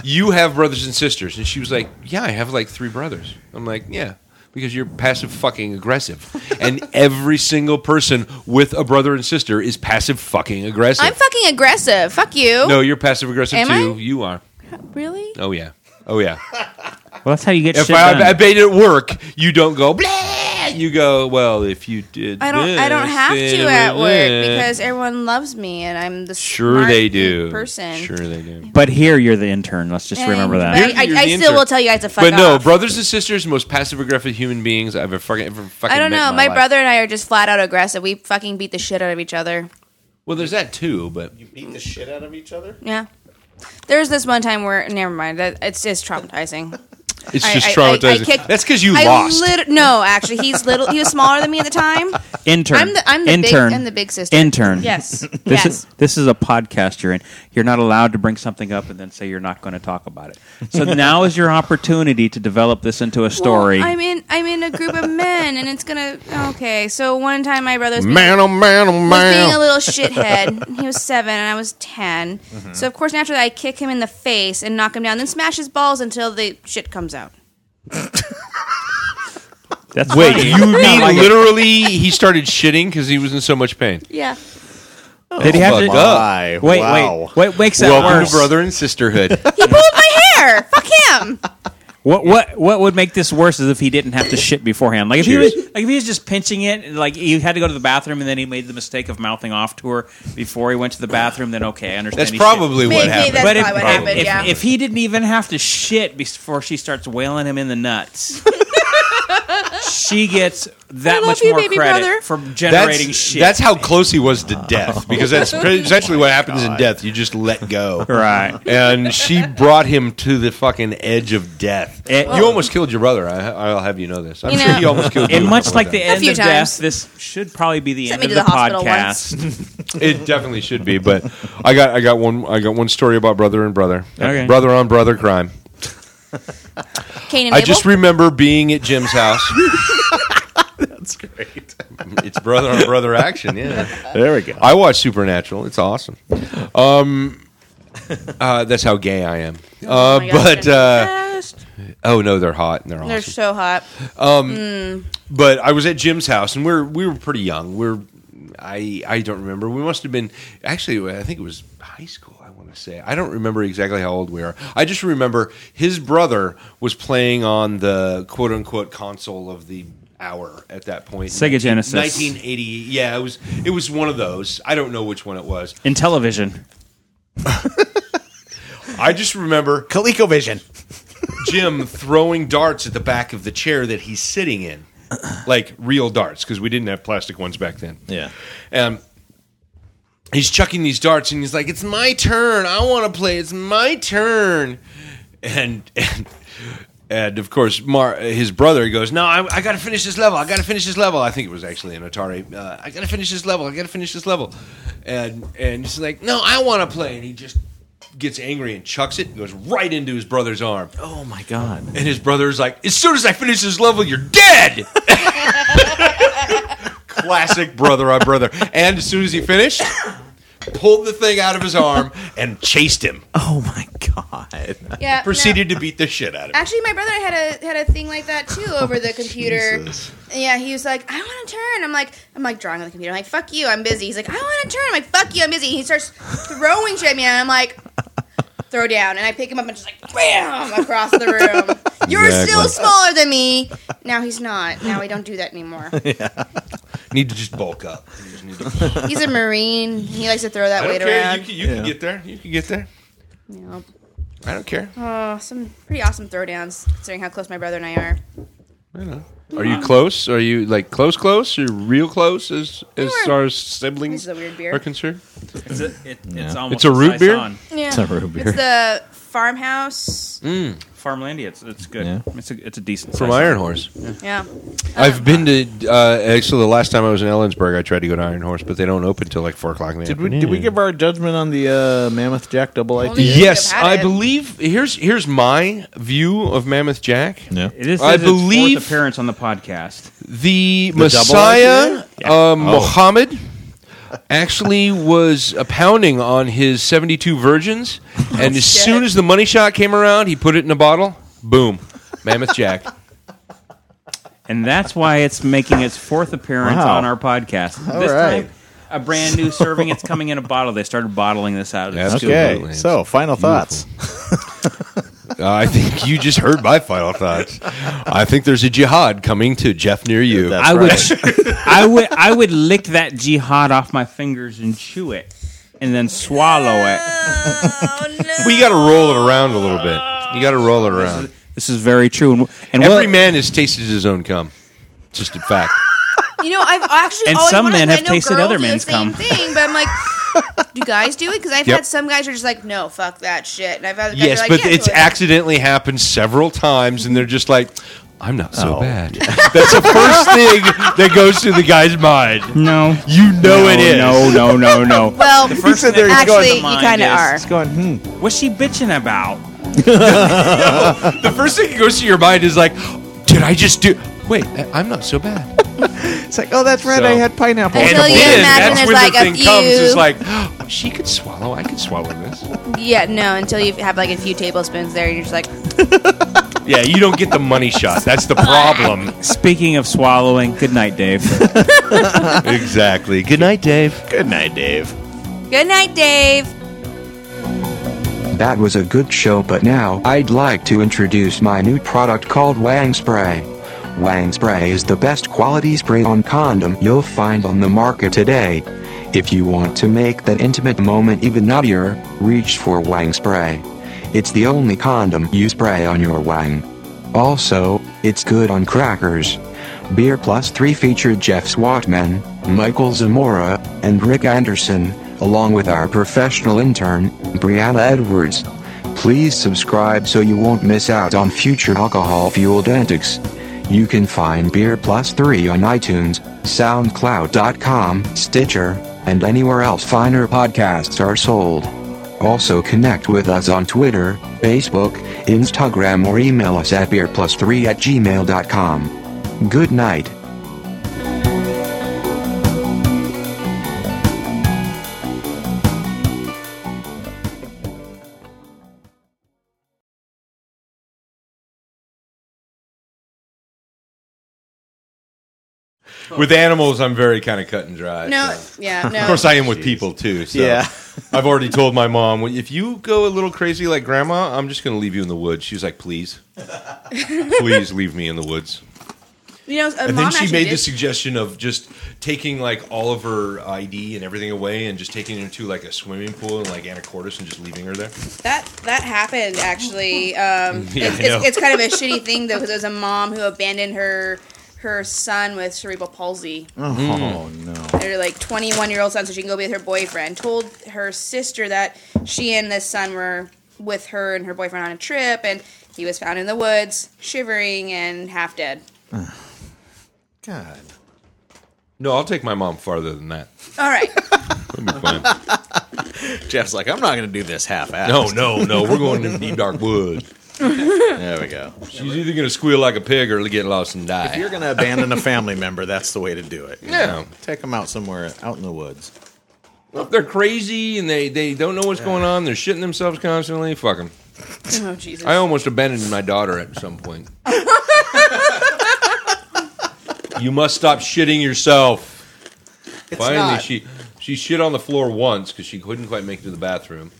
E: you have brothers and sisters, and she was like, yeah, I have like three brothers. I'm like, yeah. Because you're passive fucking aggressive, and every single person with a brother and sister is passive fucking aggressive.
D: I'm fucking aggressive. Fuck you.
E: no, you're passive aggressive
D: Am
E: too.
D: I?
E: You are.
D: Really?
E: Oh yeah. Oh yeah.
B: Well, that's how you get
E: If
B: shit done.
E: I, I made it work, you don't go blah. You go well. If you did,
D: I don't. I don't
E: this,
D: have
E: then
D: to
E: it
D: at
E: would
D: work
E: that.
D: because everyone loves me and I'm the
E: sure
D: smart
E: they do.
D: person.
E: sure they do.
B: but here you're the intern. Let's just
D: And-
B: remember
D: but
B: that.
E: You're-
D: I,
E: you're
D: I, I
E: the
D: still
E: intern.
D: will tell you guys to fuck
E: But no,
D: off.
E: brothers and sisters, most passive aggressive human beings I've ever fucking ever fucking.
D: I don't
E: met
D: know.
E: in
D: My,
E: life.
D: brother and I are just flat out aggressive. We fucking beat the shit out of each other.
E: Well, there's that too, but
C: You beat the shit out of each other.
D: Yeah. There was this one time where never mind. That it's just traumatizing.
E: it's
D: I-
E: just
D: I- I- I
E: traumatizing.
D: kicked-
E: That's because you
D: I
E: lost.
D: lit- no, actually, he's little. He was smaller than me at the time.
B: Intern.
D: I'm the I'm the
B: intern.
D: big I'm the big sister.
B: intern.
D: Yes.
B: This
D: yes.
B: is this is a podcast you're in. You're not allowed to bring something up and then say you're not going to talk about it. So now is your opportunity to develop this into a story.
D: Well, I'm in I'm in a group of men, and it's gonna okay. So one time my brother's
F: Man, oh man, oh
D: was being a
F: man.
D: little shithead. He was seven and I was 10 So of course naturally I kick him in the face and knock him down, then smash his balls until the shit comes out.
B: That's
E: Wait,
B: funny.
E: you mean literally? He started shitting because he was in so much pain.
D: Yeah.
B: Did he have
E: Oh, fuck
B: to?
E: up.
C: Why?
B: Wait,
C: wow.
B: wait, wait! Wakes up
E: Welcome
B: worse.
E: to brother and sisterhood.
D: He pulled my hair. Fuck him.
B: What what what would make this worse is if he didn't have to shit beforehand. Like if
E: Cheers.
B: he was like if he was just pinching it, and, like he had to go to the bathroom and then he made the mistake of mouthing off to her before he went to the bathroom. Then okay, I understand.
E: That's
B: he shit.
E: probably what
D: Maybe
E: happened.
D: that's
B: But if,
D: probably what
B: if-
D: happened.
B: if-
D: yeah.
B: if he didn't even have to shit before she starts wailing him in the nuts, she gets that
D: love
B: much
D: you,
B: more
D: baby
B: credit
D: brother.
B: for generating shit.
E: That's how close he was to death, because that's pretty- essentially what happens in death. You just let go.
B: right.
E: And she brought him to the fucking edge of death.
B: It-
E: you almost killed your brother. I, I'll have you know this. I'm
D: You
E: sure
D: know-
E: he almost killed you.
B: And
E: a
B: much
E: couple
B: like
E: of
B: the
E: times.
B: end
D: few
B: of
D: times.
B: deff, this should probably be the
D: Sent
B: end
D: me
B: of the,
D: to the hospital
B: podcast.
E: it definitely should be. But I got I got one I got one story about brother and brother,
B: Okay.
E: brother on brother crime.
D: Cain and
E: I
D: Abel?
E: just remember being at Jim's house.
C: That's great.
E: it's brother on brother action. Yeah.
C: There we go.
E: I watch Supernatural. It's awesome. Um, uh, that's how gay I am.
D: Oh
E: Uh,
D: my gosh,
E: but uh,
D: they're just-
E: oh no, they're hot and they're awesome.
D: they're so hot.
E: but I was at Jim's house, and we're we were pretty young. We're I I don't remember. We must have been actually. I think it was high school. I want to say. I don't remember exactly how old we are. I just remember his brother was playing on the quote unquote console of the hour at that point.
B: Sega Genesis.
E: 1980. Yeah, it was it was one of those. I don't know which one it was.
B: In television.
E: I just remember
C: ColecoVision.
E: Jim throwing darts at the back of the chair that he's sitting in. Like real darts, because we didn't have plastic ones back then.
C: Yeah.
E: Um, he's chucking these darts, and he's like, "It's my turn. I want to play. It's my turn." And and and of course, Mar- his brother goes, "No, I, I got to finish this level. I got to finish this level." I think it was actually an Atari. Uh, I got to finish this level. I got to finish this level. And and he's like, "No, I want to play." And he just gets angry and chucks it and goes right into his brother's arm.
B: Oh my god.
E: And his brother's like, as soon as I finish this level, you're dead. Classic brother on brother. And as soon as he finished, pulled the thing out of his arm and chased him.
C: Oh my god.
D: Yeah. no.
E: Proceeded to beat the shit out of him.
D: Actually, my brother had a had a thing like that too over the computer.
C: Jesus.
D: Yeah, he was like, "I want to turn." I'm like, I'm like drawing on the computer. I'm like, "Fuck you, I'm busy." He's like, "I want to turn." I'm like, "Fuck you, I'm busy." He starts throwing shit at me, and I'm like, throw down, and I pick him up and just like bam across the room. You're
E: Exactly.
D: still smaller than me. Now he's not. Now we don't do that anymore.
E: Need to just bulk up. You just need to-
D: He's a marine. He likes to throw that
E: I don't
D: weight
E: care. You,
D: around.
E: can, you can get there. You can get there.
D: Yep.
E: I don't care.
D: Oh, some pretty awesome throwdowns considering how close my brother and I are.
E: Are you close? Are you like close, close? You're real close as as
D: were-
E: far as siblings
D: This is a weird
E: are
D: beer.
E: concerned.
B: It's, a, it, it's almost
E: It's a root
B: size
E: beer?
B: on.
D: Yeah.
G: It's a root beer.
D: It's the farmhouse.
E: Hmm?
B: Farmlandia. It's, it's good.
G: Yeah.
B: It's a it's a decent
E: From
B: size on.
E: Iron Horse.
D: Yeah.
E: I've been to uh, actually the last time I was in Ellensburg, I tried to go to Iron Horse, but they don't open till like four o'clock in the
C: Did we
E: afternoon.
C: did we give our judgment on the uh, Mammoth Jack Double
D: Only-
C: IPA?
D: Yeah.
E: Yes,
D: I've had
E: I
D: it.
E: believe. Here's here's my view of Mammoth Jack.
G: Yeah.
B: It is.
E: I
B: its fourth
E: believe-
B: appearance on the podcast.
E: The, Messiah, uh, Muhammad, actually was uh, pounding on his 72 virgins, and
D: shit.
E: as soon as the money shot came around, he put it in a bottle. Boom, Mammoth Jack.
B: And that's why it's making its fourth appearance
C: Wow.
B: on our podcast. this
C: right.
B: time, a brand new serving. It's coming in a bottle. They started bottling this out. It's
E: Absolutely.
C: Okay. So, final thoughts.
E: Uh, I think you just heard my final thoughts. I think there's a jihad coming to Jeff near you.
C: That's
B: I would,
C: right.
B: I would, I would lick that jihad off my fingers and chew it, and then swallow it.
D: Oh no.
E: We got to roll it around a little bit. You got to roll it around.
B: This is very true. And, and
E: Every
B: what-
E: man has tasted his own cum. Just a fact.
D: You know, I've actually
B: And
D: always
B: some
D: wanted
B: men
D: to. I
B: have
D: know
B: tasted
D: girls
B: other
D: do the
B: men's cum.
D: same thing, but I'm like, do guys do it? Because I've
E: Yep.
D: had some guys who are just like, no, fuck that shit, and I've had guys
E: Yes,
D: who are like,
E: but
D: yeah,
E: it's
D: totally.
E: accidentally happened several times, and they're just like, "I'm not so bad." That's the first thing that goes through the guy's mind.
B: No,
E: You know
A: Oh,
B: no,
E: it is.
B: No, no, no, no.
D: Well,
B: first
C: said there
B: thing that
C: he's
B: comes
C: going
D: actually,
B: to
D: you
B: mind
D: kind of
B: is,
D: are.
C: It's going, hmm.
B: What's she bitching about?
E: The first thing that goes through your mind is like, "Did I just do?" Wait, I- I'm not so bad.
C: It's like, oh, that's right.
E: So-
C: I had pineapple.
D: Until
C: on a
D: you
C: bowl.
E: Then
D: imagine
E: that's
D: there's
E: where
D: like
E: the
D: a
E: thing comes. It's
D: few-
E: like, "Oh, she could swallow. I could swallow this.
D: Yeah, no, until you have like a few tablespoons there, and you're just like,
E: Yeah, you don't get the money shot. That's the problem.
B: Speaking of swallowing, good night, Dave.
E: exactly. Good night, Dave.
C: Good night, Dave.
D: good night, Dave.
H: That was a good show, but now I'd like to introduce my new product called Wang Spray. Wang Spray is the best quality spray on condom you'll find on the market today. If you want to make that intimate moment even nuttier, reach for Wang Spray. It's the only condom you spray on your wang. Also, it's good on crackers. Beer Plus 3 featured Jeff Swatman, Michael Zamora, and Rick Anderson, along with our professional intern, Brianna Edwards. Please subscribe so you won't miss out on future alcohol fueled antics. You can find Beer Plus 3 on iTunes, SoundCloud.com, Stitcher, and anywhere else finer podcasts are sold. Also connect with us on Twitter, Facebook, Instagram or email us at beerplus3 at gmail.com. Good night.
E: With animals, I'm very kind of cut and dry. so.
D: No, yeah, no.
E: Of course, I am with people too. So
C: Yeah.
E: I've already told my mom "Well, if you go a little crazy like grandma, I'm just going to leave you in the woods. She was like, please, please leave me in the woods.
D: you know, a
E: And
D: mom
E: then she
D: actually
E: made
D: did-
E: the suggestion of just taking like all of her ID and everything away and just taking her to like a swimming pool and like anacortes and just leaving her there.
D: That that happened actually. Um,
E: Yeah,
D: it's,
E: I know.
D: it's, it's kind of a shitty thing though because it was a mom who abandoned her her son with cerebral palsy.
C: Oh, no.
D: Her like 21 year old son, so she can go be with her boyfriend. Told her sister that she and this son were with her and her boyfriend on a trip, and he was found in the woods, shivering and half dead.
C: God.
E: No, I'll take my mom farther than that.
D: All right,
E: That'd be fine.
C: Jeff's like, I'm not going to do this half assed.
E: no, no, no. We're going to the deep dark woods.
C: There we go.
E: She's either going to squeal like a pig or get lost and
C: If
E: die.
C: you're going to abandon a family member, that's the way to do it. you
E: Yeah.
C: know? Take them out somewhere out in the woods.
E: If they're crazy and they, they don't know what's going on, they're shitting themselves constantly. Fuck them.
D: oh Jesus,
E: I almost abandoned my daughter at some point. you must stop shitting yourself. Finally,
C: not.
E: she
A: She shit on the floor once because she couldn't quite make it to the bathroom,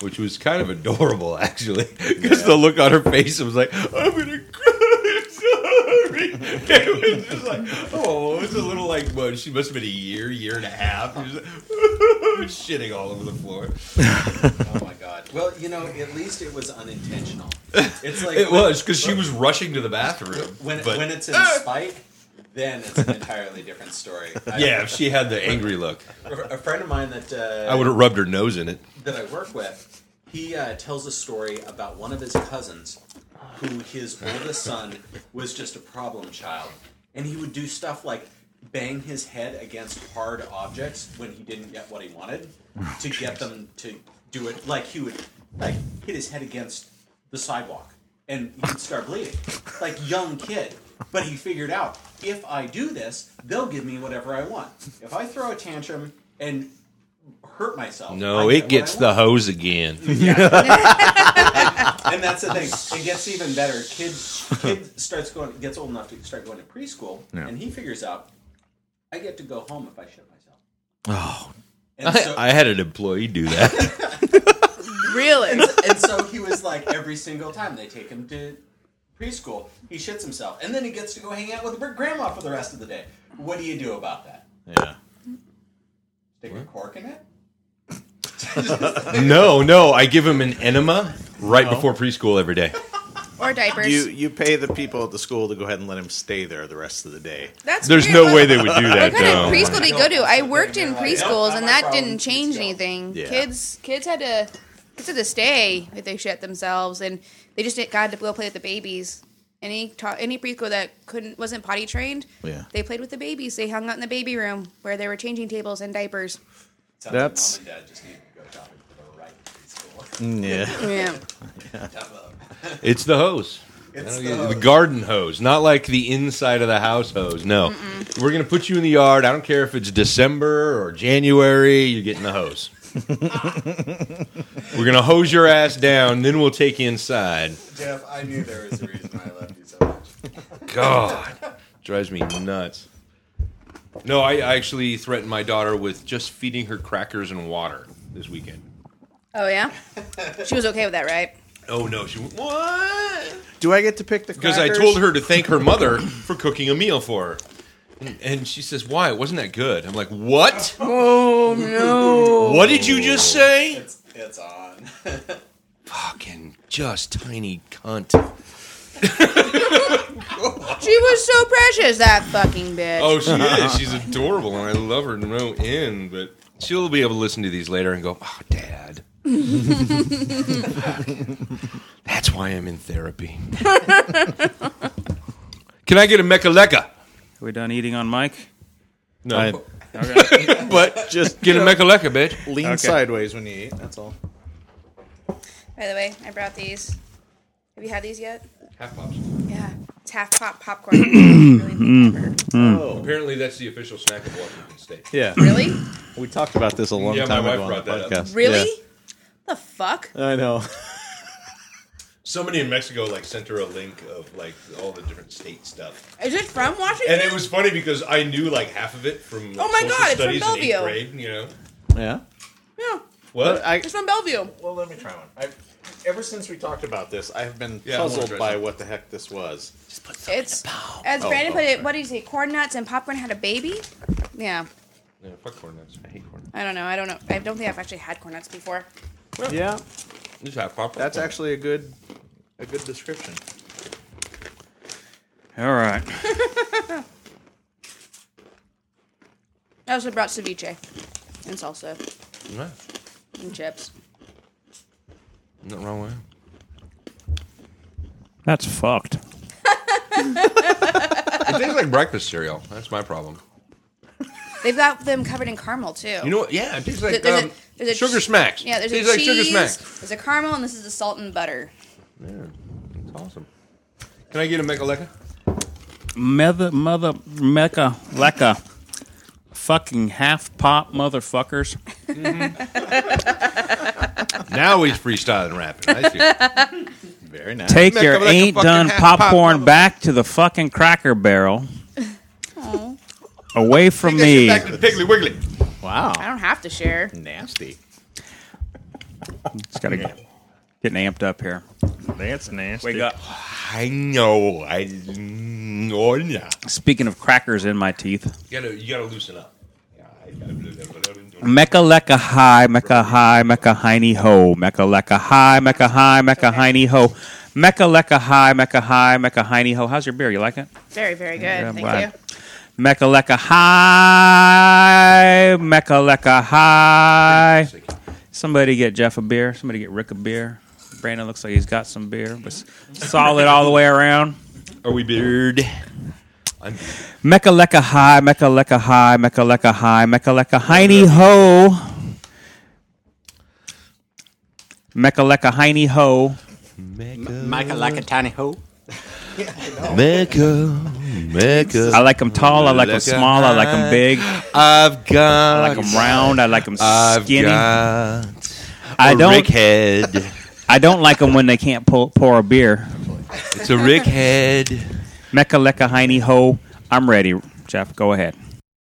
A: which was kind of adorable actually. Because the look on her face was like, "I'm gonna cry, I'm sorry." It was just like, oh, it was a little like, well, she must have been a year, year and a half. She was like, shitting all over the floor.
I: Oh my god. Well, you know, at least it was unintentional. It's like
A: It
I: when-
A: was because she was rushing to the bathroom.
I: when
A: but- Ah!
I: when it's in spite, then it's an entirely different story. I-
A: yeah, if she had the angry look,
I: a friend of mine that uh,
A: I would have rubbed her nose in it.
I: that I work with, he uh, tells a story about one of his cousins who his oldest son was just a problem child. And he would do stuff like bang his head against hard objects when he didn't get what he wanted
A: Oh,
I: to get them to do it. Like he would like hit his head against the sidewalk and he'd start bleeding. Like young kid. But he figured out if I do this, they'll give me whatever I want. If I throw a tantrum and hurt myself.
A: No,
E: Oh,
A: it
I: I get what
A: gets
I: I
A: the
I: want.
A: hose again.
I: And that's the thing. It gets even better. Kid kid starts going gets old enough to start going to preschool and he figures out I get to go home if I shit myself. Oh. And so,
A: I had an employee do that.
D: Really?
I: and so he was like every single time they take him to preschool, he shits himself. And then he gets to go hang out with her grandma for the rest of the day. What do you do about that?
C: Yeah.
I: Stick a cork in it?
A: no, no, I give him an enema right before preschool every day.
D: or diapers?
C: You you pay the people at the school to go ahead and let him stay there the rest of the day.
D: That's
E: There's
D: weird.
E: no
D: What-
E: way they would do
D: What
E: that,
D: kind
A: um,
D: of
E: though.
D: preschool did you go to? I worked in
I: Nope,
D: preschools,
I: not
D: and
I: my
D: that
I: problem.
D: didn't change
I: Let's go.
D: anything.
C: Yeah.
D: Kids, kids had to, kids had to stay if they shit themselves, and they just didn't got to go play with the babies. Any ta- any preschool that couldn't wasn't potty trained,
C: Yeah.
D: they played with the babies. They hung out in the baby room where there were changing tables and diapers.
I: Sounds
C: That's-
I: like mom and dad just need to go shopping for the right preschool.
C: Yeah.
D: Yeah,
A: It's the hose. I
I: It's
A: don't
I: the
A: get-
I: hose.
A: garden hose, not like the inside of the house hose. No, we're gonna put you in the yard. I don't care if it's December or January. You're getting the hose. we're gonna hose your ass down. Then we'll take you inside.
I: Jeff, I knew there was a reason I loved you so much.
A: God, drives me nuts. No, I, I actually threatened my daughter with just feeding her crackers and water this weekend.
D: oh yeah, she was okay with that, right?
A: Oh no, she went, what?
C: Do I get to pick the?
A: Because I
C: crackers?
A: told her to thank her mother for cooking a meal for her. And- And she says, "Why? It wasn't that good." I'm like, "What? Oh no! What did you just say?"
I: It's it's on.
A: Fucking just tiny cunt.
D: She was so precious, that fucking bitch.
A: Oh, she is. She's adorable, and I love her to no end. But she'll be able to listen to these later and go, "Oh, Dad." That's why I'm in therapy. Can I get a Mechaleka?
B: We're done eating on Mike.
A: No,
C: I-
A: but
C: Just
A: get a Mechaleka, bitch.
C: lean sideways when you eat. That's all.
D: By the way, I brought these. Have you had these yet?
A: Half pops.
D: Yeah, it's half pop popcorn. really?
C: Oh.
A: Apparently, that's the official snack of Washington State.
C: Yeah.
D: Really?
C: We talked about this a long
A: Yeah, my
C: time
A: wife
C: ago on
A: brought
C: the
A: that up.
C: podcast.
D: Really? The fuck?
C: Yeah. I know.
A: Somebody in Mexico like sent her a link of like all the different state stuff,
D: Is it from Washington?
A: and it was funny because I knew like half of it from like,
D: Oh my
A: social
D: God, it's
A: studies
D: from
A: in eighth
D: Bellevue.
A: grade. You know
C: Yeah.
D: yeah,
A: what?
C: I,
D: it's from Bellevue.
C: well, let me try one. I, ever since we talked about this, I have been
A: Yeah, I wanna
C: puzzled
A: try
C: by
A: some.
C: what the heck this was.
D: It's as
A: Oh,
D: Brandon put it. What did he say? Corn nuts and popcorn had a baby. Yeah,
A: yeah, fuck corn nuts. I hate corn nuts.
D: I don't know. I don't know. I don't think I've actually had corn nuts before.
C: Yeah,
A: Just have popcorn.
C: that's actually a good, a good description.
B: All right.
D: I also brought ceviche and salsa
A: Yeah.
D: and chips.
A: Not wrong way.
B: That's fucked.
A: It tastes like breakfast cereal. That's my problem.
D: They've got them covered in caramel too.
A: You know what? Yeah, it tastes like
D: There's a-
A: um,
D: there's a
A: sugar
D: ch-
A: smacks.
D: yeah, there's a
A: tastes
D: cheese.
A: like sugar smacks.
D: There's a caramel, and this is the salt and butter.
A: It's awesome. Can I get a Mechaleka?
B: Mother, mother, mecca, lecca. Fucking half pop motherfuckers.
A: Now he's freestyling rapping. I see.
C: Very nice.
B: Take
A: Mecca,
B: your
A: lecca,
B: ain't
A: fucking
B: done
A: half pop
B: popcorn
A: mother-
B: back to the fucking cracker barrel. Away from
A: Take that shit
B: me.
A: back to Piggly Wiggly.
D: I
C: Wow.
D: don't have to share.
C: Nasty.
B: It's got to get getting amped up here.
E: That's nasty.
B: Wake up.
A: I know. I know. Yeah.
B: Speaking of crackers in my teeth,
A: You gotta, you gotta loosen up.
B: Mecca Lecca High, Mecca High, Mecca Hiney Ho, Mecca Lecca High, Mecca High, Mecca Hiney Ho, Mecca Lecca High, Mecca High, Mecca Hiney Ho. How's your beer? You like it?
D: Very, very good.
B: I'm
D: Thank
B: glad.
D: you.
B: Mecca Lecca High, Mecca Lecca High. Somebody get Jeff a beer. Somebody get Rick a beer. Brandon looks like he's got some beer, but s- solid all the way around.
A: Are we beard?
B: Mecca Lecca High, Mecca Lecca High, Mecca Lecca High, Mecca Lecca Hiney Ho. Mecca Lecca Hiney Ho.
J: Michael like a tiny hoe.
A: Mecca, Mecca.
B: I like them tall, I like them
A: Lecca
B: small, I like them big, I
A: I've got.
B: like them round, I like them
A: I've
B: skinny.
A: got.
B: I
A: a
B: don't,
A: Rickhead.
B: I don't like them when they can't pull, pour a beer.
A: it's a Rickhead.
B: Mecca Lecca Hiney Ho. I'm ready, Jeff. Go ahead.